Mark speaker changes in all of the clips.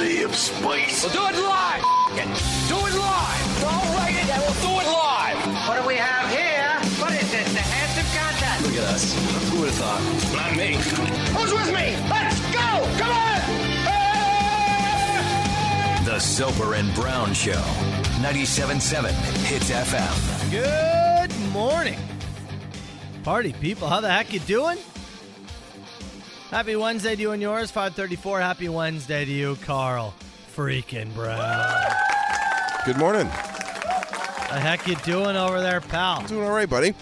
Speaker 1: space.
Speaker 2: We'll do it live. F- it. Do it live. Don't write it, and we'll do it live.
Speaker 3: What do we have here? What is this? The handsome contest.
Speaker 4: Look at us. Who would have thought?
Speaker 1: Not me.
Speaker 3: Who's with me? Let's go! Come on!
Speaker 1: Hey!
Speaker 4: The Soper and Brown Show. 97.7 Hits FM.
Speaker 5: Good morning. Party people, how the heck you doing? Happy Wednesday to you and yours. 534. Happy Wednesday to you, Carl. Freaking Brown.
Speaker 6: Good morning.
Speaker 5: The heck you doing over there, pal?
Speaker 6: Doing all right, buddy.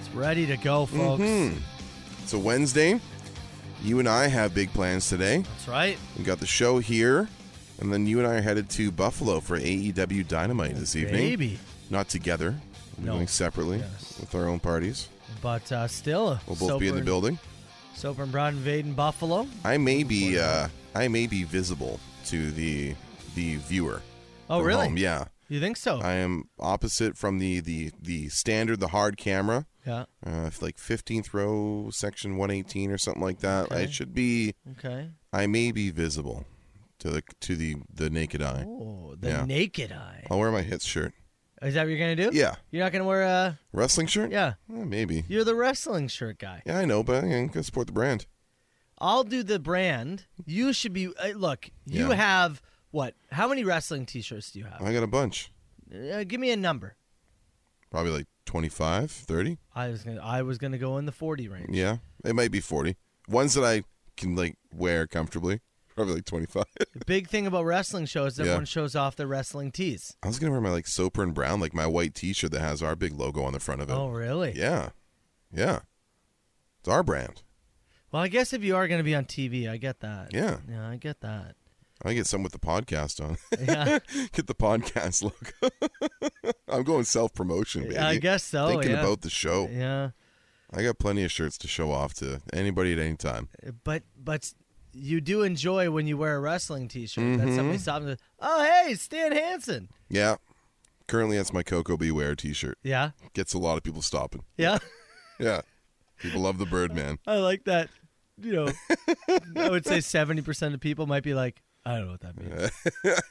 Speaker 5: It's ready to go, folks.
Speaker 6: Mm-hmm. It's a Wednesday. You and I have big plans today.
Speaker 5: That's right.
Speaker 6: We got the show here, and then you and I are headed to Buffalo for AEW Dynamite this evening.
Speaker 5: Baby.
Speaker 6: Not together. We're
Speaker 5: No.
Speaker 6: going separately
Speaker 5: Yes.
Speaker 6: with our own parties.
Speaker 5: But uh, still,
Speaker 6: We'll both be in the
Speaker 5: Soper-
Speaker 6: building.
Speaker 5: Soper and Brown invading Buffalo.
Speaker 6: I may be uh, I may be visible to the the viewer.
Speaker 5: Oh,
Speaker 6: from
Speaker 5: really?
Speaker 6: home. Yeah.
Speaker 5: You think so?
Speaker 6: I am opposite from the the the standard the hard camera.
Speaker 5: yeah.
Speaker 6: Uh, like 15th row, section 118 or something like that. I should be
Speaker 5: Okay.
Speaker 6: I may be visible to the to the the naked eye.
Speaker 5: Oh, the
Speaker 6: Yeah.
Speaker 5: naked eye.
Speaker 6: I'll wear my hits shirt.
Speaker 5: Is that what you're gonna do?
Speaker 6: Yeah,
Speaker 5: You're not gonna wear a.
Speaker 6: wrestling shirt.
Speaker 5: Yeah.
Speaker 6: Eh, maybe.
Speaker 5: You're the wrestling shirt guy.
Speaker 6: Yeah, I know, but I can support the brand.
Speaker 5: I'll do the brand. You should be. Uh, look, you
Speaker 6: Yeah.
Speaker 5: have what? How many wrestling T-shirts do you have?
Speaker 6: I got a bunch,
Speaker 5: Uh, give me a number.
Speaker 6: probably like 25, 30.
Speaker 5: I was gonna. I was gonna go in the forty range.
Speaker 6: Yeah, it might be forty. Ones that I can like wear comfortably, probably like twenty five.
Speaker 5: The big thing about wrestling shows is
Speaker 6: Yeah.
Speaker 5: everyone shows off their wrestling tees.
Speaker 6: I was gonna wear my like Soper and Brown, like my white T shirt that has our big logo on the front of it.
Speaker 5: Oh, really?
Speaker 6: Yeah, yeah, it's our brand.
Speaker 5: Well, I guess if you are gonna be on TV, I get that.
Speaker 6: Yeah,
Speaker 5: Yeah, I get that.
Speaker 6: I get some with the podcast on.
Speaker 5: Yeah,
Speaker 6: Get the podcast logo. I'm going self promotion, baby.
Speaker 5: I guess so.
Speaker 6: Thinking
Speaker 5: yeah.
Speaker 6: about the show.
Speaker 5: Yeah,
Speaker 6: I got plenty of shirts to show off to anybody at any time.
Speaker 5: but but you do enjoy when you wear a wrestling T-shirt. That
Speaker 6: Mm-hmm.
Speaker 5: somebody stops and says, "Oh, hey, Stan Hansen."
Speaker 6: Yeah. Currently, that's my Coco Beware t shirt.
Speaker 5: Yeah,
Speaker 6: Gets a lot of people stopping.
Speaker 5: yeah.
Speaker 6: Yeah. People love the Birdman.
Speaker 5: I like that. You know, I would say seventy percent of people might be like, I don't know what that means.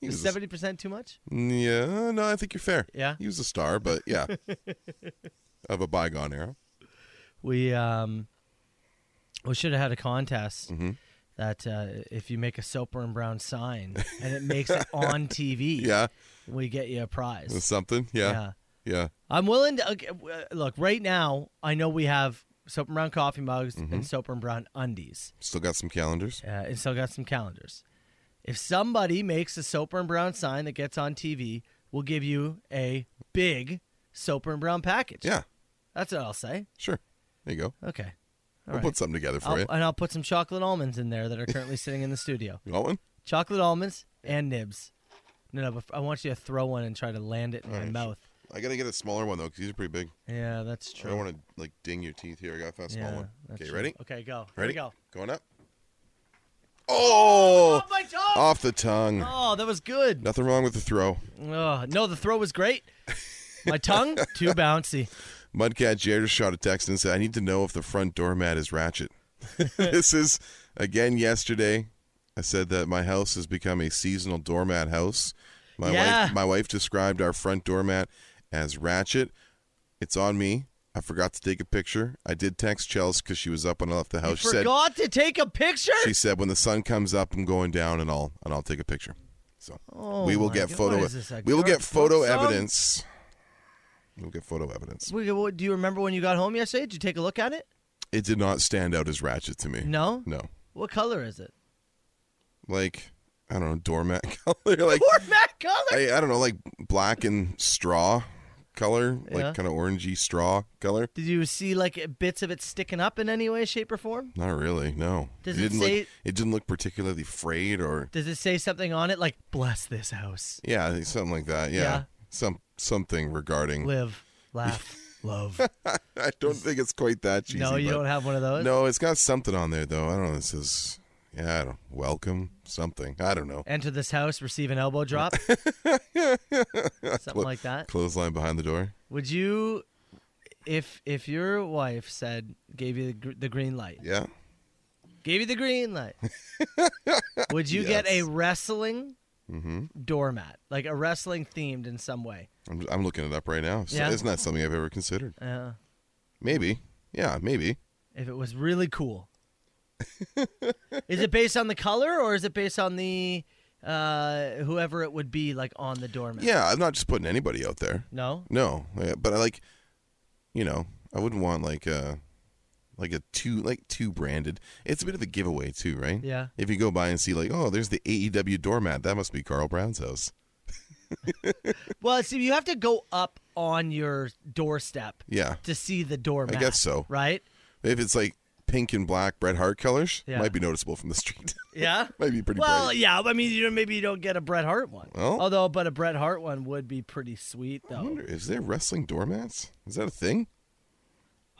Speaker 6: He was
Speaker 5: Is
Speaker 6: a-
Speaker 5: seventy percent too much?
Speaker 6: yeah. No, I think you're fair.
Speaker 5: Yeah.
Speaker 6: He was a star, but yeah. of a bygone era.
Speaker 5: We um, we should have had a contest
Speaker 6: Mm-hmm.
Speaker 5: that uh, if you make a Soper and Brown sign and it makes it on TV,
Speaker 6: Yeah.
Speaker 5: we get you a prize.
Speaker 6: Something. Yeah. Yeah.
Speaker 5: I'm willing to okay, uh, look right now. I know we have Soper and Brown coffee mugs
Speaker 6: Mm-hmm.
Speaker 5: and Soper and Brown undies,
Speaker 6: Still got some calendars.
Speaker 5: uh, and still got some calendars. If somebody makes a Soper and Brown sign that gets on TV, we'll give you a big Soper and Brown package.
Speaker 6: Yeah.
Speaker 5: that's what I'll say.
Speaker 6: Sure. There you go.
Speaker 5: Okay,
Speaker 6: we'll
Speaker 5: right.
Speaker 6: put something together for
Speaker 5: I'll,
Speaker 6: you.
Speaker 5: and I'll put some chocolate almonds in there that are currently sitting in the studio.
Speaker 6: You want one?
Speaker 5: Chocolate almonds and nibs. No, no, but I want you to throw one and try to land it in my
Speaker 6: right.
Speaker 5: mouth.
Speaker 6: I gotta get a smaller one though, because these are pretty big.
Speaker 5: Yeah, that's true.
Speaker 6: I don't want to like ding your teeth here. I gotta find a small
Speaker 5: Yeah,
Speaker 6: one.
Speaker 5: that's
Speaker 6: Okay,
Speaker 5: true.
Speaker 6: ready?
Speaker 5: Okay, go. Here
Speaker 6: Ready?
Speaker 5: we go.
Speaker 6: Going up. Oh!
Speaker 5: Oh, my tongue!
Speaker 6: Off the tongue.
Speaker 5: Oh, that was good.
Speaker 6: Nothing wrong with the throw.
Speaker 5: Oh, no, the throw was great. My tongue, too bouncy.
Speaker 6: Mudcat Jared shot a text and said, "I need to know if the front doormat is ratchet." this is again yesterday. I said that my house has become a seasonal doormat house. My
Speaker 5: Yeah.
Speaker 6: wife, my wife described our front doormat as ratchet. It's on me. I forgot to take a picture. I did text Chels because she was up when I left the house. Oh, she said,
Speaker 5: Forgot to take a picture?
Speaker 6: She said, "When the sun comes up, I'm going down, and I'll and I'll take a picture." So
Speaker 5: Oh
Speaker 6: we will
Speaker 5: my
Speaker 6: get
Speaker 5: God.
Speaker 6: photo.
Speaker 5: What is this, a
Speaker 6: we will
Speaker 5: Garth
Speaker 6: get photo
Speaker 5: Brooks song?
Speaker 6: evidence. We'll get photo evidence.
Speaker 5: We- what- Do you remember when you got home yesterday? Did you take a look at it?
Speaker 6: It did not stand out as ratchet to me.
Speaker 5: No?
Speaker 6: Mm. no,
Speaker 5: What color is it?
Speaker 6: like I don't know, doormat color, like
Speaker 5: Poor Matt color.
Speaker 6: I, I don't know, like black and straw color,
Speaker 5: Yeah.
Speaker 6: like kind of orangey straw color.
Speaker 5: Did you see like bits of it sticking up in any way, shape, or form?
Speaker 6: Not really. No,
Speaker 5: Does it
Speaker 6: didn't
Speaker 5: say-
Speaker 6: look. It didn't look particularly frayed or
Speaker 5: Does it say something on it like "Bless this house,
Speaker 6: yeah, I think something like that. Yeah,
Speaker 5: Yeah.
Speaker 6: some something regarding.
Speaker 5: live, laugh, love"?
Speaker 6: I don't think it's quite that cheesy.
Speaker 5: no, you
Speaker 6: but-
Speaker 5: don't have one of those.
Speaker 6: No, it's got something on there though. I don't know. It says, yeah, I don't welcome something. I don't know.
Speaker 5: Enter this house, receive an elbow drop. Something like that.
Speaker 6: Clothesline behind the door.
Speaker 5: Would you, if if your wife said gave you the, gr- the green light,
Speaker 6: Yeah,
Speaker 5: gave you the green light, Would you get a
Speaker 6: Yes. Mm-hmm.
Speaker 5: wrestling doormat, like a wrestling themed in some way?
Speaker 6: I'm, I'm looking it up right now. So
Speaker 5: Yeah.
Speaker 6: It's not something I've ever considered.
Speaker 5: Uh,
Speaker 6: Maybe. Yeah, maybe.
Speaker 5: if it was really cool. is it based on the color or is it based on the uh, whoever it would be like on the doormat?
Speaker 6: Yeah, I'm not just putting anybody out there.
Speaker 5: No.
Speaker 6: No, uh, but I like, you know, I wouldn't want like a, like a two like two branded. It's a bit of a giveaway too, right?
Speaker 5: Yeah.
Speaker 6: If you go by and see like, oh, there's the AEW doormat. That must be Carl Brown's house.
Speaker 5: Well, see, you have to go up on your doorstep
Speaker 6: Yeah.
Speaker 5: to see the doormat.
Speaker 6: guess so.
Speaker 5: Right?
Speaker 6: If it's like pink and black Bret Hart colors,
Speaker 5: Yeah.
Speaker 6: might be noticeable from the street.
Speaker 5: Yeah.
Speaker 6: might be pretty.
Speaker 5: Well,
Speaker 6: bright.
Speaker 5: yeah. I mean, you know, maybe you don't get a Bret Hart one.
Speaker 6: Well-
Speaker 5: Although, but a Bret Hart one would be pretty sweet,
Speaker 6: I
Speaker 5: though.
Speaker 6: wonder is there wrestling doormats? Is that a thing?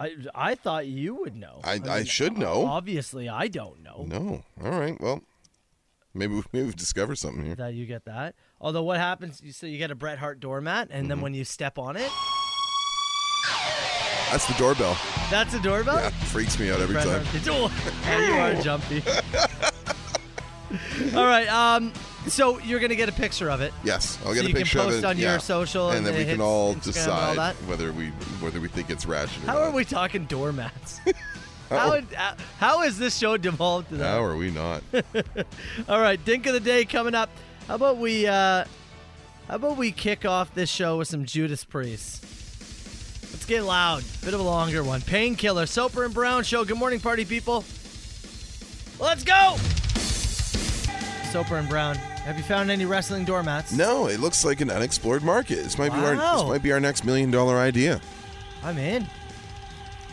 Speaker 5: I I thought you would know.
Speaker 6: I- I should know.
Speaker 5: Obviously, I don't know
Speaker 6: No. All right. Well, maybe we- maybe we've discovered something here.
Speaker 5: that you get that. Although, what happens? You So you get a Bret Hart doormat, and
Speaker 6: Mm-hmm.
Speaker 5: then when you step on it,
Speaker 6: That's the doorbell.
Speaker 5: that's a doorbell.
Speaker 6: Yeah, freaks me out every
Speaker 5: Bret
Speaker 6: time.
Speaker 5: Hart did- Oh, you are jumpy. All right. Um. So you're gonna get a picture of it.
Speaker 6: Yes, I'll get
Speaker 5: So
Speaker 6: a
Speaker 5: you can
Speaker 6: picture of
Speaker 5: post
Speaker 6: it.
Speaker 5: on your
Speaker 6: yeah.
Speaker 5: social
Speaker 6: and,
Speaker 5: and
Speaker 6: then
Speaker 5: it
Speaker 6: we can
Speaker 5: hits
Speaker 6: all
Speaker 5: Instagram and all
Speaker 6: decide
Speaker 5: that.
Speaker 6: whether we whether we think it's ratchet. Or
Speaker 5: How are
Speaker 6: not.
Speaker 5: we talking doormats? How, uh, how is this show devolved to that?
Speaker 6: How are we not?
Speaker 5: All right, Dink of the Day coming up. How about we uh how about we kick off this show with some Judas Priest? Let's get loud. Bit of a longer one. Painkiller, Soper and Brown show. Good morning, party people. Let's go! Soper and Brown. Have you found any wrestling doormats?
Speaker 6: no, it looks like an unexplored market. This might be our
Speaker 5: Wow.
Speaker 6: this might be our next million dollar idea.
Speaker 5: I'm in.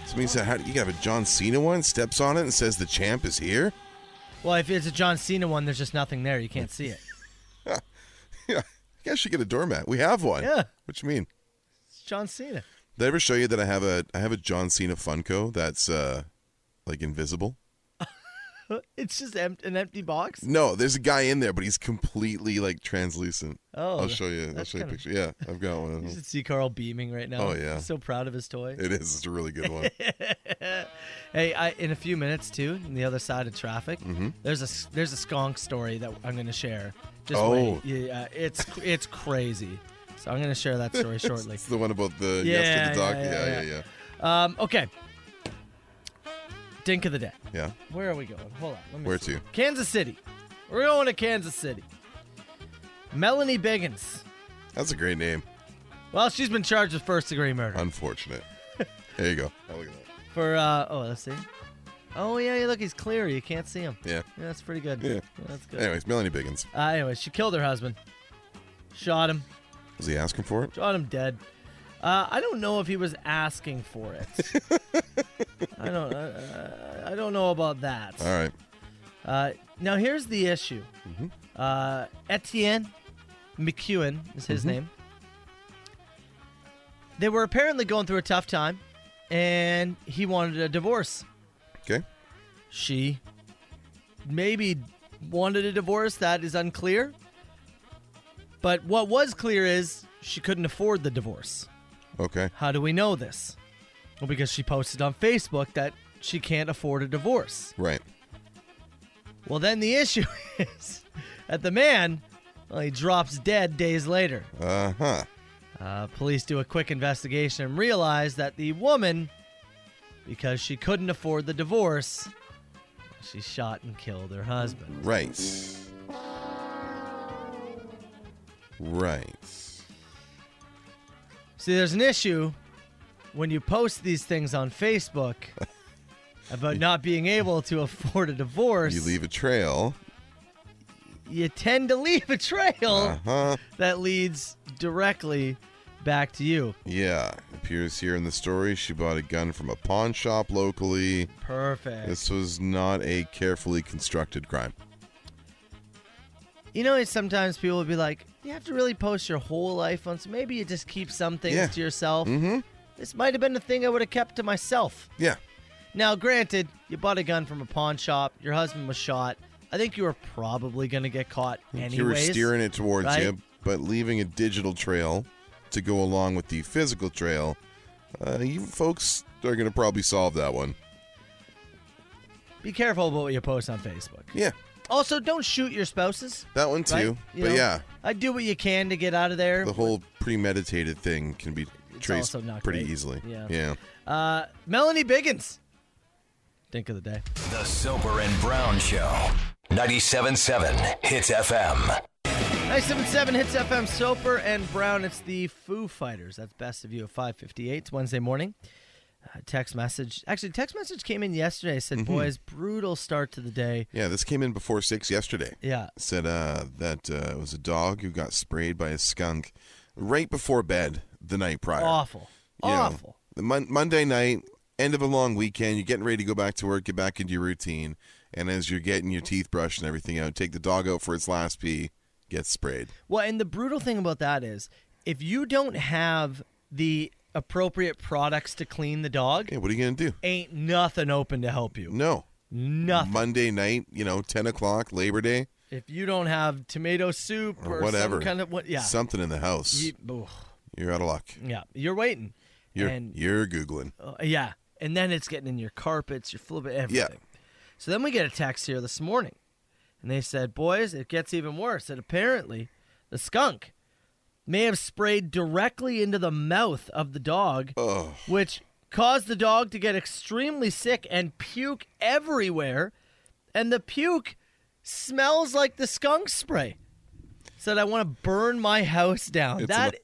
Speaker 6: Somebody said, "How do you have a John Cena one?" Steps on it and says, "The champ is here."
Speaker 5: Well, if it's a John Cena one, there's just nothing there. You can't see it.
Speaker 6: Yeah, you guys should get a doormat. We have one.
Speaker 5: Yeah.
Speaker 6: What you mean?
Speaker 5: It's John Cena.
Speaker 6: Did I ever show you that I have a I have a John Cena Funko that's uh like invisible?
Speaker 5: It's just empt- an empty box.
Speaker 6: No, there's a guy in there, but he's completely like translucent.
Speaker 5: Oh,
Speaker 6: I'll show you. I'll
Speaker 5: that's
Speaker 6: show you a
Speaker 5: kinda-
Speaker 6: picture. Yeah, I've got one. of
Speaker 5: You
Speaker 6: them.
Speaker 5: should see Carl beaming right now.
Speaker 6: Oh, yeah.
Speaker 5: He's so proud of his toy.
Speaker 6: It is. It's a really good one.
Speaker 5: Hey, I, in a few minutes too, on the other side of traffic,
Speaker 6: Mm-hmm.
Speaker 5: there's a s- there's a skunk story that I'm going to share. Just
Speaker 6: Oh.
Speaker 5: wait. Yeah, it's it's crazy. So I'm going to share that story shortly.
Speaker 6: It's the one about the
Speaker 5: Yeah,
Speaker 6: yes to the
Speaker 5: yeah,
Speaker 6: dog.
Speaker 5: yeah,
Speaker 6: Yeah, yeah, yeah.
Speaker 5: yeah.
Speaker 6: yeah,
Speaker 5: Um, okay. Dink of the day.
Speaker 6: Yeah.
Speaker 5: Where are we going? Hold on. Let me
Speaker 6: Where
Speaker 5: see.
Speaker 6: to?
Speaker 5: Kansas City. We're going to Kansas City. Melanie Biggins.
Speaker 6: That's a great name.
Speaker 5: Well, she's been charged with first degree murder.
Speaker 6: Unfortunate. there you go. Oh, look at that.
Speaker 5: for uh oh let's see oh yeah, yeah look he's clear you can't see him
Speaker 6: Yeah.
Speaker 5: yeah that's pretty good
Speaker 6: Yeah.
Speaker 5: that's good
Speaker 6: Anyways, Melanie Biggins.
Speaker 5: uh, anyway she killed her husband shot him
Speaker 6: Was he asking for it?
Speaker 5: shot him dead uh, I don't know if he was asking for it I don't uh, I don't know about that
Speaker 6: All right. Mm-hmm.
Speaker 5: uh, now here's the issue uh, Etienne McEwen is his
Speaker 6: Mm-hmm.
Speaker 5: name they were apparently going through a tough time and he wanted a divorce
Speaker 6: Okay.
Speaker 5: she maybe wanted a divorce. That is unclear. But what was clear is she couldn't afford the divorce.
Speaker 6: Okay.
Speaker 5: How do we know this? Well, because she posted on Facebook that she can't afford a divorce.
Speaker 6: Right.
Speaker 5: Well, then the issue is that the man, well, he drops dead days later.
Speaker 6: Uh huh.
Speaker 5: Uh, police do a quick investigation and realize that the woman, because she couldn't afford the divorce, she shot and killed her husband.
Speaker 6: Right. Right.
Speaker 5: See, there's an issue when you post these things on Facebook about not being able to afford a divorce.
Speaker 6: You leave a trail.
Speaker 5: you tend to leave a trail
Speaker 6: Uh huh.
Speaker 5: that leads directly back to you.
Speaker 6: Yeah. Appears here in the story. She bought a gun from a pawn shop locally.
Speaker 5: Perfect.
Speaker 6: This was not a carefully constructed crime.
Speaker 5: You know, sometimes people will be like, "You have to really post your whole life on." So maybe you just keep some things
Speaker 6: Yeah.
Speaker 5: to yourself. Mm-hmm. This might have been a thing I would have kept to myself.
Speaker 6: Yeah.
Speaker 5: Now, granted, you bought a gun from a pawn shop. Your husband was shot. I think you were probably going to get caught anyways.
Speaker 6: you were steering it towards
Speaker 5: right?
Speaker 6: you, but leaving a digital trail to go along with the physical trail. Uh, you folks are going to probably solve that one.
Speaker 5: Be careful about what you post on Facebook.
Speaker 6: Yeah.
Speaker 5: Also, don't shoot your spouses.
Speaker 6: That one
Speaker 5: right?
Speaker 6: too.
Speaker 5: You
Speaker 6: but
Speaker 5: know,
Speaker 6: yeah,
Speaker 5: I do what you can to get out of there.
Speaker 6: the whole premeditated thing can be traced
Speaker 5: also not
Speaker 6: pretty
Speaker 5: great.
Speaker 6: easily.
Speaker 5: Yeah.
Speaker 6: yeah.
Speaker 5: Uh, Melanie Biggins, dink of the day.
Speaker 4: The Soper and Brown Show. 97.7 Hits FM.
Speaker 5: 977 hits FM Soper and Brown. It's the Foo Fighters. That's best of you at 558. It's Wednesday morning. Uh, text message. Actually, text message came in yesterday. It
Speaker 6: Mm-hmm.
Speaker 5: said, boys, brutal start to the day.
Speaker 6: Yeah, this came in before six yesterday.
Speaker 5: Yeah.
Speaker 6: Said uh, that uh, it was a dog who got sprayed by a skunk right before bed the night prior.
Speaker 5: Awful.
Speaker 6: You know,
Speaker 5: Awful.
Speaker 6: the mon- Monday night, end of a long weekend, you're getting ready to go back to work, get back into your routine, and as you're getting your teeth brushed and everything out, take the dog out for its last pee, gets sprayed.
Speaker 5: Well, and the brutal thing about that is if you don't have the appropriate products to clean the dog,
Speaker 6: Yeah, what are you gonna do?
Speaker 5: ain't nothing open to help you.
Speaker 6: No.
Speaker 5: Nothing.
Speaker 6: Monday night, you know, ten o'clock, Labor Day,
Speaker 5: If you don't have tomato soup
Speaker 6: or
Speaker 5: or, some
Speaker 6: whatever.
Speaker 5: kind of what, yeah.
Speaker 6: Something in the house.
Speaker 5: You- oof.
Speaker 6: You're out of luck.
Speaker 5: yeah. You're waiting.
Speaker 6: You're
Speaker 5: and
Speaker 6: you're googling.
Speaker 5: Uh, yeah, and then it's getting in your carpets, your flipping everything. So then we get a text here this morning, and they said, "Boys, it gets even worse. That apparently, the skunk may have sprayed directly into the mouth of the dog,
Speaker 6: Oh.
Speaker 5: which caused the dog to get extremely sick and puke everywhere, and the puke smells like the skunk spray." Said, "I want to burn my house down."
Speaker 6: It's
Speaker 5: that.
Speaker 6: an-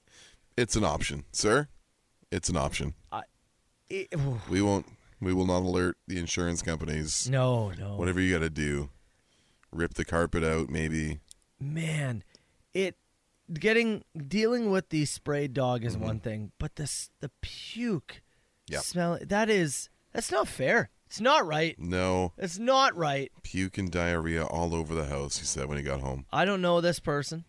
Speaker 6: It's an option, sir. It's an option.
Speaker 5: it- ooh.
Speaker 6: We won't. We will not alert the insurance companies.
Speaker 5: no, no.
Speaker 6: Whatever you got to do, rip the carpet out. Maybe
Speaker 5: man, it getting dealing with the sprayed dog is one thing, but this the puke
Speaker 6: Mm-hmm. Yep.
Speaker 5: smell that is that's not fair. It's not right.
Speaker 6: no
Speaker 5: It's not right.
Speaker 6: puke and diarrhea all over the house. He said when he got home.
Speaker 5: I don't know this person,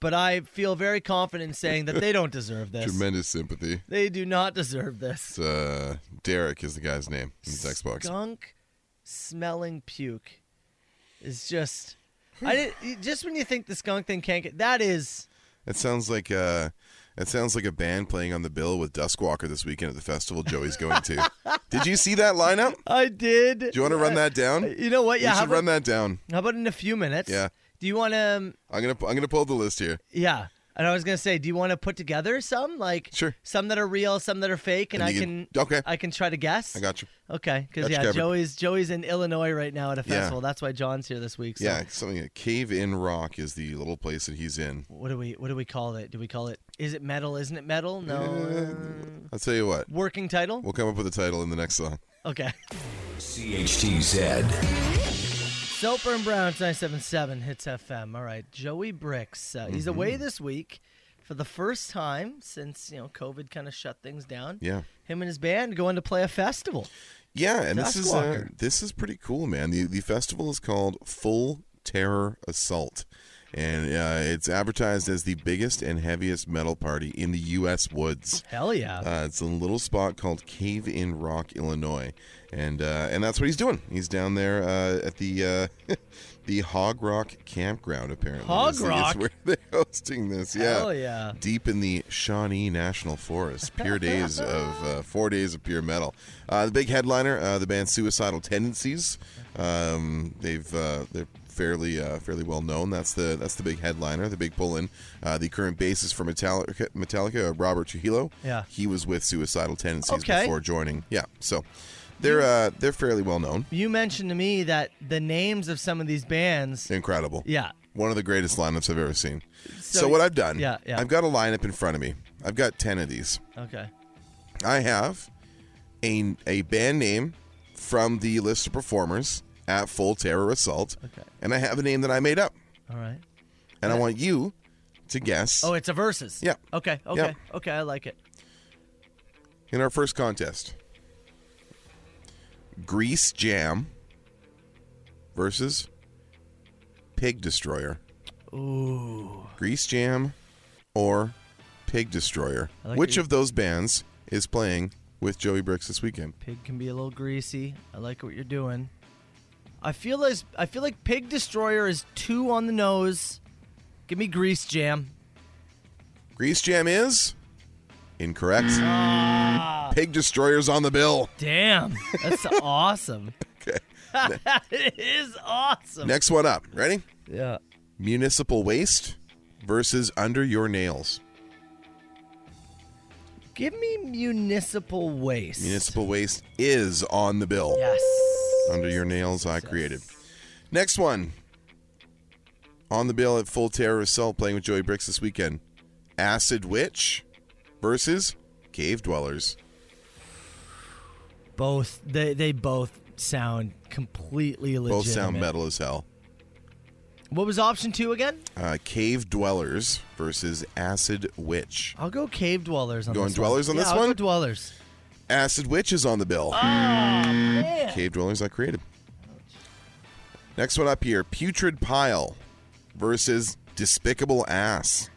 Speaker 5: but I feel very confident in saying that they don't deserve this.
Speaker 6: Tremendous sympathy.
Speaker 5: They do not deserve this.
Speaker 6: It's, uh, Derek is the guy's name in his Xbox.
Speaker 5: Skunk smelling puke is just. I didn't, just when you think the skunk thing can't get that is
Speaker 6: It sounds like uh, it sounds like a band playing on the bill with Duskwalker this weekend at the festival Joey's going to. Did you see that lineup?
Speaker 5: I did.
Speaker 6: Do you want to run that down?
Speaker 5: Uh, You know what? Yeah,
Speaker 6: we
Speaker 5: how
Speaker 6: should
Speaker 5: about-
Speaker 6: run that down.
Speaker 5: How about in a few minutes?
Speaker 6: Yeah.
Speaker 5: Do you want to? Um,
Speaker 6: I'm gonna I'm gonna pull the list here.
Speaker 5: yeah. And I was gonna say, do you want to put together some, like
Speaker 6: Sure.
Speaker 5: some that are real, some that are fake, and,
Speaker 6: And
Speaker 5: I
Speaker 6: you
Speaker 5: can,
Speaker 6: can- okay.
Speaker 5: I can try to guess.
Speaker 6: I got you.
Speaker 5: Okay, because
Speaker 6: Got you
Speaker 5: yeah,
Speaker 6: covered.
Speaker 5: Joey's Joey's in Illinois right now at a
Speaker 6: Yeah.
Speaker 5: festival. That's why John's here this week. So
Speaker 6: Yeah, something. Like Cave in Rock is the little place that he's in.
Speaker 5: What do we What do we call it? Do we call it? Is it metal? Isn't it metal? No. uh,
Speaker 6: I'll tell you what.
Speaker 5: working title.
Speaker 6: We'll come up with a title in the next song.
Speaker 5: Okay.
Speaker 4: CHTZ.
Speaker 5: Soper and Brown's 977 hits FM. All right, Joey Bricks. Uh,
Speaker 6: Mm-hmm.
Speaker 5: He's away this week for the first time since, you know, COVID kind of shut things down.
Speaker 6: Yeah.
Speaker 5: Him and his band going to play a festival.
Speaker 6: Yeah, and this is uh,
Speaker 5: Duskwalker.
Speaker 6: this is pretty cool, man. The the festival is called Full Terror Assault, and uh, it's advertised as the biggest and heaviest metal party in the U.S. woods.
Speaker 5: Hell yeah.
Speaker 6: Uh, it's a little spot called Cave in Rock, Illinois, and uh, and that's what he's doing. He's down there uh, at the uh, the Hog Rock Campground, apparently.
Speaker 5: Hog
Speaker 6: is- is
Speaker 5: Rock?
Speaker 6: where they're hosting this. Yeah,
Speaker 5: Hell yeah.
Speaker 6: deep in the Shawnee National Forest. Pure days of uh, four days of pure metal. Uh, the big headliner, uh, the band Suicidal Tendencies. Um, they've uh, they're fairly uh, fairly well known. That's the that's the big headliner, the big pull in. Uh, the current bassist for Metallica, Metallica, Robert Trujillo.
Speaker 5: Yeah.
Speaker 6: he was with Suicidal Tendencies
Speaker 5: Okay.
Speaker 6: before joining. Yeah, so they're uh, they're fairly well known.
Speaker 5: You mentioned to me that the names of some of these bands.
Speaker 6: Incredible.
Speaker 5: Yeah.
Speaker 6: One of the greatest lineups I've ever seen.
Speaker 5: So-
Speaker 6: So, what I've done,
Speaker 5: Yeah, yeah.
Speaker 6: I've got a lineup in front of me. I've got 10 of these.
Speaker 5: Okay.
Speaker 6: I have a, a band name from the list of performers at Full Terror Assault,
Speaker 5: Okay.
Speaker 6: and I have a name that I made up,
Speaker 5: All right.
Speaker 6: and I want you to guess
Speaker 5: Oh, it's a versus.
Speaker 6: Yeah.
Speaker 5: Okay. Okay. Okay. I like it.
Speaker 6: in our first contest. Grease Jam versus Pig Destroyer.
Speaker 5: Ooh.
Speaker 6: Grease Jam or Pig Destroyer.
Speaker 5: I like
Speaker 6: Which
Speaker 5: the-
Speaker 6: of those bands is playing with Joey Bricks this weekend?
Speaker 5: Pig can be a little greasy. I like what you're doing. I feel as I feel like Pig Destroyer is two on the nose. Give me Grease Jam.
Speaker 6: Grease Jam is incorrect. Pig Destroyer's on the bill.
Speaker 5: Damn, that's awesome.
Speaker 6: Okay.
Speaker 5: it is awesome.
Speaker 6: Next one up. Ready?
Speaker 5: Yeah.
Speaker 6: Municipal waste versus under your nails.
Speaker 5: Give me municipal waste.
Speaker 6: Municipal waste is on the bill.
Speaker 5: Yes.
Speaker 6: Under your nails, I created. Next one. On the bill at Full Terror Assault playing with Joey Bricks this weekend. Acid Witch versus Cave Dwellers.
Speaker 5: Both they they both sound completely legitimate.
Speaker 6: Both sound metal as hell.
Speaker 5: What was option two again?
Speaker 6: Uh, cave Dwellers versus Acid Witch.
Speaker 5: I'll go cave dwellers on
Speaker 6: Going
Speaker 5: this
Speaker 6: dwellers
Speaker 5: one.
Speaker 6: on
Speaker 5: Yeah,
Speaker 6: this
Speaker 5: I'll
Speaker 6: one?
Speaker 5: Go dwellers.
Speaker 6: Acid Witch is on the bill.
Speaker 5: Oh,
Speaker 6: Cave Dwellers I created. Next one up here Putrid Pile versus Despicable Ass.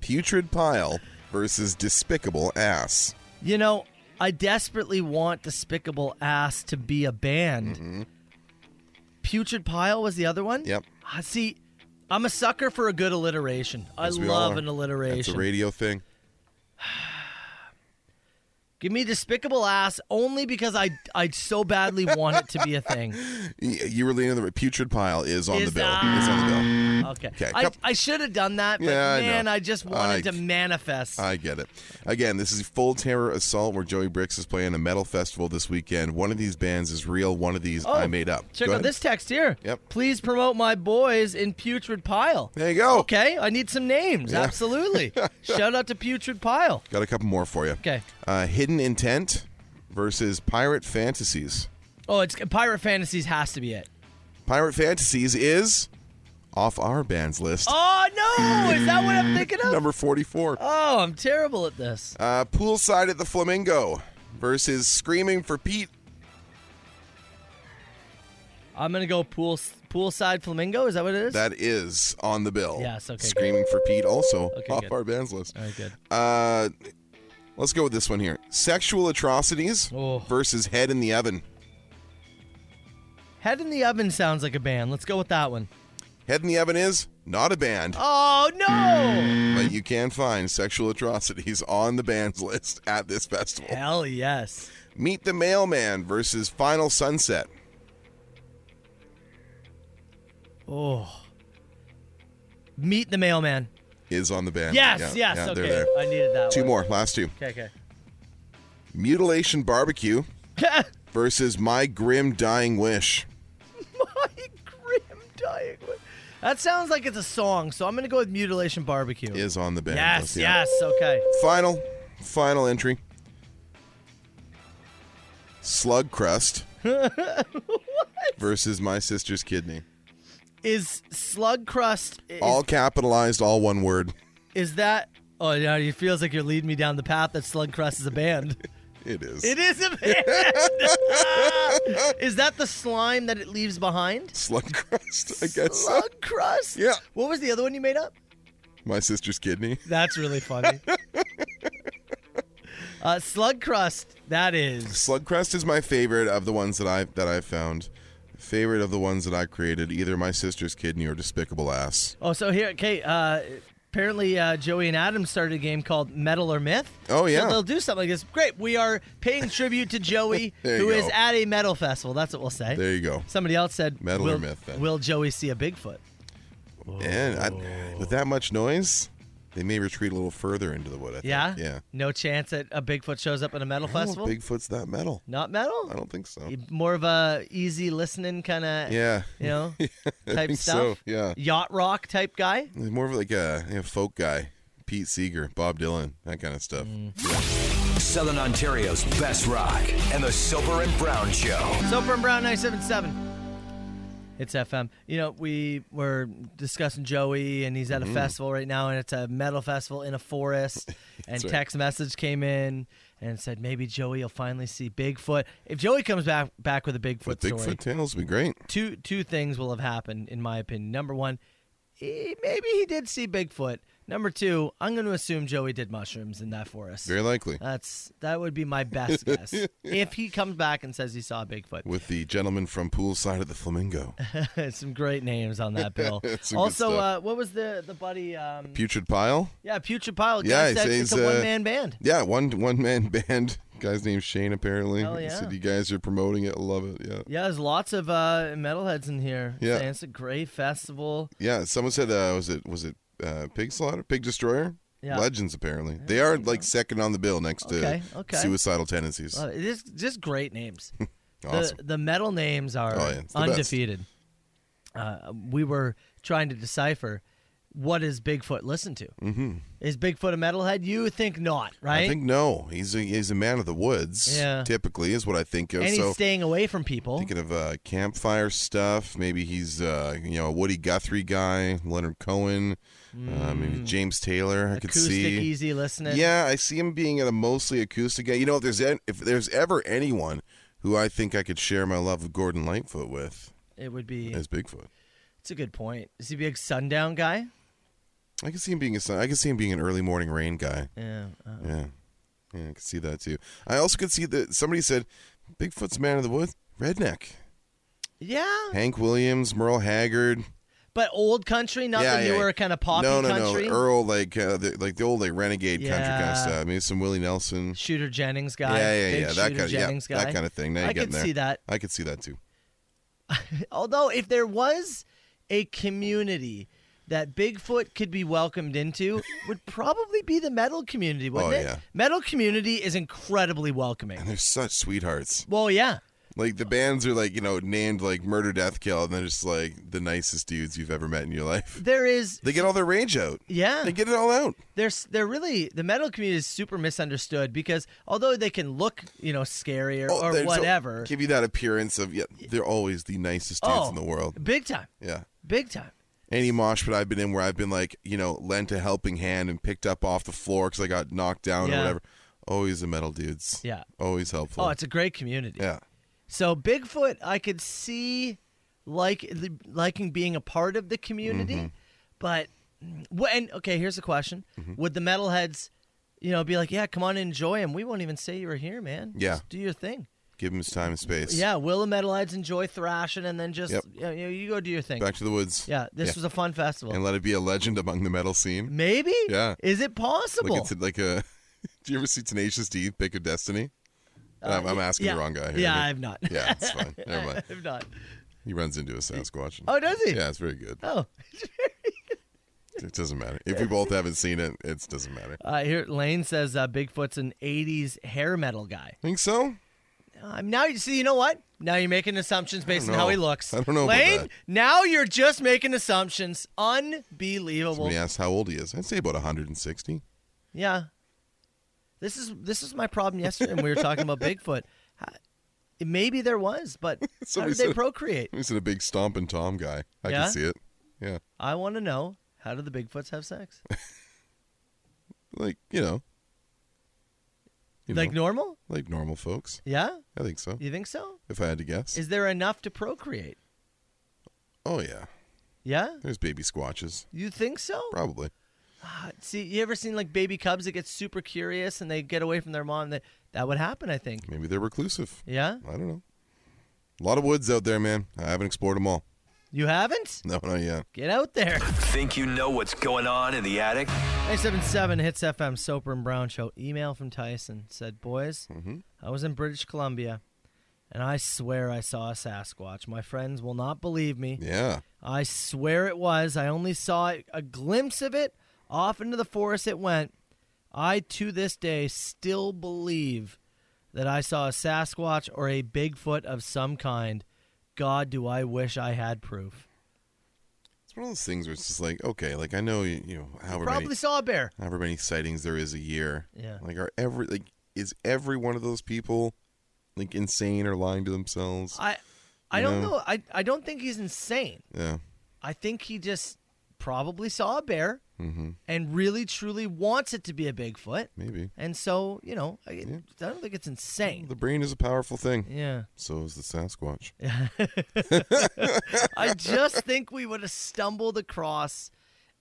Speaker 6: Putrid Pile versus Despicable Ass.
Speaker 5: You know, I desperately want Despicable Ass to be a band. Putrid Pile was the other one?
Speaker 6: Mm-hmm. Yep.
Speaker 5: Ah, see, I'm a sucker for a good alliteration. I
Speaker 6: As we all
Speaker 5: love
Speaker 6: are.
Speaker 5: an
Speaker 6: It's a
Speaker 5: alliteration.
Speaker 6: radio thing.
Speaker 5: Give me Despicable Ass only because I I so badly want it to be a thing.
Speaker 6: Y- You were leaning the Putrid Pile is on
Speaker 5: Is-
Speaker 6: the bill. It's on the bill.
Speaker 5: Okay.
Speaker 6: Okay,
Speaker 5: I,
Speaker 6: cup-
Speaker 5: I should have done that, but
Speaker 6: Yeah, I
Speaker 5: man,
Speaker 6: know.
Speaker 5: I, just wanted
Speaker 6: I-
Speaker 5: to manifest.
Speaker 6: I get it. Again, this is Full Terror Assault, where Joey Bricks is playing a metal festival this weekend. One of these bands is real, one of these I made up.
Speaker 5: Oh, Check
Speaker 6: Go
Speaker 5: out
Speaker 6: ahead.
Speaker 5: this text here.
Speaker 6: Yep.
Speaker 5: Please promote my boys in Putrid Pile.
Speaker 6: There you go.
Speaker 5: Okay, I need some names. Absolutely. Shout out to Putrid Pile.
Speaker 6: Got a couple more for you.
Speaker 5: Okay.
Speaker 6: Uh, Hidden Intent versus Pirate Fantasies.
Speaker 5: Oh, it's Pirate Fantasies has to be it.
Speaker 6: Pirate Fantasies is off our band's list,
Speaker 5: Oh no! Is that what I'm thinking of?
Speaker 6: number 44.
Speaker 5: Oh, I'm terrible at this.
Speaker 6: Uh, poolside at the Flamingo versus Screaming for Pete.
Speaker 5: I'm gonna go pool poolside flamingo. Is that what it is?
Speaker 6: That is on the bill.
Speaker 5: Yes, okay, good.
Speaker 6: Screaming for Pete also
Speaker 5: Okay,
Speaker 6: off
Speaker 5: good.
Speaker 6: our band's list.
Speaker 5: All right, good.
Speaker 6: Uh, let's go with this one here. Sexual atrocities
Speaker 5: Oh.
Speaker 6: versus head in the oven.
Speaker 5: Head in the oven sounds like a band. Let's go with that one.
Speaker 6: Head in the oven is not a band,
Speaker 5: Oh no!
Speaker 6: but you can find sexual atrocities on the band's list at this festival.
Speaker 5: Hell yes.
Speaker 6: Meet the Mailman versus Final Sunset.
Speaker 5: Oh. Meet the mailman.
Speaker 6: is on the band.
Speaker 5: Yes,
Speaker 6: Yeah,
Speaker 5: yes.
Speaker 6: yeah,
Speaker 5: okay,
Speaker 6: They're there.
Speaker 5: I needed that
Speaker 6: Two
Speaker 5: one.
Speaker 6: more. Last two.
Speaker 5: Okay,
Speaker 6: Mutilation Barbecue
Speaker 5: okay.
Speaker 6: versus My Grim Dying Wish.
Speaker 5: My grim dying. wish. That sounds like it's a song, so I'm gonna go with Mutilation Barbecue.
Speaker 6: Is on the band.
Speaker 5: yes,
Speaker 6: list, yeah.
Speaker 5: yes. Okay.
Speaker 6: Final, final entry. Slug Crust versus My Sister's Kidney.
Speaker 5: Is slug crust? Is,
Speaker 6: All capitalized, all one word.
Speaker 5: is that? Oh, yeah. It feels like you're leading me down the path that slug crust is a band.
Speaker 6: It is.
Speaker 5: it is a band. is that the slime that it leaves behind?
Speaker 6: Slug Crust, I guess. so.
Speaker 5: Slug crust.
Speaker 6: Yeah.
Speaker 5: What was the other one you made up?
Speaker 6: My Sister's Kidney.
Speaker 5: That's really funny. uh, slug crust. That is.
Speaker 6: Slug Crest is my favorite of the ones that I that I've found. Favorite of the ones that I created, either my sister's kidney or despicable ass.
Speaker 5: Oh, so here, Kate. Uh, apparently, uh, Joey and Adam started a game called Metal or Myth.
Speaker 6: Oh, yeah.
Speaker 5: So they'll do something like this. Great. We are paying tribute to Joey,
Speaker 6: There
Speaker 5: who
Speaker 6: you
Speaker 5: is
Speaker 6: go.
Speaker 5: at a metal festival. That's what we'll say.
Speaker 6: There you go.
Speaker 5: Somebody else said
Speaker 6: Metal or
Speaker 5: will,
Speaker 6: myth, then.
Speaker 5: Will Joey see a Bigfoot?
Speaker 6: And I, with that much noise, they may retreat a little further into the wood. I think.
Speaker 5: Yeah.
Speaker 6: yeah.
Speaker 5: No chance that a Bigfoot shows up at a metal
Speaker 6: I don't know
Speaker 5: festival.
Speaker 6: if Bigfoot's that metal.
Speaker 5: Not
Speaker 6: I
Speaker 5: metal.
Speaker 6: don't think so.
Speaker 5: More of a easy listening kind of.
Speaker 6: Yeah,
Speaker 5: You know,
Speaker 6: I
Speaker 5: type
Speaker 6: think so.
Speaker 5: stuff.
Speaker 6: Yeah,
Speaker 5: Yacht rock type guy.
Speaker 6: He's more of like a, a folk guy, Pete Seeger, Bob Dylan, that kind of stuff.
Speaker 5: Mm,
Speaker 4: Southern Ontario's best rock and the Soper and Brown Show.
Speaker 5: Soper and Brown 977. It's FM. You know, we were discussing Joey, and he's at a
Speaker 6: Mm-hmm.
Speaker 5: festival right now, and it's a metal festival in a forest. and
Speaker 6: right.
Speaker 5: text message came in and said maybe Joey will finally see Bigfoot. If Joey comes back back with a Bigfoot
Speaker 6: But
Speaker 5: story,
Speaker 6: Bigfoot tales would be great.
Speaker 5: two two things will have happened, in my opinion. Number one, he, maybe he did see Bigfoot, Number two, I'm going to assume Joey did mushrooms in that forest.
Speaker 6: Very likely.
Speaker 5: Uh, That's that would be my best guess if he comes back and says he saw Bigfoot.
Speaker 6: With the gentleman from poolside at the Flamingo.
Speaker 5: Some great names on that bill.
Speaker 6: Some good
Speaker 5: also,
Speaker 6: stuff.
Speaker 5: uh, what was the the buddy? Um,
Speaker 6: Putrid Pile?
Speaker 5: yeah, Putrid Pilot.
Speaker 6: Yeah,
Speaker 5: said
Speaker 6: he's-
Speaker 5: it's a
Speaker 6: he's, uh,
Speaker 5: one man band.
Speaker 6: Yeah, one one man band. Guy's named Shane apparently.
Speaker 5: Hell
Speaker 6: He
Speaker 5: yeah.
Speaker 6: said you guys are promoting it. Love it. Yeah.
Speaker 5: Yeah, there's lots of uh, metalheads in here.
Speaker 6: Yeah.
Speaker 5: saying it's a great festival.
Speaker 6: Yeah, someone said uh was it was it uh Pig Slaughter? Pig Destroyer?
Speaker 5: Yeah.
Speaker 6: Legends apparently. they are like second on the bill next to
Speaker 5: Okay, okay.
Speaker 6: suicidal tendencies.
Speaker 5: Love Uh, it. It is just great names.
Speaker 6: Awesome.
Speaker 5: The the metal names are
Speaker 6: Oh, yeah, it's the best.
Speaker 5: undefeated. Uh, we were trying to decipher what is Bigfoot listen to. Mm-hmm. Is Bigfoot a metalhead? You think not, right?
Speaker 6: I think no. He's a he's a man of the woods.
Speaker 5: Yeah.
Speaker 6: Typically is what I think of.
Speaker 5: and
Speaker 6: so
Speaker 5: he's staying away from people.
Speaker 6: thinking of uh, campfire stuff. Maybe he's uh, you know a Woody Guthrie guy, Leonard Cohen, uh, maybe James Taylor. I could
Speaker 5: Mm. Acoustic,
Speaker 6: see.
Speaker 5: easy listening.
Speaker 6: Yeah, I see him being at a mostly acoustic guy. You know, if there's en- if there's ever anyone who I think I could share my love of Gordon Lightfoot with,
Speaker 5: it would be.
Speaker 6: as Bigfoot.
Speaker 5: It's a good point. Is he a big sundown guy?
Speaker 6: I could see him being a sun- I could see him being an early morning rain guy.
Speaker 5: Yeah. uh,
Speaker 6: Yeah, yeah, I could see that too. I also could see that somebody said Bigfoot's man of the woods, redneck.
Speaker 5: yeah,
Speaker 6: Hank Williams, Merle Haggard.
Speaker 5: but old country, not the newer kind of poppy
Speaker 6: no, no,
Speaker 5: country.
Speaker 6: No, Earl, like uh, the, like the old like renegade country kind
Speaker 5: Yeah.
Speaker 6: of stuff. Maybe some Willie Nelson.
Speaker 5: Shooter Jennings guy.
Speaker 6: yeah, yeah, yeah.
Speaker 5: big
Speaker 6: That
Speaker 5: Shooter
Speaker 6: kind of yeah,
Speaker 5: Jennings guy.
Speaker 6: that kind of thing. Now you're
Speaker 5: I
Speaker 6: getting
Speaker 5: could
Speaker 6: there.
Speaker 5: see that.
Speaker 6: I could see that too.
Speaker 5: Although, if there was a community that Bigfoot could be welcomed into, would probably be the metal community, wouldn't
Speaker 6: Oh,
Speaker 5: it?
Speaker 6: yeah.
Speaker 5: Metal community is incredibly welcoming.
Speaker 6: And they're such sweethearts.
Speaker 5: Well, yeah.
Speaker 6: Like the bands are like you know named like Murder, Death, Kill, and they're just like the nicest dudes you've ever met in your life.
Speaker 5: There is,
Speaker 6: They get all their rage out.
Speaker 5: yeah.
Speaker 6: They get it all out.
Speaker 5: There's, they're really the metal community is super misunderstood because although they can look, you know, scary or,
Speaker 6: Oh, they're
Speaker 5: or
Speaker 6: so-
Speaker 5: whatever,
Speaker 6: give you that appearance of yeah, they're always the nicest dudes
Speaker 5: Oh.
Speaker 6: in the world.
Speaker 5: big time,
Speaker 6: Yeah.
Speaker 5: big time.
Speaker 6: any mosh pit I've been in where I've been like, you know, lent a helping hand and picked up off the floor because I got knocked down
Speaker 5: Yeah.
Speaker 6: or whatever. Always the metal dudes.
Speaker 5: Yeah.
Speaker 6: Always helpful.
Speaker 5: Oh, it's a great community.
Speaker 6: yeah.
Speaker 5: So Bigfoot, I could see like liking being a part of the community,
Speaker 6: Mm-hmm.
Speaker 5: but when okay, here's a question:
Speaker 6: Mm-hmm.
Speaker 5: Would the metalheads, you know, be like, "Yeah, come on, enjoy him. We won't even say you were here, man.
Speaker 6: Yeah.
Speaker 5: Just do your thing."
Speaker 6: Give him his time and space.
Speaker 5: Yeah, will the metalheads enjoy thrashing and then just
Speaker 6: Yep.
Speaker 5: you, know, you go do your thing?
Speaker 6: Back to the woods.
Speaker 5: yeah, this was a fun festival.
Speaker 6: And let it be a legend among the metal scene.
Speaker 5: Maybe.
Speaker 6: Yeah.
Speaker 5: Is it possible?
Speaker 6: Like it's like a. Do you ever see Tenacious D, Pick of Destiny? I'm, I'm asking
Speaker 5: Uh, yeah.
Speaker 6: the wrong guy here.
Speaker 5: yeah,
Speaker 6: I
Speaker 5: I've not.
Speaker 6: yeah, it's fine. Never mind.
Speaker 5: I've not.
Speaker 6: He runs into a Sasquatch. and-
Speaker 5: Oh, does he?
Speaker 6: Yeah, it's very good.
Speaker 5: Oh.
Speaker 6: It doesn't matter. If we both haven't seen it, it doesn't matter. I
Speaker 5: Uh, here, Lane says uh, Bigfoot's an '80s hair metal guy.
Speaker 6: think so.
Speaker 5: Um, now you see, you know what? Now you're making assumptions based on
Speaker 6: know.
Speaker 5: how he looks.
Speaker 6: I don't know about
Speaker 5: Lane,
Speaker 6: that.
Speaker 5: now you're just making assumptions. Unbelievable.
Speaker 6: Somebody asked how old he is. I'd say about 160.
Speaker 5: Yeah. This is this is my problem yesterday when we were talking about Bigfoot. How- Maybe there was, but how
Speaker 6: Somebody
Speaker 5: did they
Speaker 6: said-
Speaker 5: procreate?
Speaker 6: He's a big stomping Tom guy. I
Speaker 5: Yeah?
Speaker 6: can see it. Yeah.
Speaker 5: I want to know how do the Bigfoots have sex?
Speaker 6: Like, you know. you
Speaker 5: like
Speaker 6: know,
Speaker 5: normal?
Speaker 6: like normal folks.
Speaker 5: Yeah?
Speaker 6: I think so.
Speaker 5: You think so?
Speaker 6: If I had to guess.
Speaker 5: Is there enough to procreate?
Speaker 6: oh yeah.
Speaker 5: Yeah?
Speaker 6: There's baby squatches.
Speaker 5: You think so?
Speaker 6: Probably.
Speaker 5: See, you ever seen like baby cubs that get super curious and they get away from their mom? That that would happen, I think.
Speaker 6: Maybe they're reclusive.
Speaker 5: Yeah?
Speaker 6: I don't know. A lot of woods out there, man. I haven't explored them all.
Speaker 5: You haven't?
Speaker 6: No, not yet.
Speaker 5: Get out there.
Speaker 4: Think you know what's going on in the attic?
Speaker 5: 977 Hits FM Soper and Brown Show. Email from Tyson said, Boys, I was in British Columbia and I swear I saw a Sasquatch. My friends will not believe me.
Speaker 6: Yeah.
Speaker 5: I swear it was. I only saw it- a glimpse of it. Off into the forest it went. I, to this day, still believe that I saw a Sasquatch or a Bigfoot of some kind. God, do I wish I had proof.
Speaker 6: It's one of those things where it's just like, okay, like I know you, you know, however many
Speaker 5: Probably saw a bear.
Speaker 6: however many sightings there is a year.
Speaker 5: Yeah.
Speaker 6: Like are every like is every one of those people like insane or lying to themselves?
Speaker 5: I I don't
Speaker 6: No.
Speaker 5: know. I I don't think he's insane.
Speaker 6: yeah.
Speaker 5: I think he just probably saw a bear
Speaker 6: Mm-hmm.
Speaker 5: and really truly wants it to be a Bigfoot.
Speaker 6: Maybe.
Speaker 5: And so, you know, I, I don't think it's
Speaker 6: The
Speaker 5: insane.
Speaker 6: brain is a powerful thing.
Speaker 5: Yeah.
Speaker 6: So is the Sasquatch.
Speaker 5: I just think we would have stumbled across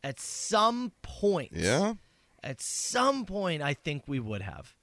Speaker 5: At some point.
Speaker 6: Yeah.
Speaker 5: At some point, I think we would have.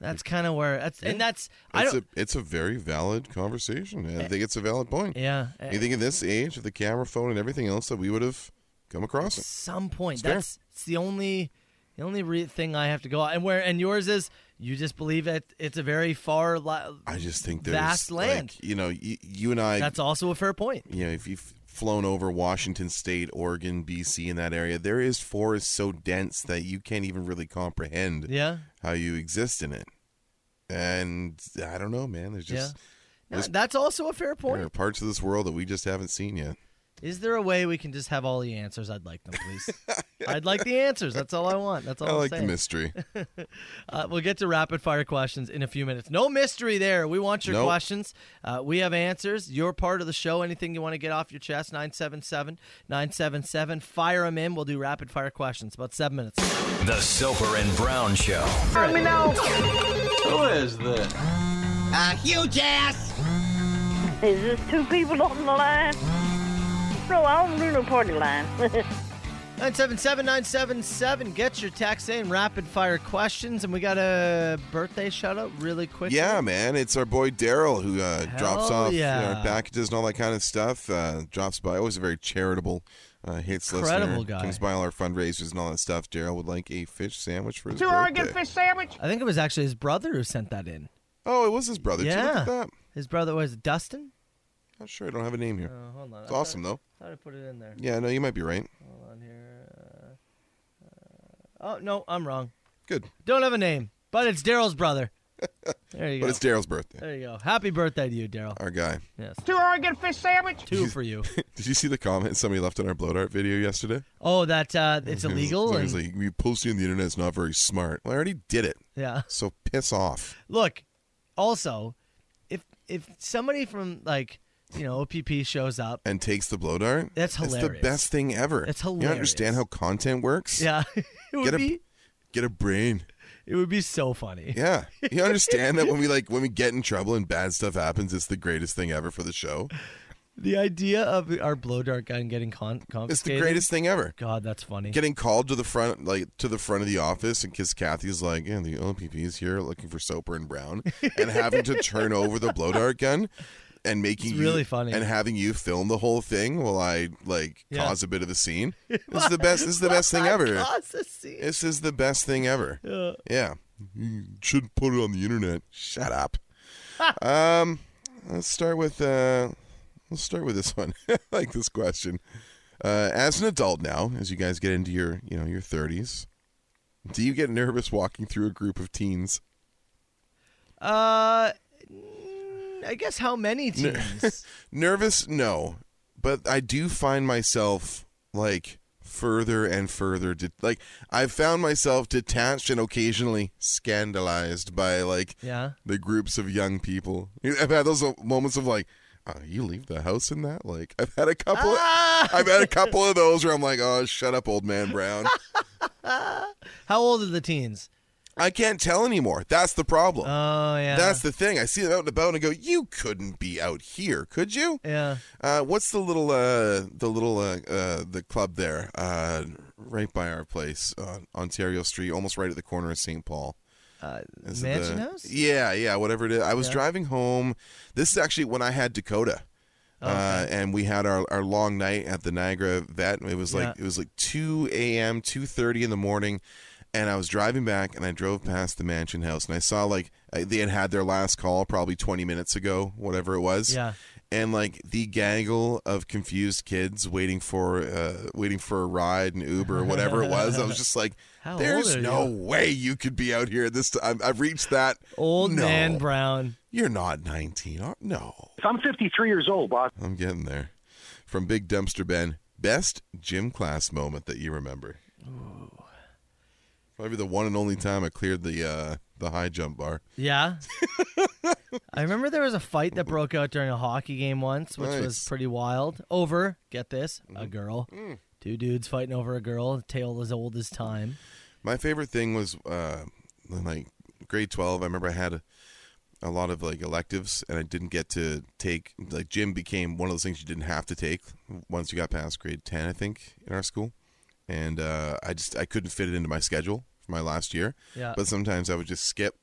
Speaker 5: That's kind of where that's and that's I
Speaker 6: It's
Speaker 5: don't
Speaker 6: a it's a very valid conversation. and I think it's a valid point.
Speaker 5: yeah.
Speaker 6: You think in this age of the camera phone and everything else that we would have come across
Speaker 5: At
Speaker 6: it.
Speaker 5: some point,
Speaker 6: fair.
Speaker 5: that's it's the only the only re- thing I have to go on. And where and yours is you just believe it. It's a very far. Li-
Speaker 6: I just think there's
Speaker 5: Vast
Speaker 6: like,
Speaker 5: land.
Speaker 6: you know, you, you and I
Speaker 5: that's also a fair point.
Speaker 6: you know, if you've flown over Washington State, Oregon, BC, in that area, there is forest so dense that you can't even really comprehend
Speaker 5: Yeah.
Speaker 6: how you exist in it. And I don't know, man. There's just
Speaker 5: No,
Speaker 6: This-
Speaker 5: that's also a fair
Speaker 6: there are
Speaker 5: point.
Speaker 6: parts of this world that we just haven't seen yet.
Speaker 5: Is there a way we can just have all the answers? I'd like them, please. I'd like the answers. That's all I want. That's all
Speaker 6: I
Speaker 5: I'm
Speaker 6: like the
Speaker 5: saying.
Speaker 6: mystery.
Speaker 5: Uh, we'll get to rapid fire questions in a few minutes. No mystery there. We want your
Speaker 6: Nope.
Speaker 5: questions. Uh, we have answers. You're part of the show. Anything you want to get off your chest, 977 977. Fire them in. We'll do rapid fire questions. About seven minutes.
Speaker 4: The Soper and Brown Show.
Speaker 1: Is this two people on the line? No, I don't do no party line.
Speaker 5: 977 977. Get your text in. Rapid fire questions. And we got a birthday shout out really quick.
Speaker 6: yeah, man. It's our boy Daryl who uh, drops
Speaker 5: Hell
Speaker 6: off
Speaker 5: yeah.
Speaker 6: you know, packages and all that kind of stuff. Uh, drops by. Always a very charitable. Uh, hits
Speaker 5: Incredible
Speaker 6: listener.
Speaker 5: guy.
Speaker 6: Comes by all our fundraisers and all that stuff. Daryl would like a fish sandwich for his
Speaker 3: Two
Speaker 6: birthday.
Speaker 3: Oregon fish sandwich.
Speaker 5: I think it was actually his brother who sent that in.
Speaker 6: Oh, it was his brother. Did you look
Speaker 5: Yeah.
Speaker 6: at that?
Speaker 5: His brother was it Dustin?
Speaker 6: Not sure. I don't have a name here.
Speaker 5: Oh, hold on.
Speaker 6: It's awesome though.
Speaker 5: I thought I put it in there.
Speaker 6: Yeah, no, you might be right.
Speaker 5: Hold on here. Uh, uh, oh, no, I'm wrong.
Speaker 6: Good,
Speaker 5: Don't have a name, but it's Daryl's brother. There you
Speaker 6: but
Speaker 5: go.
Speaker 6: it's Daryl's birthday.
Speaker 5: there you go. Happy birthday to you, Daryl.
Speaker 6: Our guy.
Speaker 5: Yes.
Speaker 3: Two Oregon fish sandwich.
Speaker 5: Two for you.
Speaker 6: Did you see the comment somebody left on our bloat art video yesterday?
Speaker 5: Oh, that uh, it's illegal.
Speaker 6: He's
Speaker 5: And,
Speaker 6: like, "You posting on the internet is not very smart." Well, I already did it,
Speaker 5: yeah.
Speaker 6: so piss off.
Speaker 5: Look, also, if if somebody from like you know OPP shows up,
Speaker 6: And takes the bloat art.
Speaker 5: That's
Speaker 6: It's the
Speaker 5: hilarious.
Speaker 6: best thing ever.
Speaker 5: That's
Speaker 6: You don't understand
Speaker 5: hilarious.
Speaker 6: how content works?
Speaker 5: yeah, it would
Speaker 6: Get a-
Speaker 5: be
Speaker 6: Get a brain.
Speaker 5: it would be so funny.
Speaker 6: Yeah. You understand that when we like when we get in trouble and bad stuff happens, it's the greatest thing ever for the show.
Speaker 5: The idea of our blow dart gun getting con- confiscated.
Speaker 6: It's the greatest thing ever.
Speaker 5: God, that's funny.
Speaker 6: getting called to the front like to the front of the office and because kathy's like yeah the opp is here looking for soper and brown and having to turn over the blow dart gun and making
Speaker 5: It's
Speaker 6: you-
Speaker 5: really funny.
Speaker 6: and having you film the whole thing while i like
Speaker 5: Yeah. Oh
Speaker 6: cause a bit of a scene this is the best this is the best thing ever
Speaker 5: Across the sea.
Speaker 6: this is the best thing ever
Speaker 5: Yeah.
Speaker 6: yeah you shouldn't put it on the internet shut up um let's start with uh let's start with this one I like this question uh, as an adult now, as you guys get into your, you know, your 30s, do you get nervous walking through a group of teens?
Speaker 5: Uh, mm, I guess how many teams?
Speaker 6: Nervous? No. But I do find myself like further and further de- like I've found myself detached and occasionally scandalized by like
Speaker 5: yeah.
Speaker 6: the groups of young people. I've had those moments of like uh, you leave the house in that? Like I've had a couple
Speaker 5: Ah!
Speaker 6: I've had a couple of those where I'm like, "Oh, shut up, old man Brown."
Speaker 5: How old are the teens?
Speaker 6: I can't tell anymore. That's the problem.
Speaker 5: Oh yeah.
Speaker 6: That's the thing. I see them out and about and I go, "You couldn't be out here, could you?"
Speaker 5: yeah.
Speaker 6: Uh, what's the little uh, the little uh, uh, the club there uh, right by our place on Ontario Street, almost right at the corner of St. Paul?
Speaker 5: Uh,
Speaker 6: Is it
Speaker 5: Mansion
Speaker 6: the-
Speaker 5: House.
Speaker 6: Yeah, yeah, whatever it is. I was
Speaker 5: Yeah.
Speaker 6: driving home. This is actually when I had Dakota. Uh, and we had our, our long night at the Niagara Vet. It was like
Speaker 5: Yeah.
Speaker 6: it was like two a.m., two thirty in the morning, and I was driving back, and I drove past the Mansion House, and I saw like uh, they had had their last call probably twenty minutes ago, whatever it was.
Speaker 5: Yeah.
Speaker 6: And like the gaggle of confused kids waiting for uh, waiting for a ride and Uber or whatever it was, I was just like,
Speaker 5: How old
Speaker 6: "There's
Speaker 5: are
Speaker 6: no
Speaker 5: you?"
Speaker 6: way you could be out here at this time." I've reached that
Speaker 5: Old
Speaker 6: no,
Speaker 5: man Brown.
Speaker 6: You're not 19. are- No,
Speaker 7: I'm 53 years old, boss.
Speaker 6: I'm getting there. From Big Dempster Ben, best gym class moment that you remember. Probably the one and only time I cleared the uh, the high jump bar.
Speaker 5: Yeah. I remember there was a fight that broke out during a hockey game once, which was
Speaker 6: Nice. Mm-hmm. Mm.
Speaker 5: pretty wild. Over, get this, a girl. Two dudes fighting over a girl, tail as old as time.
Speaker 6: My favorite thing was uh, in, like grade 12. I remember I had a, a lot of like electives, and I didn't get to take like gym became one of those things you didn't have to take once you got past grade ten, I think, in our school, and uh, I just I couldn't fit it into my schedule for my last year.
Speaker 5: Yeah.
Speaker 6: But sometimes I would just skip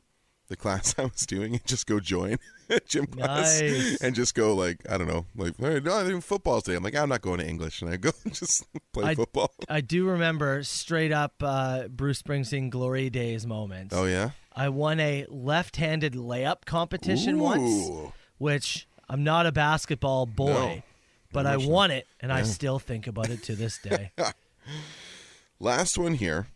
Speaker 6: the class I was doing and just go join gym class
Speaker 5: Nice.
Speaker 6: and just go like I don't know like hey, no, I'm doing football today. I'm like I'm not going to English, and I go just play
Speaker 5: I-
Speaker 6: football.
Speaker 5: I do remember straight up uh, Bruce Springsteen glory days moments.
Speaker 6: Oh yeah.
Speaker 5: I won a left-handed layup competition once,
Speaker 6: Ooh.
Speaker 5: which I'm not a basketball boy,
Speaker 6: No.
Speaker 5: but I won it, and I still think about it to this day.
Speaker 6: Last one here,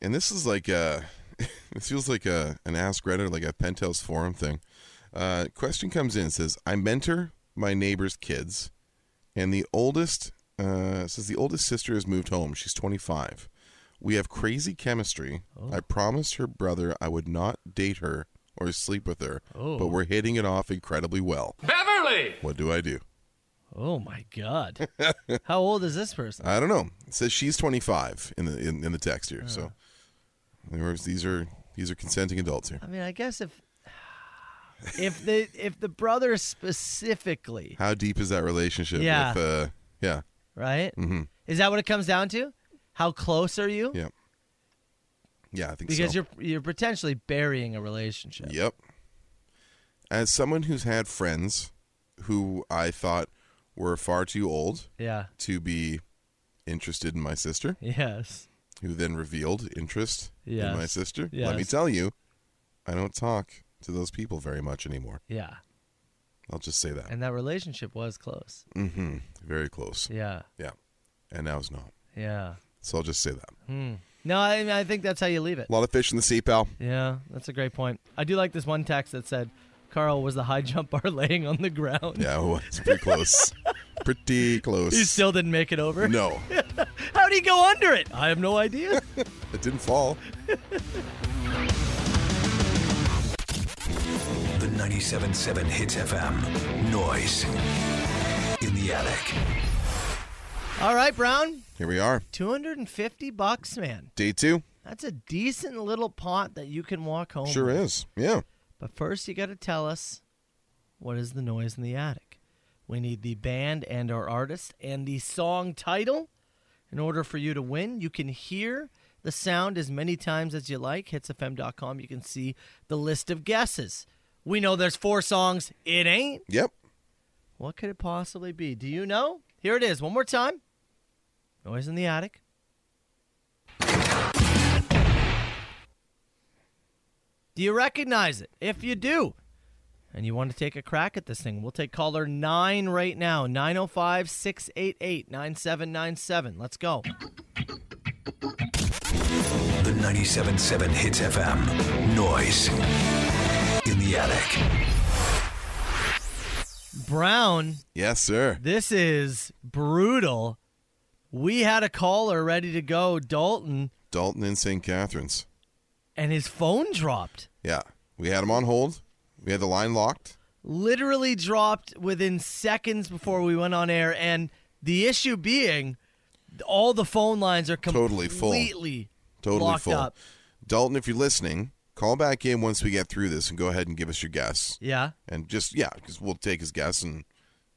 Speaker 6: and this is like a, this feels like a an Ask Reddit, or like a Penthouse forum thing. Uh, question comes in says, I mentor my neighbor's kids, and the oldest uh, says the oldest sister has moved home. She's 25. We have crazy chemistry. I promised her brother I would not date her or sleep with her, but we're hitting it off incredibly well.
Speaker 2: Beverly!
Speaker 6: What do I do?
Speaker 5: oh my god! How old is this person?
Speaker 6: I don't know. It says she's 25 in the in, in the text here. So, in other words, these are these are consenting adults here.
Speaker 5: I mean, I guess if if the if the brother specifically,
Speaker 6: How deep is that relationship?
Speaker 5: Yeah.
Speaker 6: With, uh, yeah.
Speaker 5: right? Mm-hmm. Is that what it comes down to? How close are you?
Speaker 6: Yeah. Yeah, I think
Speaker 5: Because
Speaker 6: so.
Speaker 5: you're you're potentially burying a relationship.
Speaker 6: Yep. As someone who's had friends who I thought were far too old
Speaker 5: Yeah.
Speaker 6: to be interested in my sister,
Speaker 5: Yes.
Speaker 6: who then revealed interest in my
Speaker 5: Yes.
Speaker 6: sister, let me
Speaker 5: Yes.
Speaker 6: tell you, I don't talk to those people very much anymore.
Speaker 5: Yeah.
Speaker 6: I'll just say that.
Speaker 5: And that relationship was close.
Speaker 6: hmm Very close.
Speaker 5: Yeah.
Speaker 6: Yeah. And now it's not.
Speaker 5: Yeah.
Speaker 6: So I'll just say that.
Speaker 5: No, I mean, I think that's how you leave it.
Speaker 6: A lot of fish in the sea, pal.
Speaker 5: Yeah, that's a great point. I do like this one text that said, "Carl was the high jump bar laying on the ground."
Speaker 6: Yeah, well, it's pretty close. pretty close.
Speaker 5: He still didn't make it over.
Speaker 6: No,
Speaker 5: How would he go under it? I have no idea.
Speaker 6: it didn't fall.
Speaker 4: The 97.7 Hits FM. Noise. In the attic.
Speaker 5: All right, Brown,
Speaker 6: Here we are.
Speaker 5: two hundred and fifty bucks, man.
Speaker 6: Day two.
Speaker 5: That's a decent little pot that you can walk home.
Speaker 6: Sure
Speaker 5: with.
Speaker 6: is. Yeah.
Speaker 5: But first, you got to tell us what is the noise in the attic. We need the band and our artist and the song title. In order for you to win, you can hear the sound as many times as you like. Hitsfm.com. You can see the list of guesses. We know there's four songs. It ain't.
Speaker 6: Yep.
Speaker 5: What could it possibly be? Do you know? Here it is. One more time. Noise in the attic. Do you recognize it? If you do, and you want to take a crack at this thing, we'll take caller 9 right now 905 688 9797. Let's go.
Speaker 4: The 97.7 Hits FM. Noise. In the attic.
Speaker 5: Brown,
Speaker 6: Yes, sir.
Speaker 5: this is brutal. We had a caller ready to go, Dalton,
Speaker 6: Dalton and St. Catharines.
Speaker 5: and his phone dropped.
Speaker 6: Yeah. We had him on hold. We had the line locked.
Speaker 5: literally dropped within seconds before we went on air and the issue being all the phone lines are
Speaker 6: Totally
Speaker 5: completely
Speaker 6: full. Totally
Speaker 5: locked
Speaker 6: full.
Speaker 5: up
Speaker 6: Dalton, if you're listening, call back in once we get through this and go ahead and give us your guess.
Speaker 5: yeah
Speaker 6: And just, yeah, because we'll take his guess and,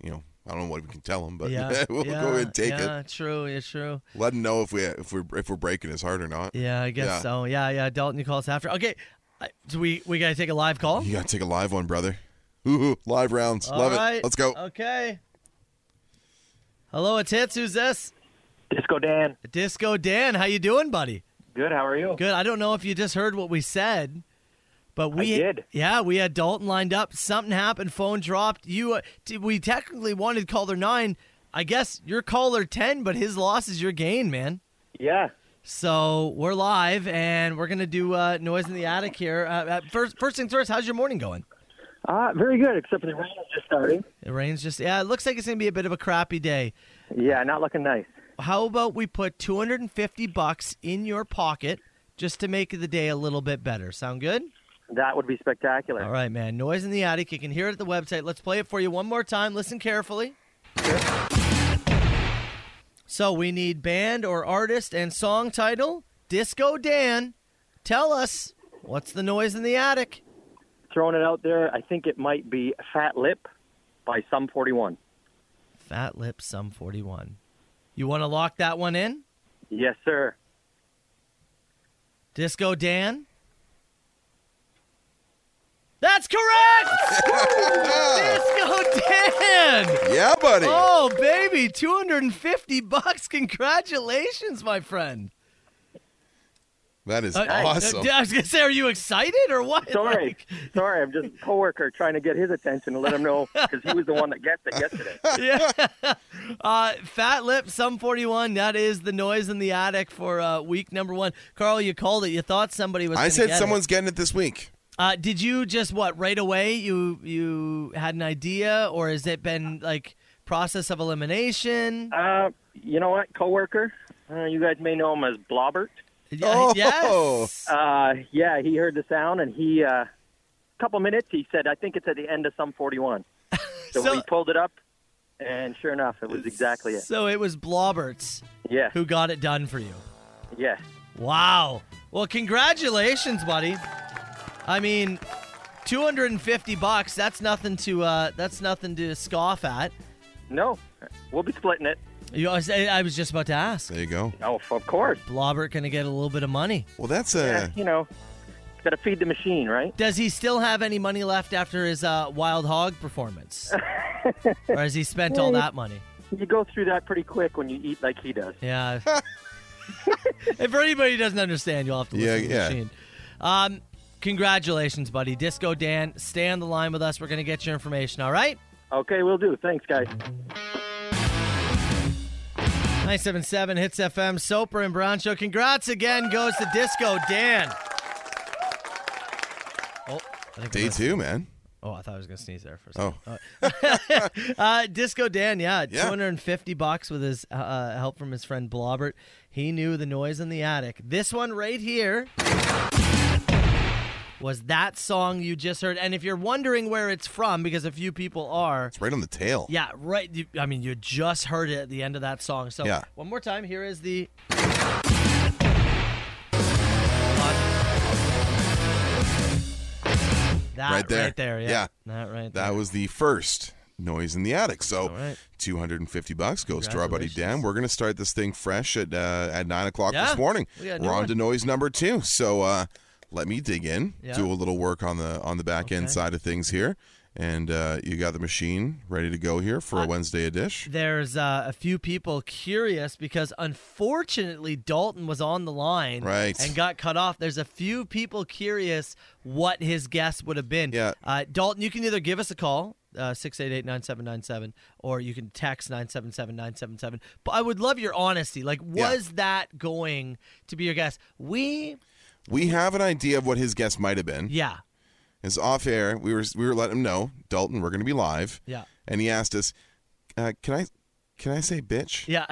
Speaker 6: you know, I don't know what we can tell him, but
Speaker 5: yeah
Speaker 6: we'll
Speaker 5: yeah,
Speaker 6: go ahead and take
Speaker 5: yeah,
Speaker 6: it.
Speaker 5: true yeah true
Speaker 6: Let him know if we if we're if we're breaking his heart or not.
Speaker 5: yeah i guess
Speaker 6: Yeah.
Speaker 5: so yeah yeah dalton you call us after okay I, so we we gotta take a live call
Speaker 6: You gotta take a live one, brother. Ooh, live rounds.
Speaker 5: All
Speaker 6: Love
Speaker 5: right.
Speaker 6: it. Let's go.
Speaker 5: okay hello it's hits who's this
Speaker 7: Disco Dan.
Speaker 5: disco dan how you doing buddy
Speaker 7: Good. How are you?
Speaker 5: Good. I don't know if you just heard what we said, but we
Speaker 7: did.
Speaker 5: Yeah, we had Dalton lined up. Something happened. Phone dropped. You. Uh, t- we technically wanted caller nine. I guess you're caller ten, but his loss is your gain, man.
Speaker 7: Yeah.
Speaker 5: So we're live, and we're gonna do uh, noise in the attic here. Uh, uh, first, first things first. How's your morning going?
Speaker 7: Uh, very good, except for the rain is just starting.
Speaker 5: It rains just. Yeah, it looks like it's gonna be a bit of a crappy day.
Speaker 7: Yeah, not looking nice.
Speaker 5: How about we put 250 bucks in your pocket just to make the day a little bit better? Sound good?
Speaker 7: That would be spectacular.
Speaker 5: All right, man. Noise in the attic. You can hear it at the website. Let's play it for you one more time. Listen carefully. So we need band or artist and song title. Disco Dan, tell us what's the noise in the attic?
Speaker 7: throwing it out there. I think it might be Fat Lip by Sum 41.
Speaker 5: Fat Lip Sum 41. You want to lock that one in?
Speaker 7: Yes, sir.
Speaker 5: Disco Dan? That's correct! Disco Dan!
Speaker 6: Yeah, buddy.
Speaker 5: Oh, baby, 250 bucks. Congratulations, my friend.
Speaker 6: That is
Speaker 5: Uh,
Speaker 6: awesome.
Speaker 5: uh, I was going to say, are you excited or what?
Speaker 7: Sorry,
Speaker 5: Like,
Speaker 7: sorry. I'm just a coworker trying to get his attention to let him know because he was the one that guessed it yesterday.
Speaker 5: yeah. uh, Fat Lip, Sum 41. That is the noise in the attic for uh, week number one. Carl, you called it. You thought somebody was.
Speaker 6: I
Speaker 5: gonna
Speaker 6: said
Speaker 5: get it.
Speaker 6: someone's getting it this week.
Speaker 5: Uh, did you just what right away? You you had an idea, or has it been like process of elimination?
Speaker 7: Uh, you know what, coworker? Uh, you guys may know him as Blobbert.
Speaker 5: Yeah,
Speaker 6: oh.
Speaker 5: Yes.
Speaker 7: Uh, yeah, he heard the sound and he, a uh, couple minutes, he said, "I think it's at the end of Sum 41." So,
Speaker 5: So-
Speaker 7: we pulled it up, and sure enough, it was exactly it.
Speaker 5: So it was Blobberts
Speaker 7: Yes,
Speaker 5: who got it done for you.
Speaker 7: yes.
Speaker 5: Wow. Well, congratulations, buddy. I mean, 250 bucks. That's nothing to uh, that's nothing to scoff at.
Speaker 7: No, we'll be splitting it.
Speaker 5: You, I was- I was just about to ask.
Speaker 6: There you go.
Speaker 7: Oh, of course.
Speaker 5: Blobbert gonna get a little bit of money.
Speaker 6: Well, that's uh,
Speaker 7: Yeah,
Speaker 6: a
Speaker 7: you know, got to feed the machine, right?
Speaker 5: Does he still have any money left after his uh, Wild Hog performance? or has he spent all that money?
Speaker 7: You go through that pretty quick when you eat like he does.
Speaker 5: Yeah. if anybody who doesn't understand, you'll have to listen
Speaker 6: Yeah,
Speaker 5: to the
Speaker 6: yeah.
Speaker 5: machine. Um, congratulations, buddy. Disco Dan, stay on the line with us. We're going to get your information, all right?
Speaker 7: Okay, we'll do. Thanks, guys.
Speaker 5: 977 Hits FM, Soper and Brown Show. Congrats again goes to Disco Dan. Oh, I think
Speaker 6: day
Speaker 5: I'm-
Speaker 6: two, man.
Speaker 5: Oh, I thought I was going to sneeze there for a second.
Speaker 6: Oh,
Speaker 5: Uh, Disco Dan, yeah,
Speaker 6: Yeah.
Speaker 5: 250 bucks with his uh, help from his friend Blobbert. He knew the noise in the attic. This one right here was that song you just heard. And if you're wondering where it's from, because a few people are,
Speaker 6: it's right on the tail.
Speaker 5: yeah, right. You, I mean, you just heard it at the end of that song. So
Speaker 6: Yeah.
Speaker 5: one more time, here is the. That
Speaker 6: Right there.
Speaker 5: right there, yeah.
Speaker 6: Yeah.
Speaker 5: That right there.
Speaker 6: That was the first noise in the attic. So
Speaker 5: All right.
Speaker 6: 250 bucks goes to our buddy Dan.
Speaker 5: Congratulations.
Speaker 6: We're going to start this thing fresh at uh, at nine o'clock
Speaker 5: Yeah.
Speaker 6: this morning.
Speaker 5: We got a new
Speaker 6: We're on
Speaker 5: one.
Speaker 6: to noise number two. So uh, let me dig in,
Speaker 5: Yeah.
Speaker 6: do a little work on the on the back end
Speaker 5: Okay.
Speaker 6: side of things here, and uh, you got the machine ready to go here for a Wednesday a dish.
Speaker 5: there's uh, a few people curious because unfortunately Dalton was on the line
Speaker 6: Right.
Speaker 5: and got cut off. There's a few people curious what his guess would have been.
Speaker 6: Yeah.
Speaker 5: Uh, Dalton, you can either give us a call. Uh, 688-9797 or you can text 977-977 but i would love your honesty like
Speaker 6: Yeah.
Speaker 5: was that going to be your guess we
Speaker 6: We have an idea of what his guess might have been.
Speaker 5: yeah
Speaker 6: It's off air. We were we were letting him know, Dalton, we're going to be live.
Speaker 5: yeah
Speaker 6: And he asked us, uh, "Can I can I say bitch?"
Speaker 5: yeah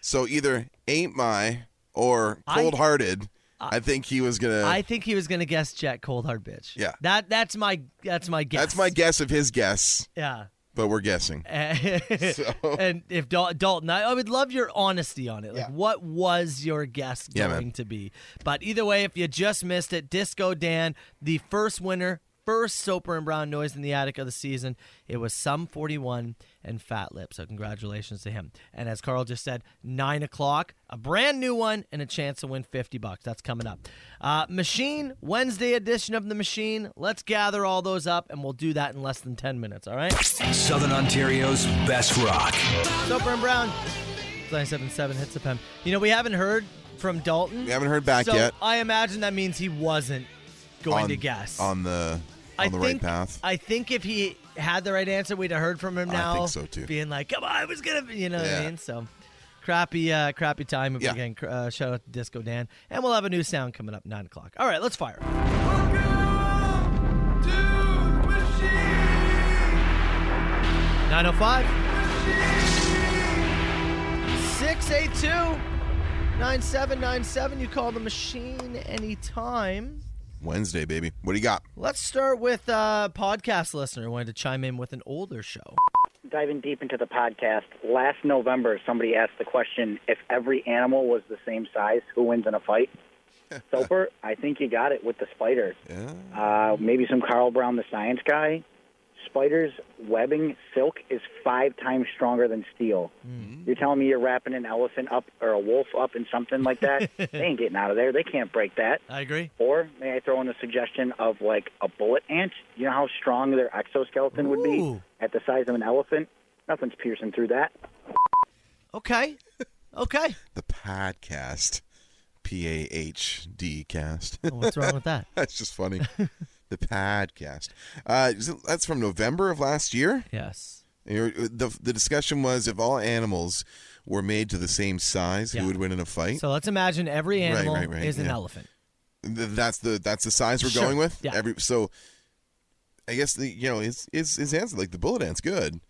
Speaker 6: So either ain't my or
Speaker 5: I-
Speaker 6: cold hearted. I, think he was gonna.
Speaker 5: i think he was gonna guess jet cold hard bitch
Speaker 6: Yeah.
Speaker 5: that that's my that's my guess
Speaker 6: that's my guess of his guess,
Speaker 5: yeah
Speaker 6: but we're guessing.
Speaker 5: And, and if Dal- Dalton, I, I would love your honesty on it. Like, what was your guess
Speaker 6: Yeah, man.
Speaker 5: going to be? But either way, if you just missed it, Disco Dan, the first winner, first Soper and Brown noise in the attic of the season, it was some 41 and Fat Lip. So congratulations to him. And as Carl just said, nine o'clock, a brand new one, and a chance to win 50 bucks. That's coming up. Uh, Machine Wednesday edition of the Machine. Let's gather all those up, and we'll do that in less than 10 minutes. All right.
Speaker 4: Southern Ontario's best rock.
Speaker 5: Soper and Brown. It's 977 hits FM. You know, we haven't heard from Dalton.
Speaker 6: We haven't heard back
Speaker 5: so
Speaker 6: yet.
Speaker 5: I imagine that means he wasn't going
Speaker 6: on,
Speaker 5: to guess.
Speaker 6: on the on
Speaker 5: I
Speaker 6: the right
Speaker 5: think,
Speaker 6: path.
Speaker 5: I think if he had the right answer, we'd have heard from him
Speaker 6: I
Speaker 5: now.
Speaker 6: think so, too.
Speaker 5: Being like, come on, I was going to, you know what I
Speaker 6: Yeah.
Speaker 5: mean? So crappy, uh, crappy time.
Speaker 6: Yeah.
Speaker 5: Again, cr- uh, shout out to Disco Dan. And we'll have a new sound coming up, 9 o'clock. All right, let's fire. Nine oh five. 682 9797. You call the machine anytime.
Speaker 6: Wednesday, baby. What do you got?
Speaker 5: Let's start with a podcast listener who wanted to chime in with an older show.
Speaker 8: diving deep into the podcast, last November somebody asked the question if every animal was the same size, who wins in a fight? Soper, I think you got it with the spider.
Speaker 6: Yeah.
Speaker 8: Uh, maybe some Carl Brown, the science guy. Spiders' webbing silk is five times stronger than steel. You're telling me you're wrapping an elephant up or a wolf up in something like that? they ain't getting out of there. They can't break that.
Speaker 5: I agree.
Speaker 8: Or may I throw in a suggestion of like a bullet ant? You know how strong their exoskeleton would be
Speaker 5: Ooh.
Speaker 8: at the size of an elephant? Nothing's piercing through that.
Speaker 5: Okay. Okay.
Speaker 6: The podcast. P A H D cast.
Speaker 5: What's wrong with that?
Speaker 6: that's just funny. the podcast. Uh, so that's from November of last year.
Speaker 5: Yes.
Speaker 6: You're- The, the discussion was if all animals were made to the same size,
Speaker 5: Yeah.
Speaker 6: who would win in a fight?
Speaker 5: So let's imagine every
Speaker 6: Right,
Speaker 5: animal
Speaker 6: right, right,
Speaker 5: is an
Speaker 6: yeah.
Speaker 5: elephant.
Speaker 6: Th- that's the that's the size we're
Speaker 5: Sure,
Speaker 6: going with.
Speaker 5: yeah.
Speaker 6: Every so, I guess the you know his his his answer like the bullet ant's good,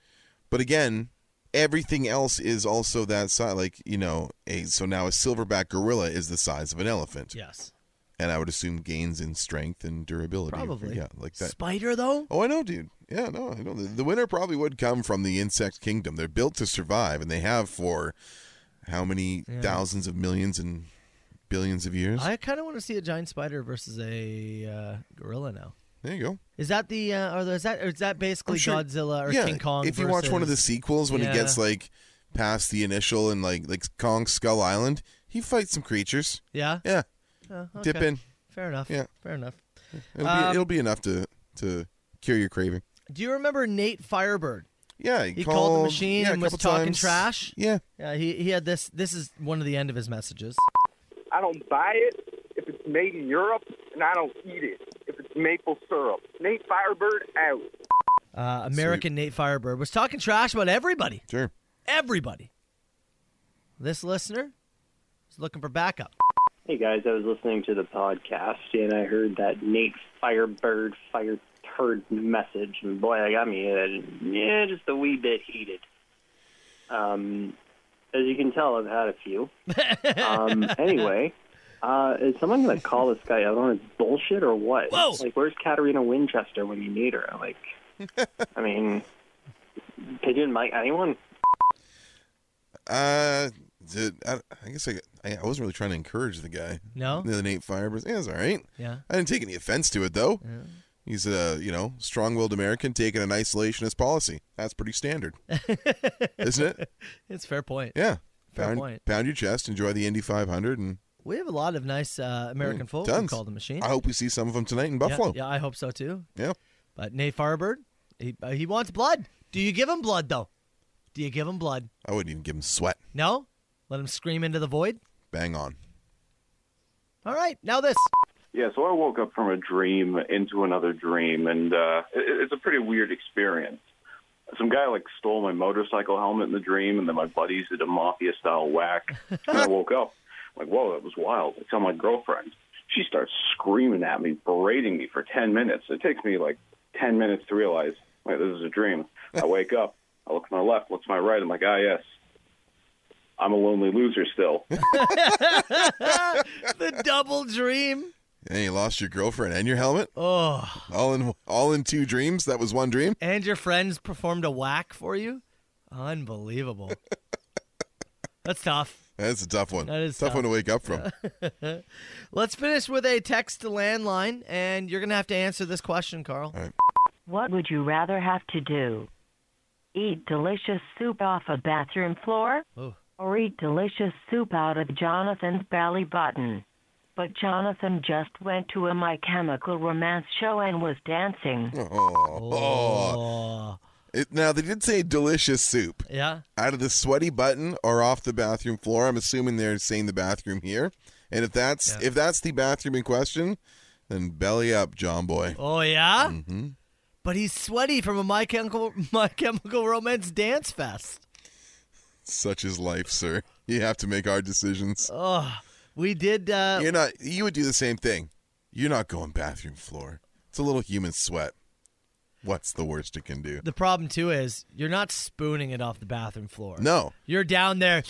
Speaker 6: but again, everything else is also that size. Like you know, a so now a silverback gorilla is the size of an elephant,
Speaker 5: Yes.
Speaker 6: and I would assume gains in strength and durability.
Speaker 5: Probably.
Speaker 6: yeah, like that.
Speaker 5: Spider though?
Speaker 6: Oh, I know, dude. Yeah, no, I know. The, the winner probably would come from the insect kingdom. They're built to survive, and they have for how many thousands of millions and billions of years.
Speaker 5: I kind of want to see a giant spider versus a uh, gorilla now.
Speaker 6: there you go.
Speaker 5: Is that the uh, or is that or is that basically
Speaker 6: sure-
Speaker 5: Godzilla or King Kong?
Speaker 6: If you watch one of the
Speaker 5: versus-
Speaker 6: sequels when
Speaker 5: Yeah.
Speaker 6: he gets like past the initial and like like Kong Skull Island, he fights some creatures.
Speaker 5: yeah,
Speaker 6: Yeah,
Speaker 5: Oh,
Speaker 6: dip
Speaker 5: okay.
Speaker 6: in.
Speaker 5: Fair enough.
Speaker 6: Yeah.
Speaker 5: fair enough.
Speaker 6: It'll, be,
Speaker 5: Um,
Speaker 6: it'll be enough to to cure your craving.
Speaker 5: Do you remember Nate Firebird?
Speaker 6: Yeah, he,
Speaker 5: He called the machine
Speaker 6: yeah, a
Speaker 5: and was
Speaker 6: couple
Speaker 5: talking
Speaker 6: times.
Speaker 5: trash?
Speaker 6: Yeah,
Speaker 5: Yeah, he he had this. This is one of the end of his messages.
Speaker 9: I don't buy it if it's made in Europe, and I don't eat it if it's maple syrup. Nate Firebird out.
Speaker 5: Uh, American Nate Firebird was talking trash about everybody.
Speaker 6: sure.
Speaker 5: Everybody. This listener is looking for backup.
Speaker 10: Hey guys, I was listening to the podcast and I heard that Nate Firebird Fire Turd message, and boy, that got me. uh, Yeah, just a wee bit heated. Um, as you can tell, I've had a few. Um, anyway, uh, is someone going to call this guy out on his bullshit or what?
Speaker 5: Whoa!
Speaker 10: Like, where's Katarina Winchester when you need her? Like, I mean, Pigeon Mike, anyone?
Speaker 6: Uh, did, I, I guess I, I I wasn't really trying to encourage the guy.
Speaker 5: No?
Speaker 6: the Nate Firebird. Yeah, it's all right.
Speaker 5: Yeah.
Speaker 6: I didn't take any offense to it though. He's a you know strong-willed American taking an isolationist policy. That's pretty standard, isn't it?
Speaker 5: It's a fair point.
Speaker 6: Yeah.
Speaker 5: Fair
Speaker 6: pound,
Speaker 5: point.
Speaker 6: pound your chest, enjoy the Indy 500, and
Speaker 5: We have a lot of nice uh, American folk who
Speaker 6: Mm, tons.
Speaker 5: call the machine.
Speaker 6: I hope we see some of them tonight in
Speaker 5: Yeah,
Speaker 6: Buffalo.
Speaker 5: Yeah, I hope so too.
Speaker 6: Yeah.
Speaker 5: But Nate Firebird, he, uh, he wants blood. Do you give him blood though? Do you give him blood?
Speaker 6: I wouldn't even give them sweat.
Speaker 5: No? Let him scream into the void?
Speaker 6: Bang on.
Speaker 5: All right, now this.
Speaker 11: Yeah, so I woke up from a dream into another dream, and uh, it, it's a pretty weird experience. Some guy like stole my motorcycle helmet in the dream, and then my buddies did a mafia style whack. and I woke up like, whoa, that was wild. I tell my girlfriend. She starts screaming at me, berating me for ten minutes. It takes me like ten minutes to realize, wait, this is a dream. I wake up, I look to my left, look to my right. I'm like, ah, yes, I'm a lonely loser still.
Speaker 5: the double dream.
Speaker 6: And you lost your girlfriend and your helmet
Speaker 5: Oh.
Speaker 6: all in all in two dreams. That was one dream.
Speaker 5: And your friends performed a whack for you? Unbelievable. That's tough.
Speaker 6: That's a tough one.
Speaker 5: That is
Speaker 6: tough,
Speaker 5: tough.
Speaker 6: one to wake up from.
Speaker 5: Let's finish with a text to landline, and you're going to have to answer this question, Carl.
Speaker 1: What would you rather have to do? Eat delicious soup off a bathroom floor
Speaker 5: Oh.
Speaker 1: or eat delicious soup out of Jonathan's belly button? But Jonathan just went to a My Chemical Romance show and was dancing.
Speaker 6: Oh, oh.
Speaker 5: Oh.
Speaker 6: It- now they did say delicious soup
Speaker 5: Yeah.
Speaker 6: out of the sweaty button or off the bathroom floor. I'm assuming they're saying the bathroom here. And if that's
Speaker 5: Yeah.
Speaker 6: if that's the bathroom in question, then belly up, John boy.
Speaker 5: Oh, yeah? Mm-hmm. But he's sweaty from a My Chemical, My Chemical Romance dance fest.
Speaker 6: Such is life, sir. You have to make hard decisions.
Speaker 5: Oh, we did. Uh,
Speaker 6: You're not. You would do the same thing. You're not going bathroom floor. It's a little human sweat. What's the worst it can do?
Speaker 5: the problem, too, is you're not spooning it off the bathroom floor.
Speaker 6: No,
Speaker 5: You're down there.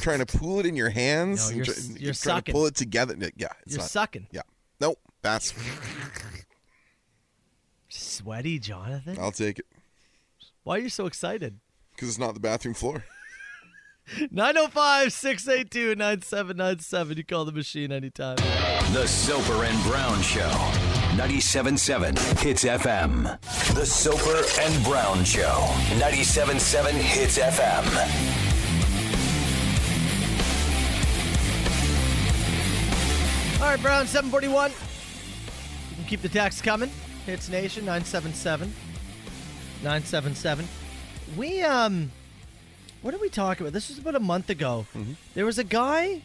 Speaker 6: trying to pull it in your hands. and
Speaker 5: No, you're
Speaker 6: try-
Speaker 5: s- you're
Speaker 6: trying
Speaker 5: sucking.
Speaker 6: to pull it together. Yeah, it's
Speaker 5: You're
Speaker 6: not.
Speaker 5: sucking.
Speaker 6: yeah, nope. That's.
Speaker 5: Sweaty, Jonathan?
Speaker 6: I'll take it
Speaker 5: Why are you so excited?
Speaker 6: because it's not the bathroom floor.
Speaker 5: 905 682 9797. You call the machine anytime.
Speaker 4: The Soper and Brown Show. 97.7 Hits FM. The Soper and Brown Show. 97.7 Hits FM.
Speaker 5: All right, Brown, 741. You can keep the text coming. Hits Nation, 977. 977. We, um, what did we talk about? This was about a month ago.
Speaker 6: Mm-hmm.
Speaker 5: There was a guy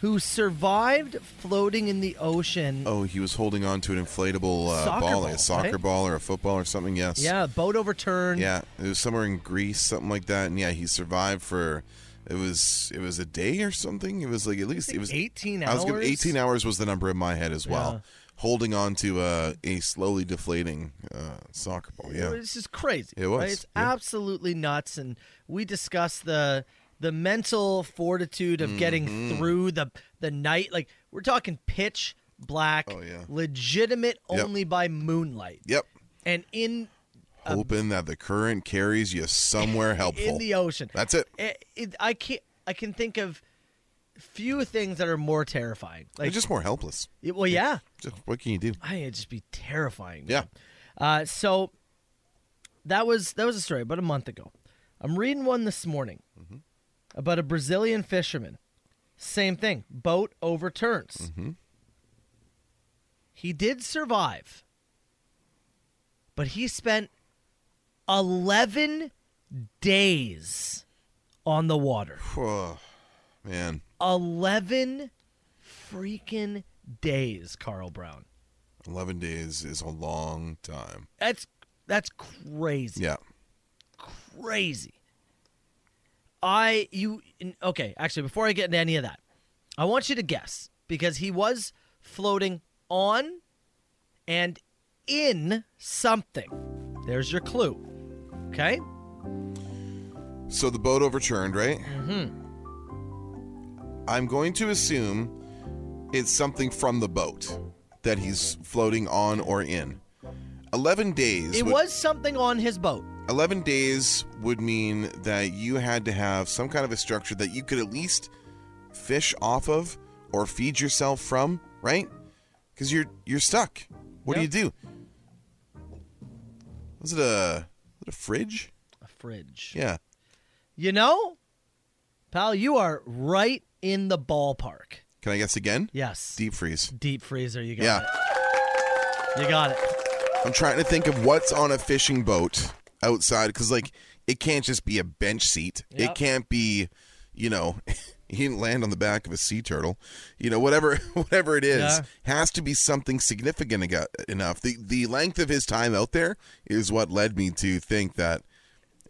Speaker 5: who survived floating in the ocean.
Speaker 6: Oh, he was holding on to an inflatable uh,
Speaker 5: Soccer
Speaker 6: ball, like
Speaker 5: ball,
Speaker 6: a soccer
Speaker 5: right?
Speaker 6: ball or a football or something. Yes.
Speaker 5: Yeah, boat overturned.
Speaker 6: Yeah, it was somewhere in Greece, something like that, and yeah, he survived for it was it was a day or something. It was like at least it was
Speaker 5: 18
Speaker 6: I was gonna-
Speaker 5: hours?
Speaker 6: Eighteen hours was the number in my head as well.
Speaker 5: Yeah.
Speaker 6: Holding on to uh, a slowly deflating uh, soccer ball. Yeah,
Speaker 5: This is crazy.
Speaker 6: It was,
Speaker 5: right? It's
Speaker 6: yeah.
Speaker 5: absolutely nuts. And we discussed the the mental fortitude of getting
Speaker 6: Mhm.
Speaker 5: through the the night. Like we're talking pitch black, legitimate
Speaker 6: Oh, Yep.
Speaker 5: only by moonlight.
Speaker 6: Yep.
Speaker 5: And in
Speaker 6: hoping that the current carries you somewhere helpful
Speaker 5: in the ocean.
Speaker 6: That's it.
Speaker 5: It, it- I can I can think of few things that are more terrifying.
Speaker 6: You're just more helpless.
Speaker 5: Yeah, well, yeah.
Speaker 6: Just, what can you do?
Speaker 5: I it'd just be terrifying.
Speaker 6: Yeah.
Speaker 5: Uh, so that was that was a story about a month ago. I'm reading one this morning about a Brazilian fisherman. Same thing. Boat overturns. He did survive, but he spent 11 days on the water.
Speaker 6: man.
Speaker 5: 11 freaking days, Carl Brown.
Speaker 6: Eleven days is a long time.
Speaker 5: That's that's crazy.
Speaker 6: Yeah.
Speaker 5: Crazy. I you n- okay, actually before I get into any of that, I want you to guess because he was floating on and in something. There's your clue. Okay?
Speaker 6: So the boat overturned, right?
Speaker 5: Mhm.
Speaker 6: I'm going to assume it's something from the boat that he's floating on or in. Eleven days.
Speaker 5: It
Speaker 6: would-
Speaker 5: was something on his boat.
Speaker 6: 11 days would mean that you had to have some kind of a structure that you could at least fish off of or feed yourself from, right? Cuz you're you're stuck. What do you do? Was it a was it a fridge?
Speaker 5: A fridge.
Speaker 6: Yeah.
Speaker 5: You know? Pal, you are right in the ballpark.
Speaker 6: Can I guess again?
Speaker 5: Yes.
Speaker 6: Deep freeze.
Speaker 5: Deep freezer, you got
Speaker 6: yeah.
Speaker 5: it. You got it.
Speaker 6: I'm trying to think of what's on a fishing boat outside because, like, it can't just be a bench seat.
Speaker 5: Yep.
Speaker 6: It can't be, you know, you didn't land on the back of a sea turtle. You know, whatever, whatever it is,
Speaker 5: Yeah.
Speaker 6: has to be something significant ega- enough. The the length of his time out there is what led me to think that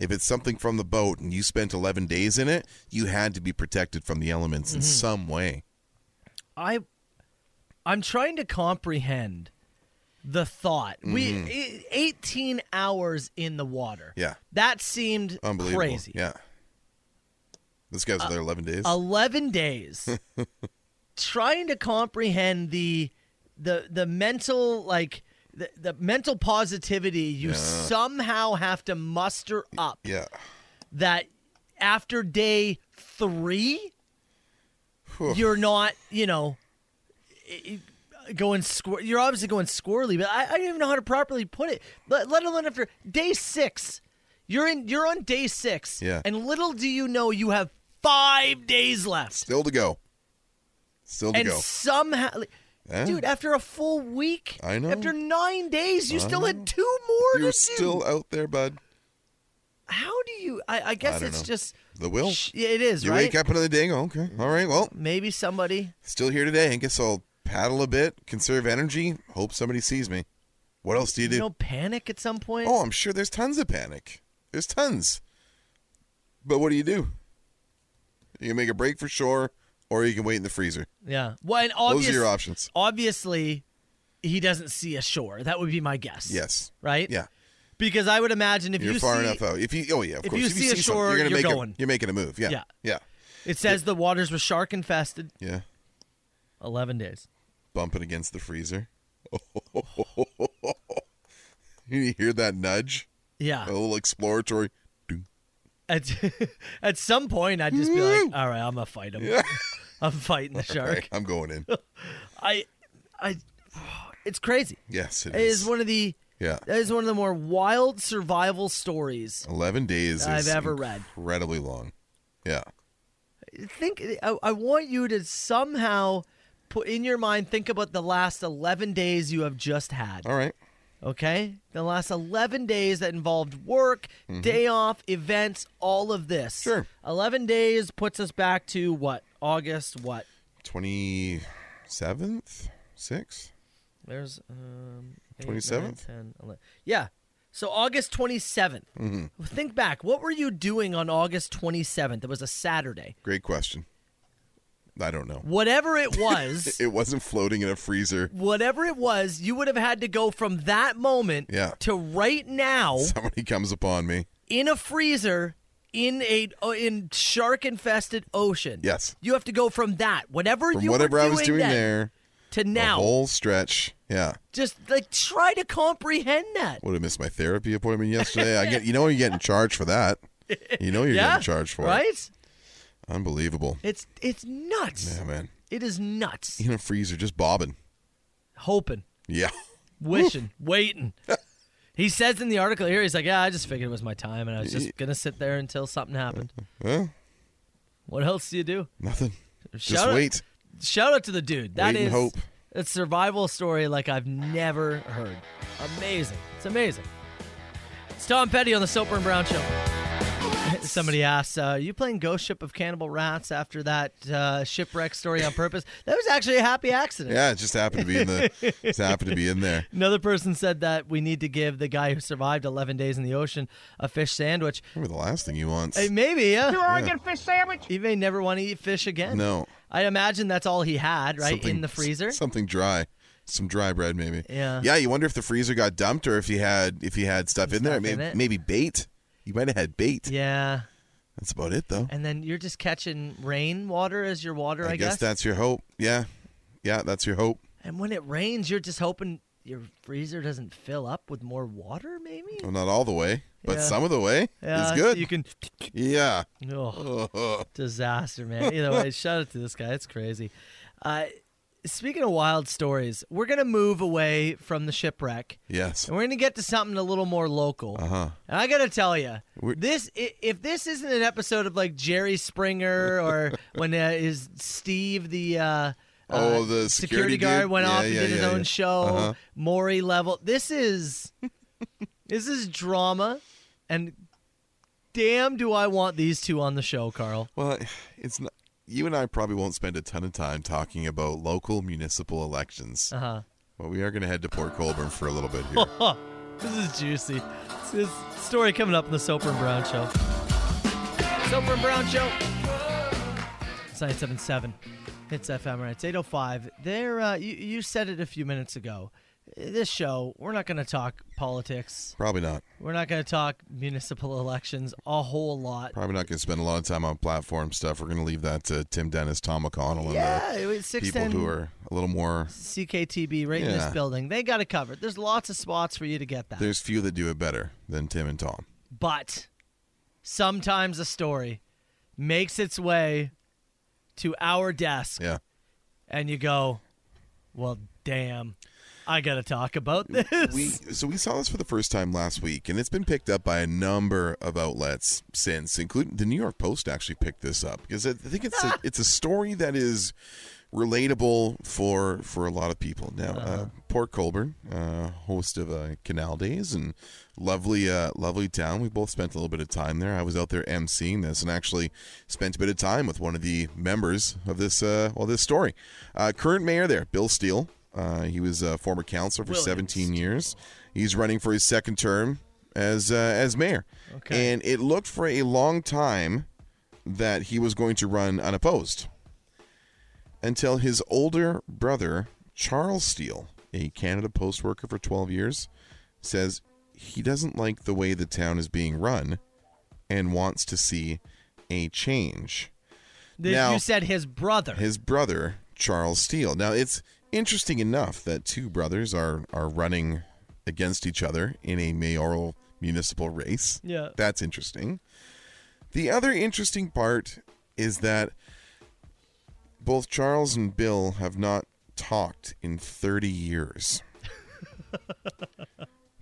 Speaker 6: if it's something from the boat and you spent 11 days in it, you had to be protected from the elements in
Speaker 5: Mhm.
Speaker 6: some way.
Speaker 5: I I'm trying to comprehend the thought.
Speaker 6: Mhm.
Speaker 5: We i- 18 hours in the water.
Speaker 6: Yeah,
Speaker 5: That seemed
Speaker 6: unbelievable.
Speaker 5: crazy.
Speaker 6: Yeah, this guy's there 11 days.
Speaker 5: 11 days trying to comprehend the the the mental like the, the mental positivity you
Speaker 6: Yeah.
Speaker 5: somehow have to muster up
Speaker 6: yeah.
Speaker 5: that after day 3
Speaker 6: Whew.
Speaker 5: you're not, you know, i- i- going squir- You're obviously going squirrely, but I, I don't even know how to properly put it. Let, let alone after day six, you're in. You're on day six,
Speaker 6: Yeah.
Speaker 5: And little do you know, you have five days left,
Speaker 6: Still to go. Still to
Speaker 5: and
Speaker 6: go. Eh?
Speaker 5: somehow, like,
Speaker 6: Yeah.
Speaker 5: dude, after a full week,
Speaker 6: I know.
Speaker 5: after nine days, you
Speaker 6: I
Speaker 5: still
Speaker 6: know.
Speaker 5: had two more
Speaker 6: You're
Speaker 5: to
Speaker 6: still
Speaker 5: do.
Speaker 6: out there, bud.
Speaker 5: How do you? I, I guess
Speaker 6: I don't
Speaker 5: it's
Speaker 6: know.
Speaker 5: just
Speaker 6: The will.
Speaker 5: Sh- yeah, it is
Speaker 6: you
Speaker 5: right.
Speaker 6: wake up another day. and Go, okay. All right. Well,
Speaker 5: Maybe somebody.
Speaker 6: still here today. I guess I'll paddle a bit, conserve energy. Hope somebody sees me. What else do you do?
Speaker 5: No panic at some point.
Speaker 6: Oh, I'm sure there's tons of panic. There's tons. But what do you do? You can make a break for shore, or you can wait in the freezer.
Speaker 5: Yeah. Well, and
Speaker 6: Those are
Speaker 5: obvious,
Speaker 6: your options.
Speaker 5: Obviously, he doesn't see a shore. That would be my guess.
Speaker 6: Yes.
Speaker 5: Right?
Speaker 6: Yeah.
Speaker 5: Because I would imagine if
Speaker 6: you're
Speaker 5: you
Speaker 6: far
Speaker 5: see,
Speaker 6: enough out. If you, oh yeah, of
Speaker 5: if
Speaker 6: course.
Speaker 5: you see a
Speaker 6: something,
Speaker 5: shore,
Speaker 6: you're, gonna
Speaker 5: you're
Speaker 6: make
Speaker 5: going.
Speaker 6: A, you're making a move. Yeah.
Speaker 5: Yeah.
Speaker 6: Yeah.
Speaker 5: it says the waters were shark infested.
Speaker 6: Yeah.
Speaker 5: Eleven days.
Speaker 6: bumping against the freezer. you hear that nudge?
Speaker 5: Yeah.
Speaker 6: Oh. A little exploratory. doo,
Speaker 5: At, at some point, I'd just be like, all right, I'm going to fight him. I'm fighting the
Speaker 6: All
Speaker 5: shark.
Speaker 6: right, I'm going in.
Speaker 5: I, I, it's crazy.
Speaker 6: Yes, it
Speaker 5: It is
Speaker 6: is.
Speaker 5: one of the
Speaker 6: Yeah.
Speaker 5: that is one of the more wild survival stories.
Speaker 6: 11 days
Speaker 5: I've
Speaker 6: is
Speaker 5: ever read.
Speaker 6: Incredibly long. Yeah.
Speaker 5: Think I, I want you to somehow put in your mind think about the last 11 days you have just had.
Speaker 6: All right.
Speaker 5: Okay? The last 11 days that involved work, day off, events, all of this. Sure. 11 days puts us back to what? August what?
Speaker 6: 27th? 6th?
Speaker 5: There's um eight, nine,
Speaker 6: 27th?
Speaker 5: 10, 11. Yeah. So August 27th.
Speaker 6: Mm-hmm.
Speaker 5: Think back. What were you doing on August 27th? It was a Saturday.
Speaker 6: Great question. I don't know.
Speaker 5: Whatever it was,
Speaker 6: it wasn't floating in a freezer.
Speaker 5: whatever it was, you would have had to go from that moment
Speaker 6: Yeah.
Speaker 5: to right now
Speaker 6: Somebody comes upon me.
Speaker 5: in a freezer in a uh, in shark infested ocean.
Speaker 6: Yes.
Speaker 5: You have to go from that whatever
Speaker 6: From
Speaker 5: you
Speaker 6: whatever
Speaker 5: were
Speaker 6: I
Speaker 5: doing
Speaker 6: was doing
Speaker 5: then
Speaker 6: there,
Speaker 5: to
Speaker 6: the
Speaker 5: now.
Speaker 6: whole stretch. Yeah.
Speaker 5: Just like try to comprehend that.
Speaker 6: Would have missed my therapy appointment yesterday. I get you know you're getting charged for that. You know you're
Speaker 5: Yeah,
Speaker 6: getting charged for it.
Speaker 5: right?
Speaker 6: Unbelievable.
Speaker 5: It's it's nuts.
Speaker 6: Yeah, man.
Speaker 5: It is nuts.
Speaker 6: In a freezer, just bobbing.
Speaker 5: Hoping.
Speaker 6: Yeah.
Speaker 5: wishing, waiting. He says in the article here, he's like, "Yeah, I just figured it was my time, and I was just gonna sit there until something happened."
Speaker 6: Well,
Speaker 5: What else do you do?
Speaker 6: nothing. Just
Speaker 5: Shout out-
Speaker 6: wait.
Speaker 5: Shout out to the dude. That
Speaker 6: Wait and
Speaker 5: is
Speaker 6: hope.
Speaker 5: a survival story like I've never heard. Amazing. It's amazing. It's Tom Petty on the Soper and Brown Show. Somebody asks, uh, "Are you playing Ghost Ship of Cannibal Rats after that uh, shipwreck story on purpose?" That was actually a happy accident.
Speaker 6: Yeah, it just happened to be in the just happened to be in there.
Speaker 5: Another person said that we need to give the guy who survived 11 days in the ocean a fish sandwich.
Speaker 6: Remember the last thing you want.
Speaker 5: Hey, maybe, yeah.
Speaker 3: You want to get a fish sandwich?
Speaker 5: He may never want to eat fish again.
Speaker 6: No.
Speaker 5: I imagine that's all he had, right?
Speaker 6: Something-
Speaker 5: in the freezer.
Speaker 6: s- Something dry. Some dry bread maybe.
Speaker 5: Yeah.
Speaker 6: Yeah, you wonder if the freezer got dumped or if he had if he had stuff in there.
Speaker 5: Stuff in
Speaker 6: Maybe
Speaker 5: it.
Speaker 6: maybe bait. You might have had bait.
Speaker 5: Yeah.
Speaker 6: That's about it though.
Speaker 5: And then you're just catching rain water as your water, I,
Speaker 6: I guess that's your hope. Yeah. Yeah, that's your hope.
Speaker 5: And when it rains, you're just hoping your freezer doesn't fill up with more water, maybe?
Speaker 6: Well, not all the way, but
Speaker 5: Yeah.
Speaker 6: some of the way
Speaker 5: Yeah,
Speaker 6: is good.
Speaker 5: You can.
Speaker 6: yeah.
Speaker 5: Oh, disaster, man. Either way, shout out to this guy. It's crazy. Uh, speaking of wild stories, we're going to move away from the shipwreck.
Speaker 6: Yes.
Speaker 5: And we're going to get to something a little more local.
Speaker 6: Uh huh.
Speaker 5: And I got to tell you,
Speaker 6: We're-
Speaker 5: this i- if this isn't an episode of like Jerry Springer or when uh, is Steve the uh,
Speaker 6: Oh,
Speaker 5: uh,
Speaker 6: the security
Speaker 5: guard
Speaker 6: dude?
Speaker 5: went
Speaker 6: Yeah,
Speaker 5: off and
Speaker 6: yeah,
Speaker 5: did his
Speaker 6: yeah,
Speaker 5: own
Speaker 6: yeah.
Speaker 5: show,
Speaker 6: Uh-huh.
Speaker 5: Maury level. This is this is drama, and damn, do I want these two on the show, Carl?
Speaker 6: Well, it's not. You and I probably won't spend a ton of time talking about local municipal elections,
Speaker 5: Uh
Speaker 6: but we are going to head to Port Colborne for a little bit here.
Speaker 5: huh. this is juicy. This story coming up in the Soper and Brown show. Soper and Brown show. It's 977. It's FM, right? It's 805. There, uh, you, you said it a few minutes ago. This show, we're not going to talk politics.
Speaker 6: probably not.
Speaker 5: We're not going to talk municipal elections a whole lot.
Speaker 6: Probably not going to spend a lot of time on platform stuff. We're going to leave that to Tim Dennis, Tom McConnell,
Speaker 5: Yeah,
Speaker 6: and
Speaker 5: it was
Speaker 6: the people
Speaker 5: 610
Speaker 6: who are a little more.
Speaker 5: CKTB right in this
Speaker 6: Yeah.
Speaker 5: building. They got it covered. There's lots of spots for you to get that.
Speaker 6: There's few that do it better than Tim and Tom.
Speaker 5: But sometimes a story makes its way to our desk
Speaker 6: Yeah.
Speaker 5: and you go, well, damn, I got to talk about this.
Speaker 6: we so we saw this for the first time last week, and it's been picked up by a number of outlets since, including the New York Post actually picked this up because I think it's a, it's a story that is relatable for for a lot of people. Now,
Speaker 5: Uh-huh.
Speaker 6: uh, Port Colborne, uh, host of uh, Canal Days, and lovely uh, lovely town. We both spent a little bit of time there. I was out there emceeing this, and actually spent a bit of time with one of the members of this uh, well this story. Uh, current mayor there, Bill Steele. Uh, he was a former counselor for
Speaker 5: Williams.
Speaker 6: 17 years. He's running for his second term as uh, as mayor.
Speaker 5: Okay.
Speaker 6: And it looked for a long time that he was going to run unopposed until his older brother, Charles Steele, a Canada Post worker for 12 years, says he doesn't like the way the town is being run and wants to see a change.
Speaker 5: Th-
Speaker 6: Now-
Speaker 5: you said his brother.
Speaker 6: His brother, Charles Steele. Now, it's interesting enough that two brothers are, are running against each other in a mayoral municipal race.
Speaker 5: Yeah.
Speaker 6: That's interesting. The other interesting part is that both Charles and Bill have not talked in 30 years.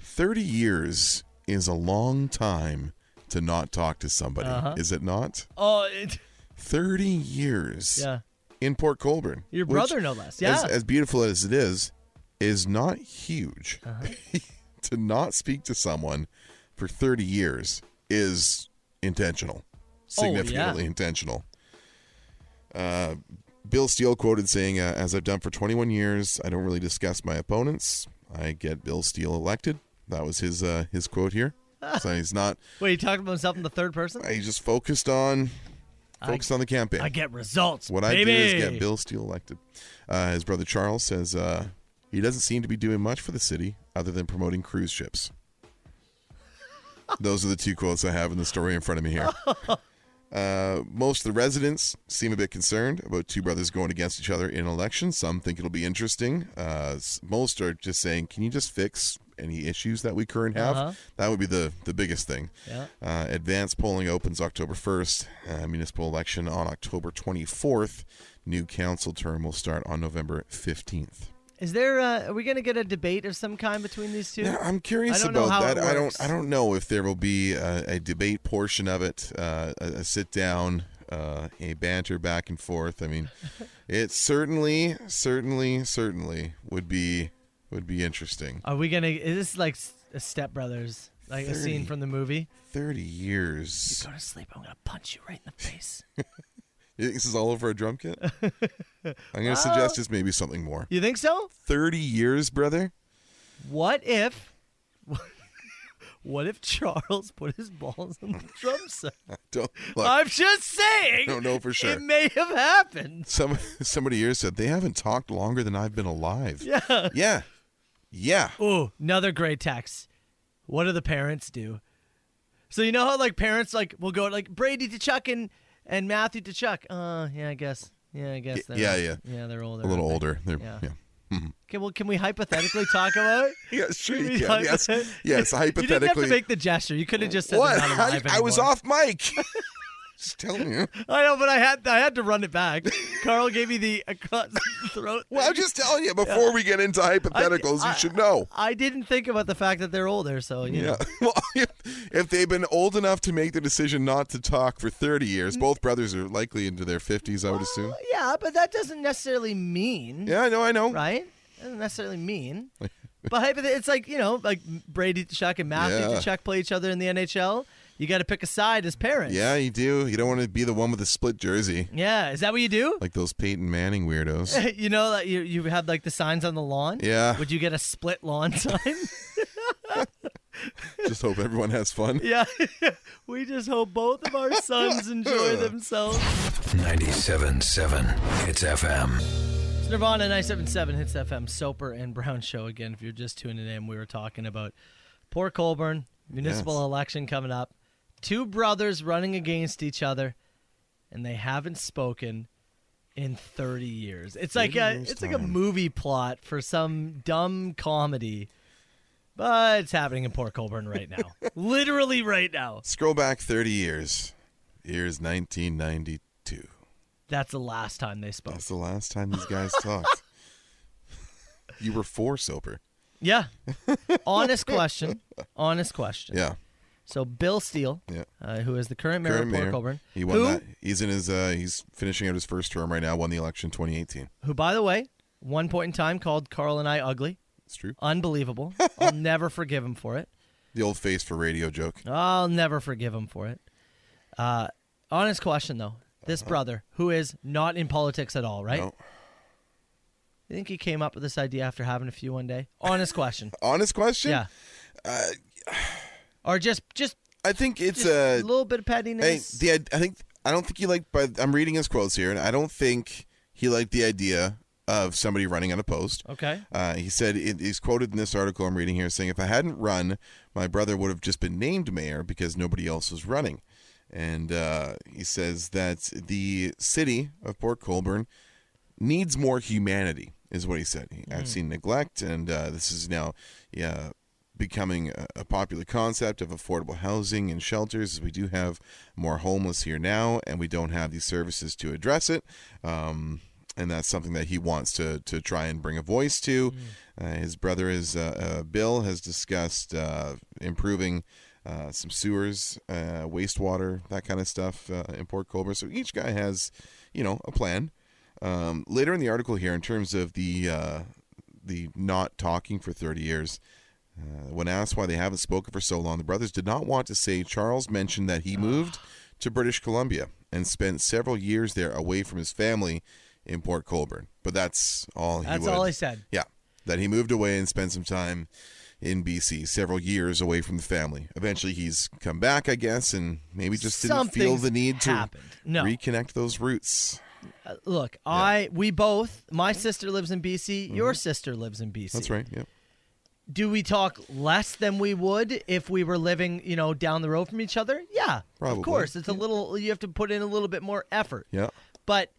Speaker 6: 30 years is a long time to not talk to somebody,
Speaker 5: Uh-huh.
Speaker 6: is it not?
Speaker 5: Oh, it,
Speaker 6: 30 years
Speaker 5: Yeah.
Speaker 6: in Port Colborne.
Speaker 5: Your
Speaker 6: which,
Speaker 5: brother, no less.
Speaker 6: as-
Speaker 5: Yeah.
Speaker 6: As, beautiful as it is, is not huge.
Speaker 5: Uh-huh.
Speaker 6: to not speak to someone for 30 years is intentional,
Speaker 12: Oh, yeah.
Speaker 6: significantly intentional. Uh, Bill Steele quoted saying, uh, As I've done for 21 years, I don't really discuss my opponents. I get Bill Steele elected. That was his uh, his quote here. so he's not,
Speaker 5: wait, he talked about himself in the third person?
Speaker 6: he's just focused on.
Speaker 5: I-
Speaker 6: Focused on the campaign.
Speaker 5: I get results.
Speaker 6: What I
Speaker 5: baby.
Speaker 6: did is get Bill Steele elected. Uh, his brother Charles says uh, he doesn't seem to be doing much for the city other than promoting cruise ships. Those are the two quotes I have in the story in front of me here. Uh, most of the residents seem a bit concerned about two brothers going against each other in an election. Some think it'll be interesting. Uh, s- most are just saying, "Can you just fix any issues that we current have?"
Speaker 12: Uh-huh.
Speaker 6: That would be the the biggest thing.
Speaker 12: Yeah.
Speaker 6: Uh, advanced polling opens October 1st. Uh, municipal election on October 24th. New council term will start on November 15th.
Speaker 5: Is there? Uh, are we going to get a debate of some kind between these two?
Speaker 6: I'm curious
Speaker 5: I don't
Speaker 6: about
Speaker 5: know how
Speaker 6: that.
Speaker 5: It
Speaker 6: I
Speaker 5: works.
Speaker 6: don't. I don't know if there will be a, a debate portion of it, uh, a, a sit down, uh, a banter back and forth. I mean, it certainly, certainly, certainly would be would be interesting.
Speaker 5: Are we going to? Is this like s- a Step Brothers, like a
Speaker 6: 30.
Speaker 5: scene from the movie?
Speaker 6: Thirty years.
Speaker 5: Go to sleep. I'm going to punch you right in the face.
Speaker 6: You think This is all over a drum kit. I'm going to suggest just maybe something more.
Speaker 5: You think so?
Speaker 6: Thirty years, brother.
Speaker 5: What if? What if Charles put his balls on the drum set?
Speaker 6: Don't look.
Speaker 5: I'm just
Speaker 6: I
Speaker 5: saying.
Speaker 6: don't know for sure.
Speaker 5: It may have happened.
Speaker 6: Some somebody here said they haven't talked longer than I've been alive.
Speaker 5: Yeah.
Speaker 6: Yeah. Yeah.
Speaker 5: Ooh, another great text. What do the parents do? So you know how like parents like will go like Brady to Chuck and and Matthew to Chuck. Uh, yeah, I guess. Yeah, I guess. they're-
Speaker 6: yeah, yeah.
Speaker 5: Yeah, they're older.
Speaker 6: A little
Speaker 5: aren't they?
Speaker 6: older. They're,
Speaker 5: yeah.
Speaker 6: yeah. Mhm.
Speaker 5: Okay, well, can we hypothetically talk about?
Speaker 6: yeah, sure.
Speaker 5: Can we
Speaker 6: You can. Yes,
Speaker 5: hypothet-
Speaker 6: yes. Hypothetically,
Speaker 5: you didn't have to make the gesture. You could have just said
Speaker 6: What?
Speaker 5: They're not
Speaker 6: How
Speaker 5: alive
Speaker 6: did- I was
Speaker 5: anymore.
Speaker 6: off mic. Just telling you.
Speaker 5: I know, but I had I had to run it back. Carl gave me the across the throat.
Speaker 6: Well, I'm just telling you. Before we get into hypotheticals,
Speaker 5: I-
Speaker 6: you should know.
Speaker 5: I didn't think about the fact that they're older, so you
Speaker 6: Yeah.
Speaker 5: know.
Speaker 6: Well, if, if they've been old enough to make the decision not to talk for 30
Speaker 5: Mm.
Speaker 6: years, both brothers are likely into their 50s, I would assume.
Speaker 5: Yeah, but that doesn't necessarily mean.
Speaker 6: Yeah, I know, I know.
Speaker 5: Right? Doesn't necessarily mean. but hypothet- it's like you know, like Brady to Chuck and Matthew
Speaker 6: Yeah.
Speaker 5: to Chuck play each other in the NHL. You got to pick a side as parents.
Speaker 6: Yeah, you do. You don't want to be the one with the split jersey,
Speaker 5: Yeah, is that what you do?
Speaker 6: like those Peyton Manning weirdos.
Speaker 5: you know that you you have like the signs on the lawn.
Speaker 6: Yeah.
Speaker 5: Would you get a split lawn sign?
Speaker 6: Just hope everyone has fun.
Speaker 5: yeah. we just hope both of our sons enjoy themselves.
Speaker 4: 97.7 Hits FM.
Speaker 5: It's Nirvana 977 hits FM Soper and Brown show again. If you're just tuning in, we were talking about poor Colburn municipal
Speaker 13: Yes.
Speaker 5: election coming up. Two brothers running against each other, and they haven't spoken in 30 years. It's like
Speaker 13: 30
Speaker 5: a
Speaker 13: years
Speaker 5: it's like a
Speaker 13: time.
Speaker 5: movie plot for some dumb comedy, but it's happening in poor Colburn right now, literally right now.
Speaker 6: Scroll back 30 years. Year's 1992.
Speaker 5: That's the last time they spoke.
Speaker 6: That's the last time these guys talked. you were four sober.
Speaker 5: Yeah. honest question. Honest question.
Speaker 6: Yeah.
Speaker 5: So Bill Steele,
Speaker 6: Yeah.
Speaker 5: uh, who is the current mayor
Speaker 6: Current
Speaker 5: of Port
Speaker 6: mayor.
Speaker 5: Colborne,
Speaker 6: He won
Speaker 5: who,
Speaker 6: that. He's in his uh he's finishing out his first term right now, won the election 2018.
Speaker 5: who, by the way, one point in time called Carl and I ugly.
Speaker 6: It's true.
Speaker 5: Unbelievable. I'll never forgive him for it.
Speaker 6: The old face for radio joke.
Speaker 5: I'll never forgive him for it. Uh, honest question though, this brother who is not in politics at all, right?
Speaker 6: Uh-huh. No.
Speaker 5: You think he came up with this idea after having a few one day? Honest question.
Speaker 6: Honest question?
Speaker 5: Yeah.
Speaker 6: Uh,
Speaker 5: or just just
Speaker 6: I think it's
Speaker 5: just
Speaker 6: a
Speaker 5: little bit of
Speaker 6: Hey,
Speaker 5: pettiness.
Speaker 6: the id- I think I don't think he liked. But I'm reading his quotes here, and I don't think he liked the idea of somebody running on a post.
Speaker 5: Okay.
Speaker 6: Uh, he said it, he's quoted in this article I'm reading here saying, "If I hadn't run, my brother would have just been named mayor because nobody else was running." And uh, he says that the city of Port Colborne needs more humanity, is what he said. I've seen neglect, and uh, this is now, yeah, becoming a, a popular concept of affordable housing and shelters is we do have more homeless here now, and we don't have these services to address it. Um, and that's something that he wants to, to try and bring a voice to. Uh, his brother is uh, uh, Bill has discussed uh, improving uh, some sewers, uh, wastewater, that kind of stuff uh, in Port Colborne. So each guy has, you know, a plan. Um, later in the article here, in terms of the uh, the not talking for 30 years, uh, when asked why they haven't spoken for so long, the brothers did not want to say Charles mentioned that he moved to British Columbia and spent several years there away from his family in Port Colborne. But that's all he
Speaker 5: That's
Speaker 6: would-
Speaker 5: all he said.
Speaker 6: Yeah. That he moved away and spent some time in BC, several years away from the family. Eventually he's come back, I guess, and maybe just didn't feel
Speaker 5: Something's
Speaker 6: the need
Speaker 5: happened.
Speaker 6: to
Speaker 5: No.
Speaker 6: reconnect those roots.
Speaker 5: Uh, look, I we both. My sister lives in BC. Your sister lives in BC.
Speaker 6: Mm-hmm. That's right. Yeah.
Speaker 5: Do we talk less than we would if we were living, you know, down the road from each other? Yeah,
Speaker 6: Probably.
Speaker 5: of course. It's a little. You have to put in a little bit more effort.
Speaker 6: Yeah.
Speaker 5: But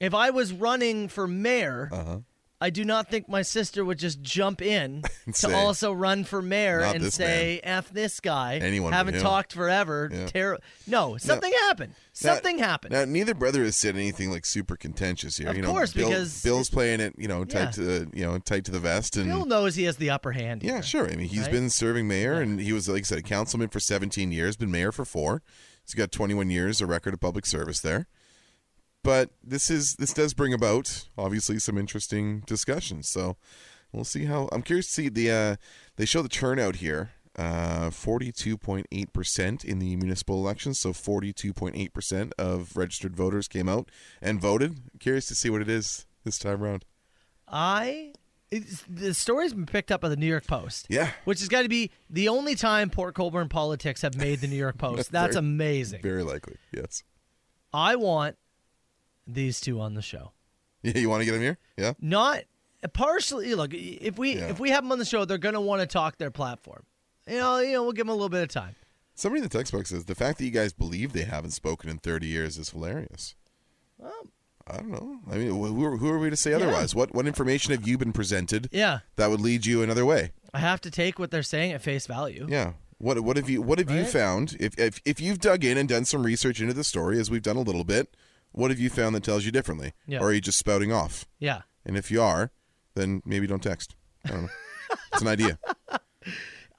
Speaker 5: if I was running for mayor,
Speaker 6: Uh-huh.
Speaker 5: I do not think my sister would just jump in to
Speaker 6: And say,
Speaker 5: also run for mayor
Speaker 6: "Not
Speaker 5: and
Speaker 6: this
Speaker 5: say, "F this guy."
Speaker 6: Anyone but
Speaker 5: haven't
Speaker 6: him."
Speaker 5: talked forever.
Speaker 6: Yeah.
Speaker 5: Terror. No, something happened.
Speaker 6: Now-
Speaker 5: Something happened.
Speaker 6: Now, neither brother has said anything like super contentious here.
Speaker 5: Of
Speaker 6: you know,
Speaker 5: course,
Speaker 6: Bill-
Speaker 5: because-
Speaker 6: Bill's playing it, you know, tight
Speaker 5: Yeah.
Speaker 6: to the, you know, tight to the vest, and
Speaker 5: Bill knows he has the upper hand.
Speaker 6: Yeah, sure. I mean, he's
Speaker 5: right?
Speaker 6: been serving mayor, and he was, like I said, a councilman for 17 years, been mayor for four. He's got 21 years, a record of public service there. But this is this does bring about obviously some interesting discussions. So we'll see how. I'm curious to see the uh, they show the turnout here. Uh, 42.8% in the municipal elections, so 42.8% of registered voters came out and voted. Curious to see what it is this time around.
Speaker 5: I it's, the story's been picked up by the New York Post.
Speaker 6: Yeah.
Speaker 5: which has got to be the only time Port Colborne politics have made the New York Post. That's
Speaker 6: Very-
Speaker 5: amazing.
Speaker 6: Very likely, yes.
Speaker 5: I want these two on the show.
Speaker 6: Yeah, you want to get him here? Yeah.
Speaker 5: Not partially. Look, if we
Speaker 6: Yeah.
Speaker 5: if we have them on the show, they're going to want to talk their platform. You know, you know, we'll give them a little bit of time.
Speaker 6: Somebody in the text box says the fact that you guys believe they haven't spoken in 30 years is hilarious. I don't know. I mean, wh- who are, who are we to say otherwise? What what information have you been presented
Speaker 5: Yeah,
Speaker 6: that would lead you another way?
Speaker 5: I have to take what they're saying at face value.
Speaker 6: Yeah. What what have you what have you
Speaker 5: Right.
Speaker 6: found? If, if if you've dug in and done some research into the story, as we've done a little bit, what have you found that tells you differently?
Speaker 5: Yeah.
Speaker 6: Or are you just spouting off?
Speaker 5: yeah.
Speaker 6: And if you are, then maybe don't text. I don't know. it's an idea.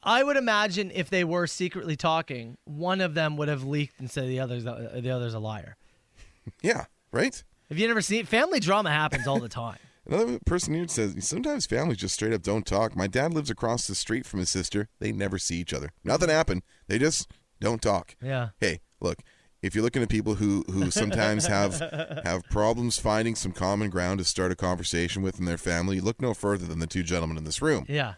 Speaker 5: I would imagine if they were secretly talking, one of them would have leaked and said the other's the other's a liar.
Speaker 6: Yeah. Right.
Speaker 5: Have you never seen family drama happens all the time?
Speaker 6: Another person here says sometimes families just straight up don't talk. My dad lives across the street from his sister. They never see each other. Nothing happened. They just don't talk.
Speaker 5: Yeah.
Speaker 6: Hey, look, if you're looking at people who who sometimes have have problems finding some common ground to start a conversation with in their family, look no further than the two gentlemen in this room.
Speaker 5: Yeah.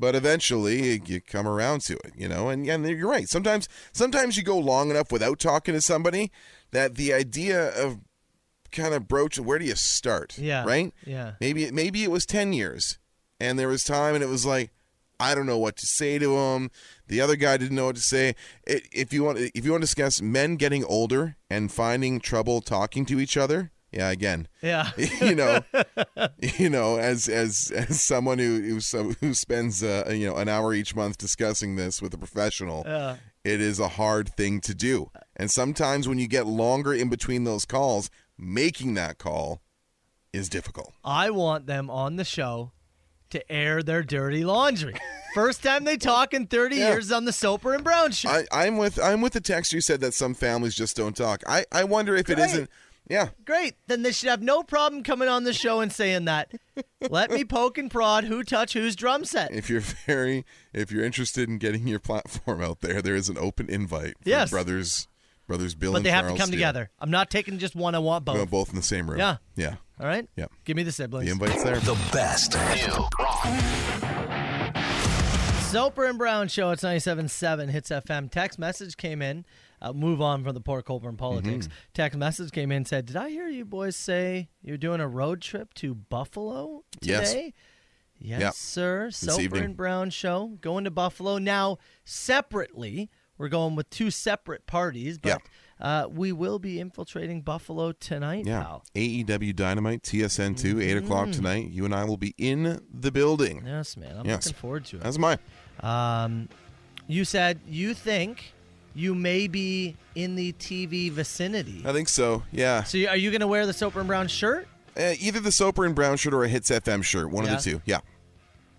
Speaker 6: But eventually, you come around to it, you know. And and you're right. Sometimes sometimes you go long enough without talking to somebody that the idea of kind of broach where do you start?
Speaker 5: Yeah.
Speaker 6: Right.
Speaker 5: Yeah.
Speaker 6: Maybe it, maybe it was 10 years and there was time and it was like I don't know what to say to him. The other guy didn't know what to say. It, if you want if you want to discuss men getting older and finding trouble talking to each other, yeah, again.
Speaker 5: Yeah.
Speaker 6: you know, you know, as as as someone who who, so- who spends uh, you know an hour each month discussing this with a professional,
Speaker 5: Yeah.
Speaker 6: it is a hard thing to do. And sometimes when you get longer in between those calls, making that call is difficult.
Speaker 5: I want them on the show to air their dirty laundry. First time they talk in 30
Speaker 6: Yeah.
Speaker 5: years on the Soper and Brown show.
Speaker 6: I, I'm with I'm with the text you said that some families just don't talk. I, I wonder if it
Speaker 5: Great.
Speaker 6: isn't. Yeah,
Speaker 5: Great. Then they should have no problem coming on the show and saying that. Let me poke and prod who touch whose drum set.
Speaker 6: if you're very if you're interested in getting your platform out there, there is an open invite. For
Speaker 5: Yes.
Speaker 6: brothers, brothers Bill
Speaker 5: But
Speaker 6: and
Speaker 5: they have to
Speaker 6: Charles
Speaker 5: come
Speaker 6: Steele.
Speaker 5: together. I'm not taking just one. I want both.
Speaker 6: No, both in the same room.
Speaker 5: Yeah.
Speaker 6: yeah,
Speaker 5: All right?
Speaker 6: yeah.
Speaker 5: Give me the siblings.
Speaker 6: The invite's there.
Speaker 4: The best. New rock.
Speaker 5: Soper and Brown Show. It's 97.7 Hits FM. Text message came in. Uh, move on from the Port Colborne politics.
Speaker 6: Mm-hmm.
Speaker 5: Text message came in said, "Did I hear you boys say you're doing a road trip to Buffalo
Speaker 6: Yes.
Speaker 5: today?" Yes,
Speaker 6: Yeah.
Speaker 5: sir. Soper
Speaker 6: evening.
Speaker 5: and Brown Show going to Buffalo now. Separately, we're going with two separate parties, but Uh, we will be infiltrating Buffalo tonight,
Speaker 6: Yeah.
Speaker 5: pal.
Speaker 6: AEW Dynamite, TSN 2, 8 o'clock
Speaker 5: Mhm.
Speaker 6: tonight. You and I will be in the building.
Speaker 5: Yes, man. I'm
Speaker 6: Yes.
Speaker 5: looking forward to it.
Speaker 6: That's mine.
Speaker 5: Um, you said you think you may be in the TV vicinity.
Speaker 6: I think so. Yeah.
Speaker 5: So, you- are you going to wear the Soper and Brown shirt?
Speaker 6: Uh, either the Soper and Brown shirt or a Hits FM shirt. One
Speaker 5: Yeah.
Speaker 6: of the two. Yeah.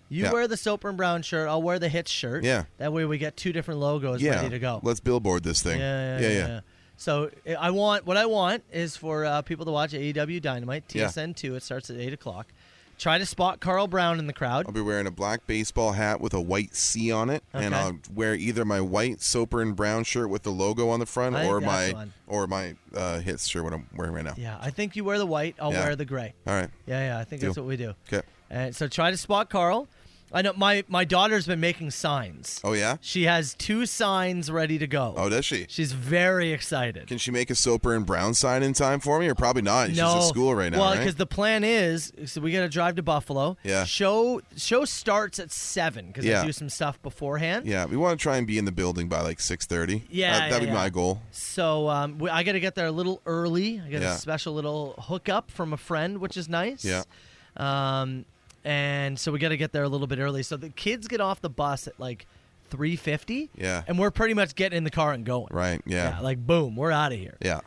Speaker 5: You
Speaker 6: Yeah.
Speaker 5: wear the Soper and Brown shirt. I'll wear the Hits shirt.
Speaker 6: Yeah.
Speaker 5: That way we get two different logos
Speaker 6: yeah.
Speaker 5: ready to go.
Speaker 6: Let's billboard this thing.
Speaker 5: Yeah, yeah, yeah. yeah. So I- I want what I want is for uh, people to watch AEW Dynamite
Speaker 6: Yeah.
Speaker 5: TSN two. It starts at eight o'clock. Try to spot Carl Brown in the crowd.
Speaker 6: I'll be wearing a black baseball hat with a white C on it, and
Speaker 5: Okay.
Speaker 6: I'll wear either my white Soper and Brown shirt with the logo on the front,
Speaker 5: I think
Speaker 6: or
Speaker 5: that's
Speaker 6: my
Speaker 5: fun.
Speaker 6: or my uh, Hits shirt. What I'm wearing right now.
Speaker 5: Yeah, I think you wear the white. I'll
Speaker 6: Yeah.
Speaker 5: wear the gray.
Speaker 6: All right.
Speaker 5: Yeah, yeah. I think that's
Speaker 6: Deal.
Speaker 5: what we do.
Speaker 6: Okay.
Speaker 5: And so try to spot Carl. I know my my daughter's been making signs.
Speaker 6: Oh yeah.
Speaker 5: She has two signs ready to go.
Speaker 6: Oh, does she?
Speaker 5: She's very excited.
Speaker 6: Can she make a Soper and Brown sign in time for me, or probably not? She's
Speaker 5: no,
Speaker 6: at school right now,
Speaker 5: Well,
Speaker 6: right?
Speaker 5: the plan is so we got to drive to Buffalo.
Speaker 6: Yeah.
Speaker 5: Show show starts at seven because
Speaker 6: Yeah.
Speaker 5: I do some stuff beforehand.
Speaker 6: Yeah, we want to try and be in the building by like six thirty.
Speaker 5: Yeah,
Speaker 6: that,
Speaker 5: yeah,
Speaker 6: would be
Speaker 5: yeah.
Speaker 6: my goal.
Speaker 5: So um, we, I got to get there a little early. I got
Speaker 6: Yeah.
Speaker 5: a special little hookup from a friend, which is nice.
Speaker 6: Yeah.
Speaker 5: Um, and so we got to get there a little bit early. So the kids get off the bus at like three fifty.
Speaker 6: Yeah.
Speaker 5: And we're pretty much getting in the car and going.
Speaker 6: Right. Yeah. Yeah.
Speaker 5: like boom, we're out of here.
Speaker 6: Yeah.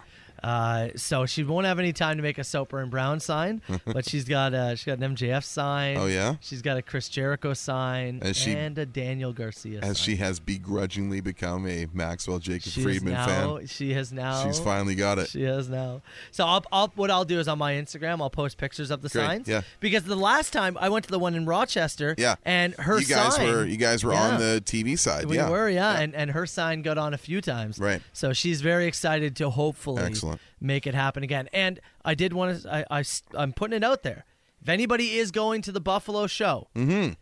Speaker 5: Uh, so she won't have any time to make a Soper and Brown sign, but she's got uh she got an MJF sign.
Speaker 6: Oh, yeah?
Speaker 5: she's got a Chris Jericho sign
Speaker 6: As she-
Speaker 5: and a Daniel Garcia.
Speaker 6: As
Speaker 5: sign.
Speaker 6: she has begrudgingly become a Maxwell Jacob
Speaker 5: She is
Speaker 6: Friedman
Speaker 5: now-
Speaker 6: fan.
Speaker 5: She has now.
Speaker 6: She's finally got it.
Speaker 5: She has now. So I'll, I'll, what I'll do is on my Instagram, I'll post pictures of the
Speaker 6: Great,
Speaker 5: signs.
Speaker 6: yeah.
Speaker 5: Because the last time I went to the one in Rochester.
Speaker 6: Yeah.
Speaker 5: And her
Speaker 6: you guys
Speaker 5: sign.
Speaker 6: were you guys were on
Speaker 5: Yeah.
Speaker 6: the TV side.
Speaker 5: We
Speaker 6: yeah.
Speaker 5: were, yeah, And, and her sign got on a few times.
Speaker 6: Right.
Speaker 5: So she's very excited to hopefully
Speaker 6: Excellent.
Speaker 5: make it happen again. And I did want to, I, I, I'm putting it out there. If anybody is going to the Buffalo show
Speaker 6: Mm-hmm.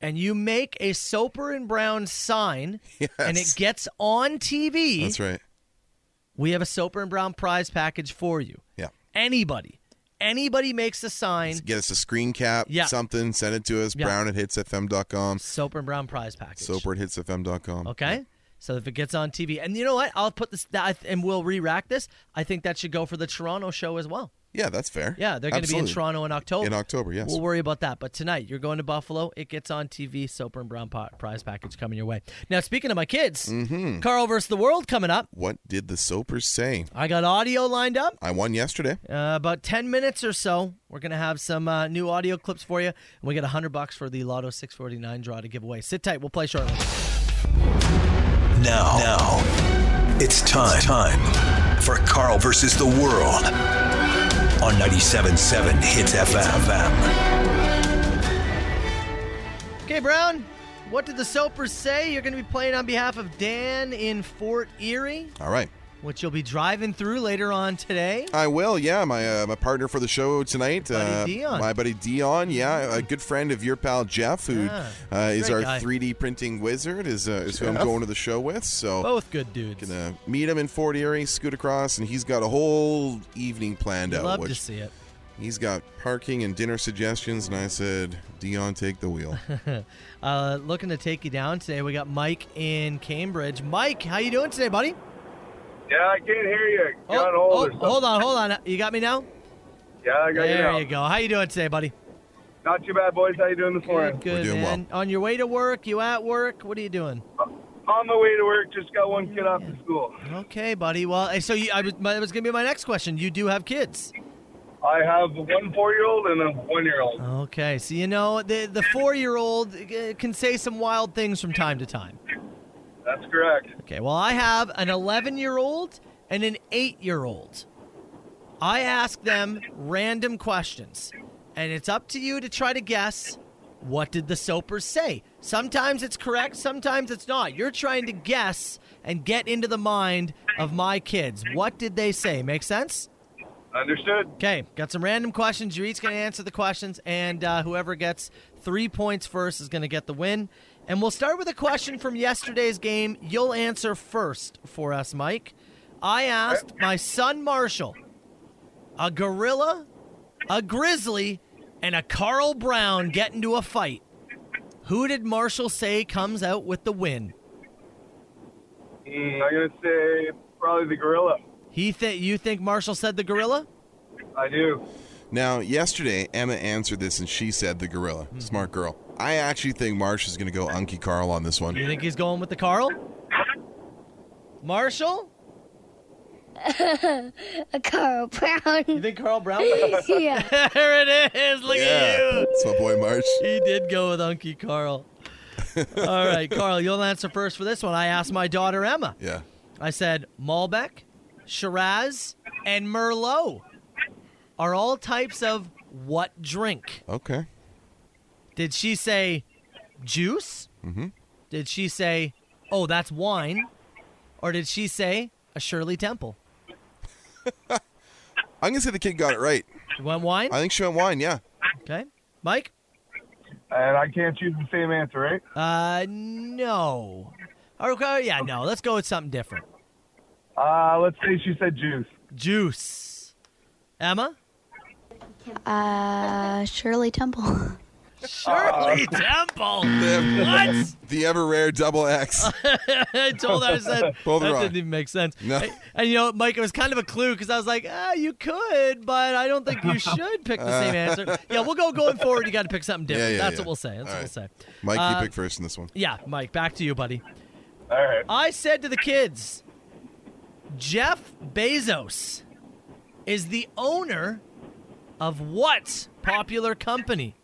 Speaker 5: and you make a Soper and Brown sign and it
Speaker 6: Yes.
Speaker 5: gets on TV,
Speaker 6: That's right.
Speaker 5: Mm-hmm. we have a Soper and Brown prize package for you.
Speaker 6: Yeah.
Speaker 5: Anybody, anybody makes a sign,
Speaker 6: Get us a screen cap,
Speaker 5: Yeah.
Speaker 6: something, send it to us,
Speaker 5: Yeah.
Speaker 6: brown at hitsfm.com,
Speaker 5: Soper and Brown prize package.
Speaker 6: soper at hitsfm.com.
Speaker 5: Okay. So if it gets on TV, and you know what, I'll put this that, and we'll re-rack this. I think that should go for the Toronto show as well.
Speaker 6: Yeah, that's fair.
Speaker 5: Yeah, they're going to be in
Speaker 6: Absolutely.
Speaker 5: Toronto in October.
Speaker 6: In October, yes.
Speaker 5: We'll worry about that. But tonight, you're going to Buffalo. It gets on TV. Soper and Brown pot, prize package coming your way. Now, speaking of my kids,
Speaker 6: Mm-hmm.
Speaker 5: Carl versus the world coming up.
Speaker 6: What did the Sopers say?
Speaker 5: I got audio lined up.
Speaker 6: I won yesterday.
Speaker 5: Uh, about 10 minutes or so, we're going to have some uh, new audio clips for you. And we get 100 bucks for the Lotto 649 draw to give away. Sit tight. We'll play shortly.
Speaker 4: Now, now, it's time, time for Carl versus the world on 97.7 Hits FM.
Speaker 5: Okay, Brown, what did the Soapers say? You're going to be playing on behalf of Dan in Fort Erie,
Speaker 6: All right.
Speaker 5: which you'll be driving through later on today.
Speaker 6: I will, yeah. My uh, my partner for the show tonight, uh,
Speaker 5: Dion. Mm-hmm.
Speaker 6: my buddy Dion, yeah, a good friend of your pal Jeff, who
Speaker 5: Yeah,
Speaker 6: uh, is
Speaker 5: great
Speaker 6: our
Speaker 5: guy.
Speaker 6: 3D printing wizard, is uh, is who I'm
Speaker 5: Jeff.
Speaker 6: going to the show with. So
Speaker 5: Both good dudes.
Speaker 6: gonna meet him in Fort Erie, scoot across, and he's got a whole evening planned out.
Speaker 5: Love to
Speaker 6: which
Speaker 5: see it.
Speaker 6: He's got parking and dinner suggestions, and I said, Dion, take the wheel.
Speaker 5: uh, looking to take you down today. We got Mike in Cambridge. Mike, how you doing today, buddy?
Speaker 12: Yeah, I can't hear you.
Speaker 5: Oh,
Speaker 12: Got hold
Speaker 5: oh,
Speaker 12: or something.
Speaker 5: hold on, hold on. You got me now?
Speaker 12: Yeah, I got you
Speaker 5: there
Speaker 12: now.
Speaker 5: you go. How you doing today, buddy?
Speaker 12: Not too bad, boys. How you doing this morning?
Speaker 5: Good, man. On your way to work? You at work? What are you doing?
Speaker 12: Uh, On my way to work. Just got one kid off to school.
Speaker 5: Okay, buddy. Well, eh, so you, I was, my, that was going to be my next question. You do have kids.
Speaker 12: I have one four-year-old and a one-year-old.
Speaker 5: Okay, so you know the the four year old can say some wild things from time to time.
Speaker 12: That's correct.
Speaker 5: Okay, well I have an eleven year old and an eight year old. I ask them random questions, and it's up to you to try to guess what did the soapers say. Sometimes it's correct, sometimes it's not. You're trying to guess and get into the mind of my kids. What did they say? Make sense?
Speaker 12: Understood.
Speaker 5: Okay, got some random questions. You're each going to answer the questions, and uh, whoever gets three points first is going to get the win. And we'll start with a question from yesterday's game. You'll answer first for us, Mike. I asked my son Marshall a gorilla, a grizzly, and a Carl Brown get into a fight. Who did Marshall say comes out with the win?
Speaker 12: Mm, I'm gonna say probably the gorilla.
Speaker 5: He th- you think Marshall said the gorilla?
Speaker 12: I do.
Speaker 6: Now, yesterday, Emma answered this and she said the gorilla.
Speaker 5: Hmm.
Speaker 6: Smart girl. I actually think Marsh is going to go Unky Carl on this one.
Speaker 5: You think he's going with the Carl? Marshall?
Speaker 13: Carl Brown. You
Speaker 5: think Carl Brown?
Speaker 13: yeah.
Speaker 5: there it is. Look at you.
Speaker 6: It's my boy Marsh.
Speaker 5: He did go with Unky Carl. All right, Carl, you'll answer first for this one. I asked my daughter Emma.
Speaker 6: Yeah.
Speaker 5: I said Malbec, Shiraz, and Merlot are all types of what drink?
Speaker 6: Okay.
Speaker 5: Did she say juice?
Speaker 6: Mm-hmm.
Speaker 5: Did she say, oh, that's wine? Or did she say a Shirley Temple?
Speaker 6: I'm going to say the kid got it right.
Speaker 5: You want wine?
Speaker 6: I think she went wine, yeah.
Speaker 5: Okay. Mike?
Speaker 12: And I can't choose the same answer, right?
Speaker 5: Uh, no. Okay, yeah, no. Let's go with something different.
Speaker 12: Uh, let's say she said juice.
Speaker 5: Juice. Emma?
Speaker 13: Uh, Shirley Temple.
Speaker 5: Shirley Uh, Temple.
Speaker 6: The,
Speaker 5: what?
Speaker 6: the ever rare double X.
Speaker 5: I told her I said
Speaker 6: Both
Speaker 5: that
Speaker 6: wrong.
Speaker 5: didn't even make sense.
Speaker 6: No.
Speaker 5: I- and you know, Mike, it was kind of a clue because I was like, ah, you could, but I don't think you should pick the same answer. Yeah, we'll go going forward. You got to pick something
Speaker 6: Uh. Yeah,
Speaker 5: different.
Speaker 6: yeah,
Speaker 5: That's
Speaker 6: yeah.
Speaker 5: what we'll say. That's
Speaker 6: All
Speaker 5: what
Speaker 6: right.
Speaker 5: we'll say.
Speaker 6: Mike,
Speaker 5: Uh,
Speaker 6: you pick first in this one.
Speaker 5: Yeah, Mike, back to you, buddy.
Speaker 12: All right.
Speaker 5: I said to the kids, Jeff Bezos is the owner of what popular company?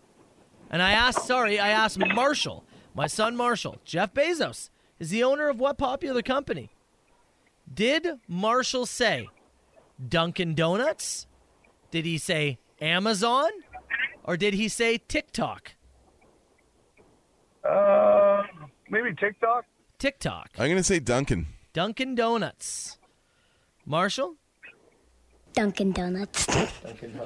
Speaker 5: And I asked, sorry, I asked Marshall, my son Marshall, Jeff Bezos is the owner of what popular company? Did Marshall say Dunkin' Donuts? Did he say Amazon? Or did he say TikTok?
Speaker 12: Uh, maybe TikTok.
Speaker 5: TikTok.
Speaker 6: I'm going to say Duncan.
Speaker 5: Dunkin' Donuts. Marshall?
Speaker 13: Dunkin' Donuts.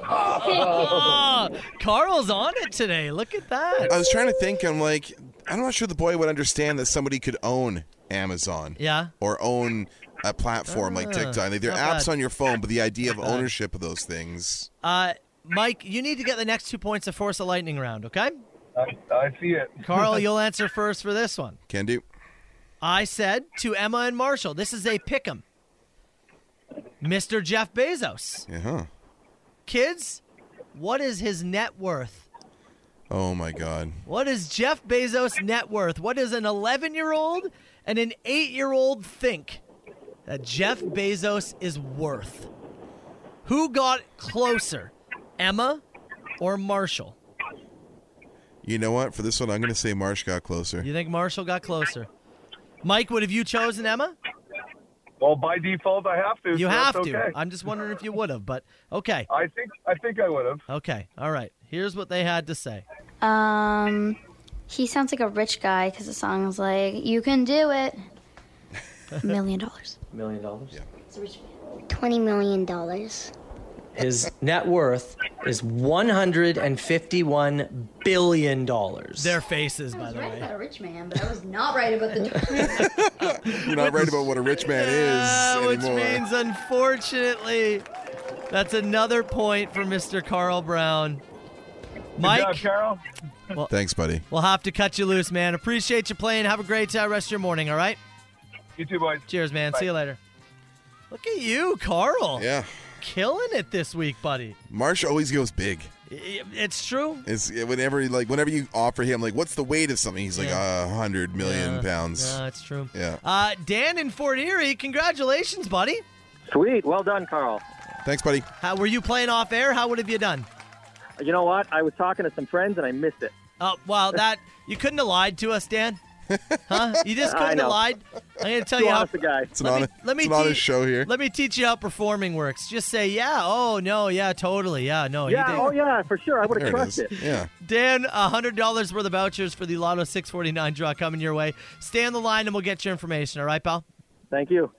Speaker 5: Oh, Carl's on it today. Look at that.
Speaker 6: I was trying to think. I'm like, I'm not sure the boy would understand that somebody could own Amazon.
Speaker 5: Yeah.
Speaker 6: Or own a platform like
Speaker 5: Ah,
Speaker 6: TikTok. Like, there are
Speaker 5: not
Speaker 6: apps
Speaker 5: bad.
Speaker 6: on your phone, but the idea of
Speaker 5: Not bad.
Speaker 6: ownership of those things.
Speaker 5: Uh, Mike, you need to get the next two points to force a lightning round, okay?
Speaker 12: I, I see it.
Speaker 5: Carl, you'll answer first for this one.
Speaker 6: Can do.
Speaker 5: I said to Emma and Marshall, this is a pick 'em. Mr. Jeff Bezos.
Speaker 6: Yeah. huh.
Speaker 5: Kids, what is his net worth?
Speaker 6: Oh, my God.
Speaker 5: What is Jeff Bezos' net worth? What does an 11 year old and an 8 year old think that Jeff Bezos is worth? Who got closer, Emma or Marshall?
Speaker 6: You know what? For this one, I'm going to say Marsh got closer.
Speaker 5: You think Marshall got closer? Mike, would have you chosen Emma?
Speaker 12: Well, by default, I have to.
Speaker 5: You
Speaker 12: so
Speaker 5: have
Speaker 12: that's
Speaker 5: to.
Speaker 12: okay.
Speaker 5: I'm just wondering if you would have, but okay.
Speaker 12: I think I think I would have.
Speaker 5: Okay. All right. Here's what they had to say.
Speaker 13: Um, he sounds like a rich guy because the song is like, "You can do it." A million dollars.
Speaker 14: Million dollars? Yeah.
Speaker 13: Twenty million dollars.
Speaker 14: His net worth is $151 billion.
Speaker 5: Their faces, by the way.
Speaker 13: about a rich man, but I was not right about the.
Speaker 6: You're not right about what a rich man
Speaker 5: Yeah,
Speaker 6: is
Speaker 5: which
Speaker 6: anymore.
Speaker 5: means, unfortunately, that's another point for Mr. Carl Brown. Mike,
Speaker 12: Carl.
Speaker 6: Thanks, buddy.
Speaker 5: we'll have to cut you loose, man. Appreciate you playing. Have a great uh, rest of your morning, all right?
Speaker 12: You too, boys.
Speaker 5: Cheers, man. See you later. Look at you, Carl.
Speaker 6: Yeah.
Speaker 5: Killing it this week, buddy.
Speaker 6: Marsh always goes big.
Speaker 5: I- I- It's true.
Speaker 6: It's whenever he- like whenever you offer him like what's the weight of something, he's like
Speaker 5: Yeah.
Speaker 6: a hundred million
Speaker 5: Yeah,
Speaker 6: pounds.
Speaker 5: yeah, it's true.
Speaker 6: Yeah.
Speaker 5: Uh, Dan in Fort Erie, congratulations, buddy.
Speaker 7: Sweet. Well done, Carl.
Speaker 6: Thanks, buddy.
Speaker 5: How were you playing off air? How would have you done?
Speaker 7: You know what? I was talking to some friends and I missed it.
Speaker 5: Oh, wow, that you couldn't have lied to us, Dan. Huh? You just
Speaker 7: I
Speaker 5: couldn't have
Speaker 7: know.
Speaker 5: lied. I'm gonna tell
Speaker 7: Too
Speaker 5: you how.
Speaker 7: honest a guy.
Speaker 6: It's an honest, it's an honest
Speaker 5: te-
Speaker 6: show here.
Speaker 5: Let me teach you how performing works. Just say, yeah, oh no, yeah, totally, yeah, no. he
Speaker 7: yeah.
Speaker 5: did.
Speaker 7: Oh yeah, for sure. I would
Speaker 6: There
Speaker 7: have
Speaker 6: it
Speaker 7: crushed
Speaker 6: is.
Speaker 7: it.
Speaker 6: Yeah.
Speaker 5: Dan, hundred dollars worth of vouchers for the Lotto 649 draw coming your way. Stay on the line and we'll get your information. All right, pal.
Speaker 7: Thank you.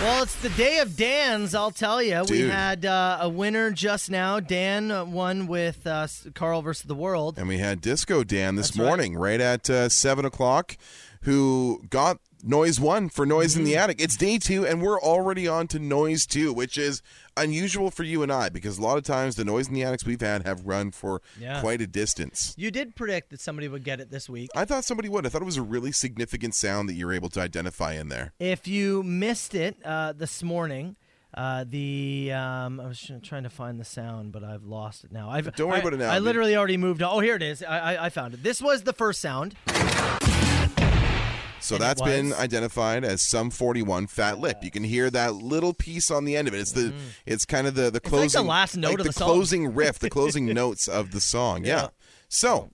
Speaker 5: Well, it's the day of Dan's. I'll tell you, we
Speaker 6: Dude.
Speaker 5: had uh, a winner just now. Dan uh, won with uh, Carl versus the World.
Speaker 6: And we had Disco Dan this
Speaker 5: right.
Speaker 6: morning, right, at uh, seven o'clock. who got Noise 1 for Noise in the
Speaker 5: Mm-hmm.
Speaker 6: Attic. It's day two, and we're already on to Noise 2, which is unusual for you and I because a lot of times the Noise in the Attics we've had have run for
Speaker 5: Yeah.
Speaker 6: quite a distance.
Speaker 5: You did predict that somebody would get it this week.
Speaker 6: I thought somebody would. I thought it was a really significant sound that you're able to identify in there.
Speaker 5: If you missed it uh, this morning, uh, the um, I was tr- trying to find the sound, but I've lost it now. I've,
Speaker 6: Don't worry
Speaker 5: I-
Speaker 6: about it now.
Speaker 5: I literally already moved. On. Oh, here it is. I, I, I found it. This was the first sound.
Speaker 6: So
Speaker 5: And it
Speaker 6: that's been
Speaker 5: was.
Speaker 6: identified as some 41 fat lip. You can hear that little piece on the end of it. It's the it's kind of the the
Speaker 5: Mm-hmm. like the
Speaker 6: closing
Speaker 5: last note
Speaker 6: like
Speaker 5: of
Speaker 6: the,
Speaker 5: the song.
Speaker 6: closing riff, the closing notes of the song. Yeah.
Speaker 5: Yeah.
Speaker 6: So,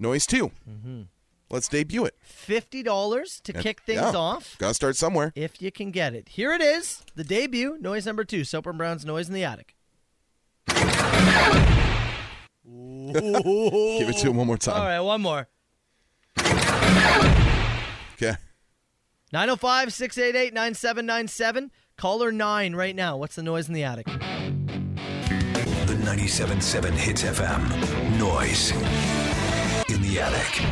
Speaker 6: noise 2.
Speaker 5: Mhm.
Speaker 6: Let's debut it.
Speaker 5: Fifty dollars to
Speaker 6: That-
Speaker 5: kick things
Speaker 6: yeah.
Speaker 5: off.
Speaker 6: Got to start somewhere.
Speaker 5: If you can get it, here it is. The debut noise number two. Soap and Brown's noise in the attic.
Speaker 6: Give it to him one more
Speaker 5: All
Speaker 6: time.
Speaker 5: right, one more.
Speaker 6: Okay.
Speaker 5: 905 688 9797. Caller 9 right now. What's the noise in the attic?
Speaker 4: The 97.7 Hits FM. Noise in the attic.